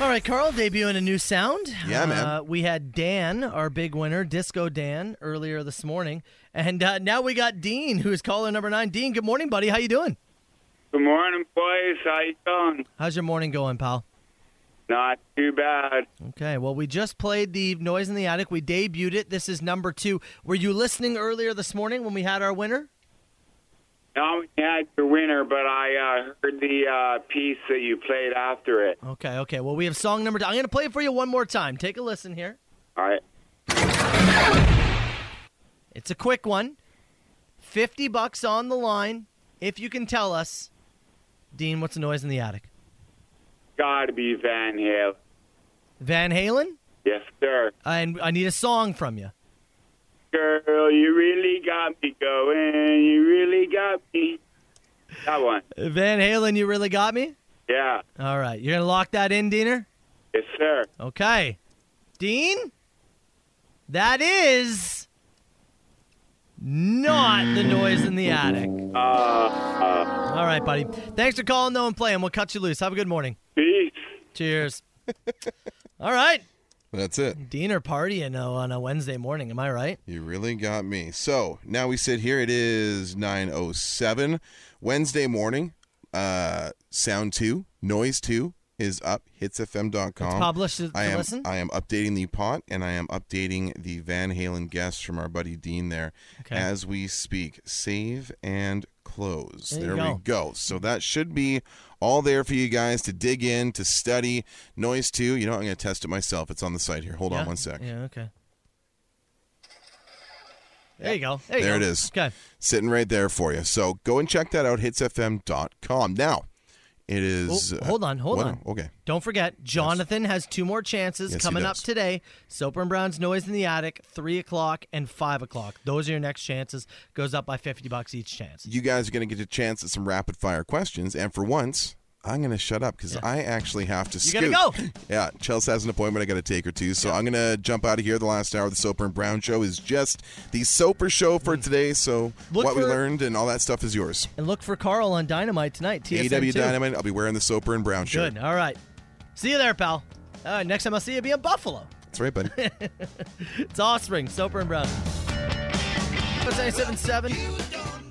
Speaker 5: All right, Carl, debuting a new sound.
Speaker 4: Yeah, man.
Speaker 5: Uh, we had Dan, our big winner, Disco Dan, earlier this morning. And uh, now we got Dean, who is caller number 9. Dean, good morning, buddy. How you doing?
Speaker 15: Good morning, boys. How you doing?
Speaker 5: How's your morning going, pal?
Speaker 15: Not too bad.
Speaker 5: Okay, well, we just played the noise in the attic. We debuted it. This is number two. Were you listening earlier this morning when we had our winner?
Speaker 15: Not only had the winner, but I uh, heard the uh, piece that you played after it.
Speaker 5: Okay, okay. Well, we have song number two. I'm going to play it for you one more time. Take a listen here.
Speaker 15: All right.
Speaker 5: It's a quick one. 50 bucks on the line. If you can tell us, Dean, what's the noise in the attic?
Speaker 15: Gotta be Van Halen.
Speaker 5: Van Halen?
Speaker 15: Yes, sir.
Speaker 5: And I need a song from you.
Speaker 15: Girl, you really got me going. You really got me. That one.
Speaker 5: Van Halen, you really got me?
Speaker 15: Yeah.
Speaker 5: All right. You're going to lock that in, Diener?
Speaker 15: Yes, sir.
Speaker 5: Okay. Dean? That is not the noise in the attic. All right, buddy. Thanks for calling, though, and playing. We'll cut you loose. Have a good morning.
Speaker 15: Peace.
Speaker 5: Cheers. All right.
Speaker 6: That's it.
Speaker 5: Dean are partying uh, on a Wednesday morning. Am I right?
Speaker 6: You really got me. So now we sit here. It is 9.07. Wednesday morning. Uh, sound 2, noise 2 is up. Hitsfm.com.
Speaker 5: published to- to
Speaker 6: I am,
Speaker 5: listen?
Speaker 6: I am updating the pot and I am updating the Van Halen guests from our buddy Dean there
Speaker 5: Okay.
Speaker 6: as we speak. Save and close.
Speaker 5: There you
Speaker 6: There, we
Speaker 5: go.
Speaker 6: go. So that should be all there for you guys to dig in, to study. Noise 2, you know, I'm going to test it myself. It's on the site here. Hold
Speaker 5: Yeah?
Speaker 6: on one sec.
Speaker 5: Yeah, okay. There you go. There,
Speaker 6: There,
Speaker 5: you
Speaker 6: it
Speaker 5: go.
Speaker 6: is.
Speaker 5: Okay.
Speaker 6: Sitting right there for you. So go and check that out, hitsfm.com. Now, it is. uh,
Speaker 5: Oh, hold on, hold
Speaker 6: what-
Speaker 5: on.
Speaker 6: Okay.
Speaker 5: Don't forget, Jonathan has two more chances
Speaker 6: Yes, he
Speaker 5: coming up
Speaker 6: does.
Speaker 5: today. Soper and Brown's Noise in the Attic, 3 o'clock and 5 o'clock. Those are your next chances. Goes up by 50 bucks each chance.
Speaker 6: You guys are going to get a chance at some rapid fire questions. And for once, I'm going to shut up because I actually have to
Speaker 5: You
Speaker 6: scoot.
Speaker 5: gotta go.
Speaker 6: Yeah, Chelsea has an appointment I got to take her to. So I'm going to jump out of here. The last hour of the Soper and Brown show is just the Soper show for today. So
Speaker 5: Mm. Look
Speaker 6: what we
Speaker 5: for-
Speaker 6: learned and all that stuff is yours.
Speaker 5: And look for Carl on Dynamite tonight. TSM
Speaker 6: AW
Speaker 5: 2.
Speaker 6: Dynamite. I'll be wearing the Soper and Brown shirt.
Speaker 5: Good. All right. See you there, pal. All right, next time I'll see you, be in Buffalo.
Speaker 6: That's right, buddy.
Speaker 5: It's Offspring, Soper and Brown. It's 977.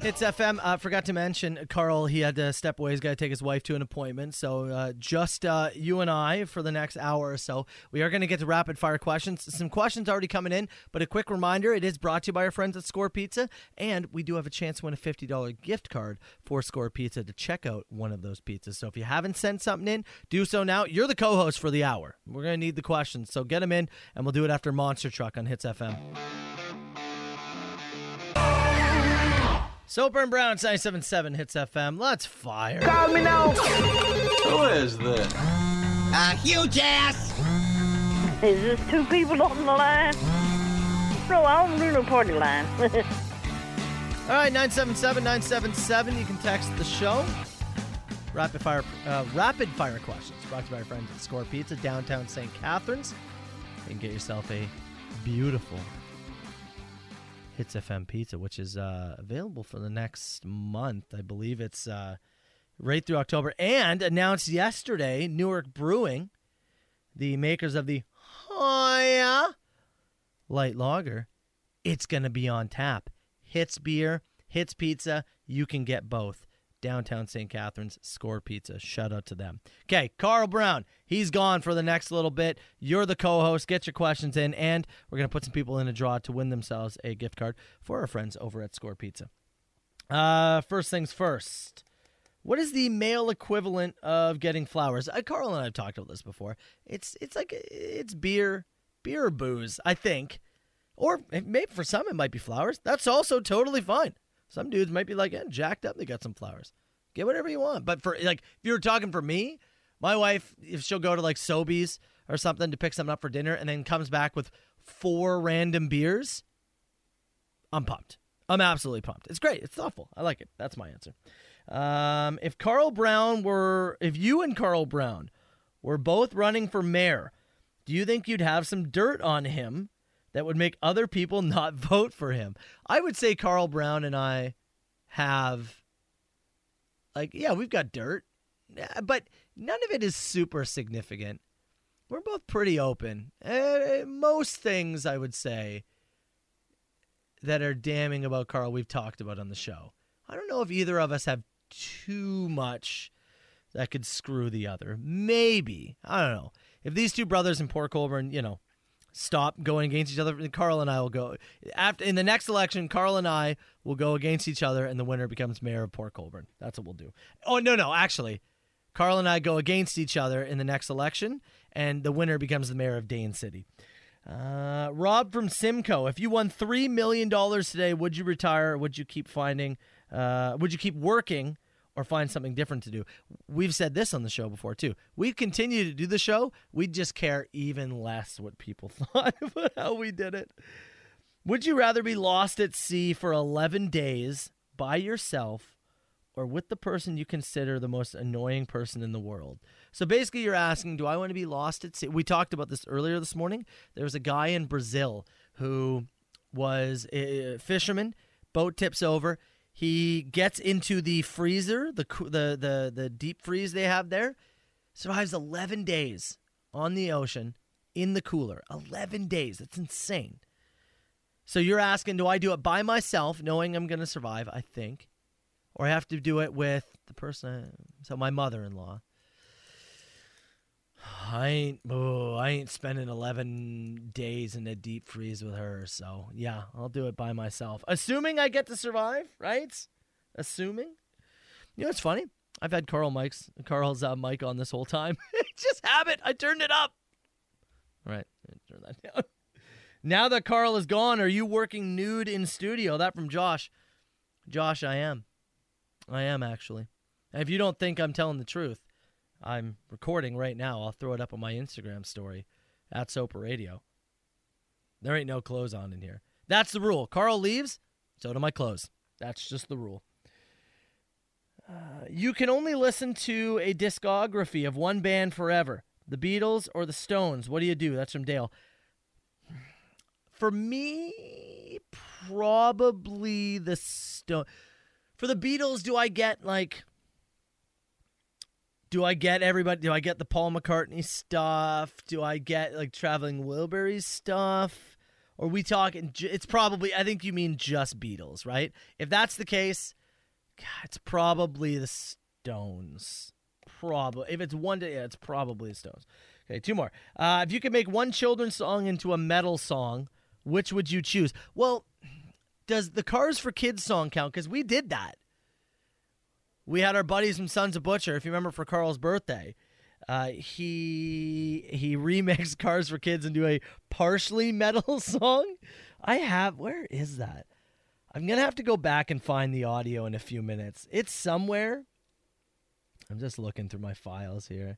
Speaker 5: It's FM. Uh, forgot to mention, Carl, he had to step away. He's got to take his wife to an appointment. So, uh, just uh, you and I for the next hour or so. We are going to get to rapid fire questions. Some questions already coming in, but a quick reminder it is brought to you by our friends at Score Pizza. And we do have a chance to win a $50 gift card for Score Pizza to check out one of those pizzas. So, if you haven't sent something in, do so now. You're the co host for the hour. We're going to need the questions. So, get them in, and we'll do it after Monster Truck on Hits FM. Soper and Brown, 977 Hits FM. Let's fire.
Speaker 2: Call me now.
Speaker 5: Who is this?
Speaker 2: A huge ass. Is this two people on the line?
Speaker 16: No, I don't do no party line.
Speaker 5: All right, 977 977. You can text the show. Rapid fire, uh, rapid fire questions brought to you by our friends at Score Pizza, downtown St. Catharines. And get yourself a beautiful Hits FM pizza, which is uh, available for the next month. I believe it's uh, right through October. And announced yesterday, Newark Brewing the makers of the Hoya light lager, it's going to be on tap. Hits beer, hits pizza. You can get both. Downtown St. Catharines, Score Pizza. Shout out to them. Okay, Carl Brown, he's gone for the next little bit. You're the co host. Get your questions in, and we're going to put some people in a draw to win themselves a gift card for our friends over at Score Pizza. Uh, first things first. What is the male equivalent of getting flowers? Uh, Carl and I have talked about this before. It's it's like uh, it's beer, beer or booze, I think, or it- maybe for some it might be flowers. That's also totally fine. Some dudes might be like, eh, jacked up, they got some flowers. Get whatever you want. But for like, if you were talking for me, my wife, if she'll go to like Sobeys or something to pick something up for dinner, and then comes back with four random beers, I'm pumped. I'm absolutely pumped. It's great. It's thoughtful. I like it. That's my answer. Um, if Carl Brown were, if you and Carl Brown were both running for mayor, do you think you'd have some dirt on him that would make other people not vote for him? I would say Carl Brown and I have, like, yeah, we've got dirt, yeah, but none of it is super significant. We're both pretty open. Eh, most things, I would say, that are damning about Carl we've talked about on the show. I don't know if either of us have too much that could screw the other. Maybe. I don't know. If these two brothers in Port Colborne, you know, stop going against each other, then Carl and I will go after in the next election, Carl and I will go against each other and the winner becomes mayor of Port Colborne. That's what we'll do. Oh no, no, actually. Carl and I go against each other in the next election, and the winner becomes the mayor of Dane City. Uh, Rob from Simcoe, if you won three million dollars today, would you retire? Or would you keep finding? Uh, would you keep working or find something different to do? We've said this on the show before too. We continue to do the show. We just care even less what people thought about how we did it. Would you rather be lost at sea for eleven days by yourself? Or with the person you consider the most annoying person in the world. So basically, you're asking, do I want to be lost at sea? We talked about this earlier this morning. There was a guy in Brazil who was a fisherman. Boat tips over. He gets into the freezer, the coo- the the the deep freeze they have there. Survives 11 days on the ocean in the cooler. 11 days. That's insane. So you're asking, do I do it by myself, knowing I'm going to survive? I think, or I have to do it with the person. I, so my mother-in-law. I ain't. Oh, I ain't spending 11 days in a deep freeze with her. So yeah, I'll do it by myself, assuming I get to survive. Right? Assuming. You know, it's funny. I've had Carl Mike's Carl's uh, mic on this whole time. It's just habit. I turned it up. All right, turn that down. Now that Carl is gone, are you working nude in studio? That from Josh. Josh, I am. I am actually. And if you don't think I'm telling the truth, I'm recording right now. I'll throw it up on my Instagram story at Soper Radio. There ain't no clothes on in here. That's the rule. Carl leaves, so do my clothes. That's just the rule. Uh, you can only listen to a discography of one band forever the Beatles or the Stones. What do you do? That's from Dale. For me, probably the Stone. For the Beatles, do I get like do I get everybody? Do I get the Paul McCartney stuff? Do I get like traveling Wilburys stuff? Or we talking? ju- It's probably. I think you mean just Beatles, right? If that's the case, God, it's probably the Stones. Probably. If it's one day, yeah, it's probably the Stones. Okay, two more. Uh, if you could make one children's song into a metal song, which would you choose? Well, does the Cars for Kids song count? Because we did that we had our buddies from Sons of Butcher. If you remember, for Carl's birthday, uh, he he remixed Cars for Kids into a partially metal song. I have where is that? I'm gonna have to go back and find the audio in a few minutes. It's somewhere. I'm just looking through my files here.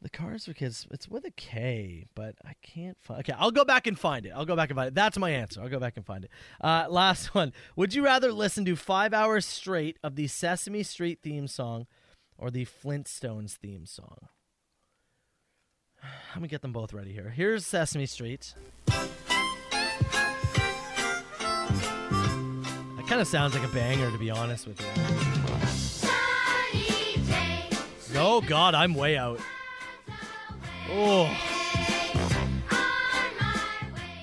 Speaker 5: The Cars for Kids. It's with a K, but I can't find. Okay, I'll go back and find it. I'll go back and find it. That's my answer. I'll go back and find it. Uh, last one. Would you rather listen to five hours straight of the Sesame Street theme song, or the Flintstones theme song? Let me get them both ready here. Here's Sesame Street. That kind of sounds like a banger, to be honest with you. Oh God, I'm way out. Oh.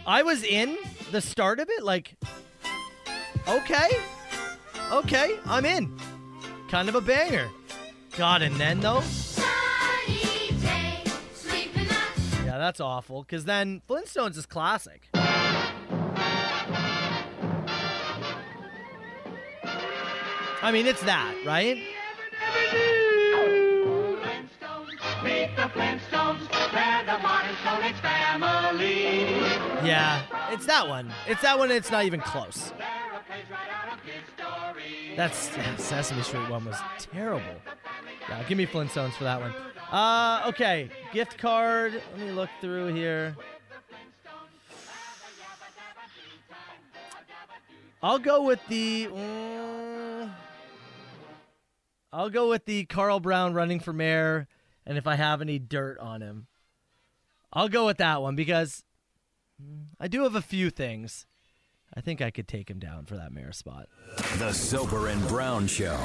Speaker 5: I was in the start of it, like, okay, okay, I'm in. Kind of a banger. God, and then though, yeah, that's awful. Cause then Flintstones is classic. I mean, it's that, right? Yeah, it's that one. It's that one. It's not even close. That's Sesame Street one was terrible. Yeah, give me Flintstones for that one. Uh, okay, gift card. Let me look through here. I'll go with the. mm, I'll go with the Carl Brown running for mayor, and if I have any dirt on him, I'll go with that one because mm, I do have a few things. I think I could take him down for that mayor spot.
Speaker 4: The Soper and Brown Show.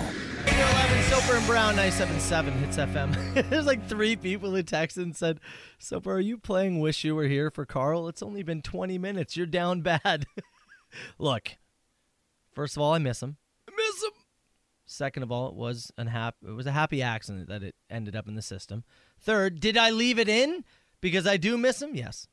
Speaker 5: Radio 11, oh Soper and Brown, 977 hits FM. There's like three people who texted and said, Soper, are you playing Wish You Were Here for Carl? It's only been 20 minutes. You're down bad. Look, first of all, I miss him. I miss him. Second of all, it was unhappy. It was a happy accident that it ended up in the system. Third, did I leave it in because I do miss him? Yes.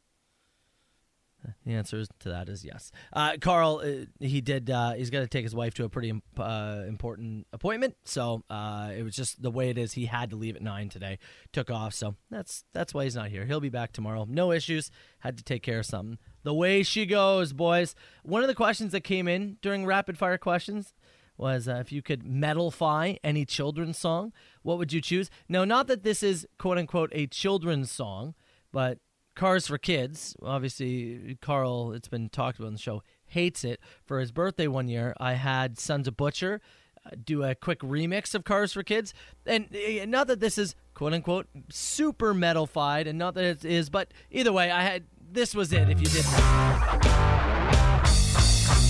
Speaker 5: The answer is- to that is yes. Uh, Carl, uh, he did. Uh, he's got to take his wife to a pretty imp- uh, important appointment, so uh, it was just the way it is. He had to leave at nine today, took off, so that's that's why he's not here. He'll be back tomorrow. No issues. Had to take care of something. The way she goes, boys. One of the questions that came in during rapid fire questions was uh, if you could metalify any children's song, what would you choose? Now, not that this is quote unquote a children's song, but Cars for Kids, obviously, Carl, it's been talked about on the show, hates it. For his birthday one year, I had Sons of Butcher uh, do a quick remix of Cars for Kids. And uh, not that this is quote unquote super metalified, and not that it is, but either way, I had this was it if you did that.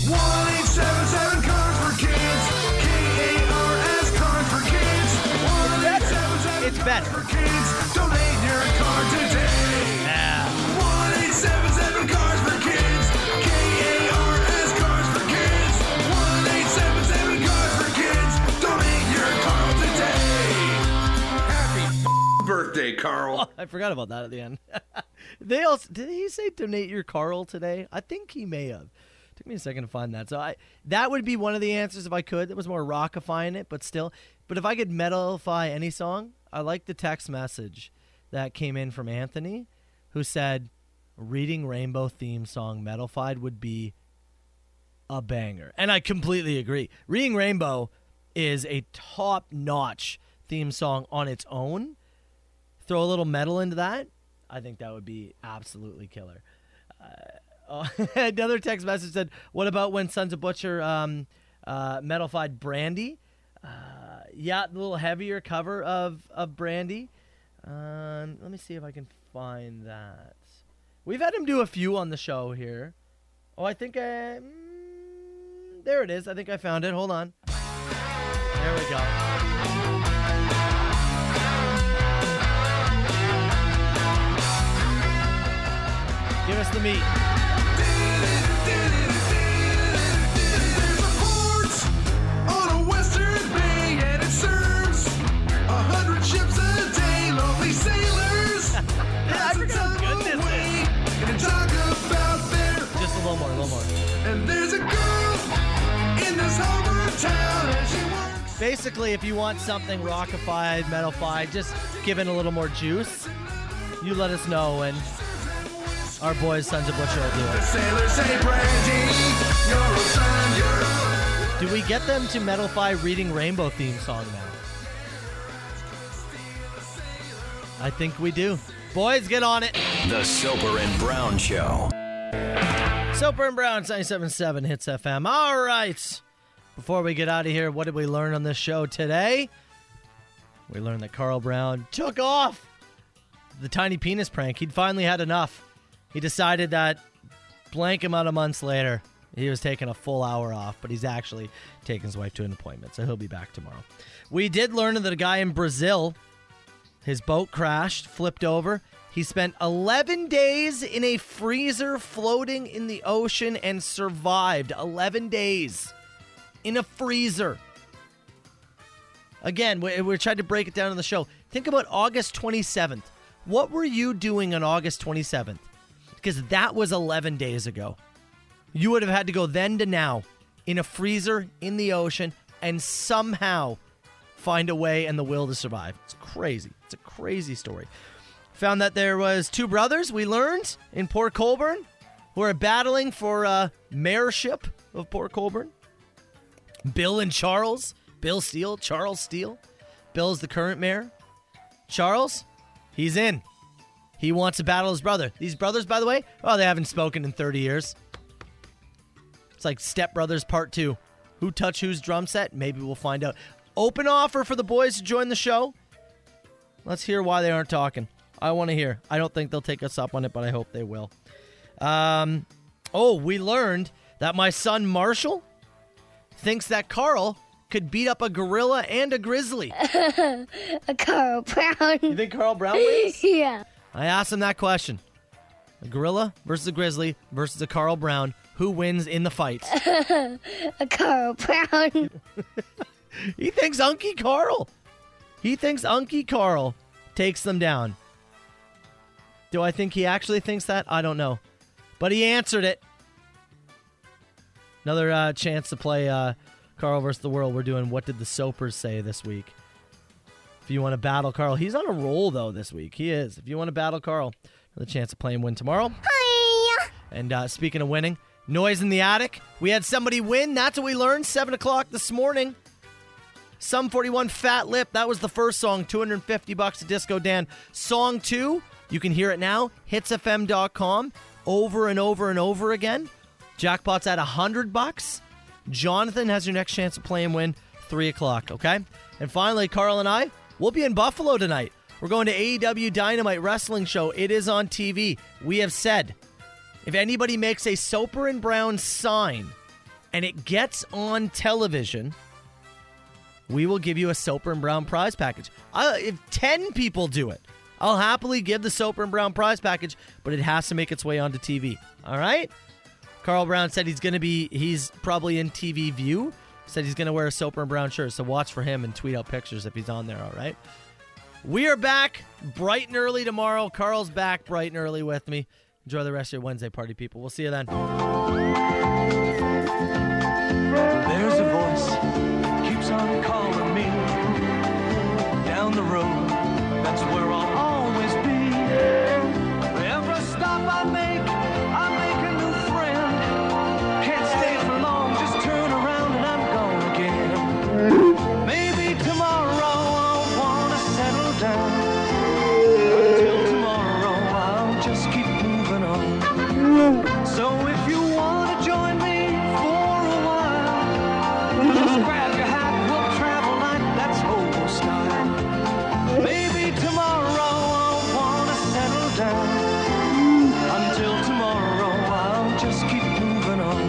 Speaker 2: 1877 Cars for Kids. K A R S Cars for Kids. 1877
Speaker 5: It's better.
Speaker 2: For kids. Donate your car today.
Speaker 5: Yeah.
Speaker 2: 1877 Cars for Kids. K A R S Cars for Kids. 1877 Cars for Kids. Donate your car today. Happy f- birthday, Carl.
Speaker 5: I forgot about that at the end. they also did he say donate your Carl today? I think he may have. Took me a second to find that. So I that would be one of the answers if I could. That was more rockifying it, but still. But if I could metalify any song, I like the text message that came in from Anthony, who said reading rainbow theme song metalified would be a banger. And I completely agree. Reading Rainbow is a top notch theme song on its own throw a little metal into that, I think that would be absolutely killer. Uh, oh, another text message said, "What about when Sons of Butcher um, uh, metalified Brandy? Uh, yeah, a little heavier cover of of Brandy. Um, let me see if I can find that. We've had him do a few on the show here. Oh, I think I, mm, there it is. I think I found it. Hold on. There we go. Give us the meat.
Speaker 2: There's a port on a western bay and it serves a hundred ships a day. Lonely sailors. That's a time away and talk about their.
Speaker 5: Just a little more, a little more.
Speaker 2: And there's a girl in this harbor town and she wants.
Speaker 5: Basically, if you want something rockified, metalified, just give it a little more juice, you let us know and our boys, Sons of Butcher, will do
Speaker 2: The
Speaker 5: it.
Speaker 2: sailors say, Brandy, you're a fine girl.
Speaker 5: Do we get them to metalify reading Rainbow theme song now? I think we do. Boys, get on it.
Speaker 4: The Soper and Brown Show.
Speaker 5: Soper and Brown's 977 Hits FM. All right. Before we get out of here, what did we learn on this show today? We learned that Carl Brown took off the tiny penis prank. He'd finally had enough. He decided that blank amount of months later, he was taking a full hour off, but he's actually taking his wife to an appointment, so he'll be back tomorrow. We did learn that a guy in Brazil his boat crashed, flipped over, He spent 11 days in a freezer floating in the ocean and survived 11 days in a freezer. Again, we, we tried to break it down in the show. Think about August 27th. What were you doing on August 27th? Because that was 11 days ago. You would have had to go then to now in a freezer in the ocean and somehow find a way and the will to survive. It's crazy. It's a crazy story. Found that there was two brothers we learned in Port Colborne who are battling for uh, mayorship of Port Colborne. Bill and Charles. Bill Steele, Charles Steele. Bill's the current mayor. Charles, he's in. He wants to battle his brother. These brothers, by the way, oh, they haven't spoken in 30 years. It's like Step Brothers Part 2. Who touched whose drum set? Maybe we'll find out. Open offer for the boys to join the show. Let's hear why they aren't talking. I want to hear. I don't think they'll take us up on it, but I hope they will. Um, oh, we learned that my son Marshall thinks that Carl could beat up a gorilla and a grizzly.
Speaker 13: a Carl Brown. You
Speaker 5: think Carl Brown wins?
Speaker 13: yeah.
Speaker 5: I asked him that question. A gorilla versus a grizzly versus a Carl Brown. Who wins in the fight?
Speaker 13: a Carl Brown.
Speaker 5: he thinks Unky Carl. He thinks Unky Carl takes them down. Do I think he actually thinks that? I don't know. But he answered it. Another uh, chance to play uh, Carl versus the world. We're doing What Did the Soapers Say this week? If you want to battle Carl, he's on a roll though this week. He is. If you want to battle Carl, another chance to play and win tomorrow. And uh, speaking of winning, noise in the attic. We had somebody win. That's what we learned. Seven o'clock this morning. Some 41 Fat Lip. That was the first song. 250 bucks to Disco Dan. Song two, you can hear it now. Hitsfm.com. Over and over and over again. Jackpot's at 100 bucks. Jonathan has your next chance to play and win. Three o'clock, okay? And finally, Carl and I, we'll be in Buffalo tonight. We're going to AEW Dynamite Wrestling Show. It is on TV. We have said if anybody makes a Soper and Brown sign and it gets on television, we will give you a Soper and Brown prize package. I, if 10 people do it, I'll happily give the Soper and Brown prize package, but it has to make its way onto TV. All right? Carl Brown said he's going to be, he's probably in TV view. Said he's going to wear a Soper and Brown shirt, so watch for him and tweet out pictures if he's on there, all right? We are back bright and early tomorrow. Carl's back bright and early with me. Enjoy the rest of your Wednesday party, people. We'll see you then.
Speaker 17: There's a voice keeps on calling me down the road. That's where I'll always be. Every stop I make, I make a new friend. Can't stay for long, just turn around and I'm gone again. Maybe tomorrow I'll wanna settle down. Till tomorrow I'll just keep moving on. So if you wanna join me for a while. Just grab your hat, we'll travel like that's old style. Maybe tomorrow I'll wanna settle down. Until tomorrow I'll just keep moving on.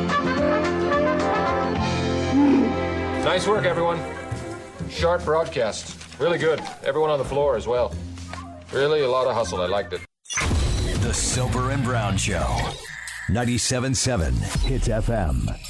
Speaker 18: Nice work, everyone. Sharp broadcast. Really good. Everyone on the floor as well. Really a lot of hustle. I liked it.
Speaker 4: The Soper and Brown Show. 97.7 Hits FM.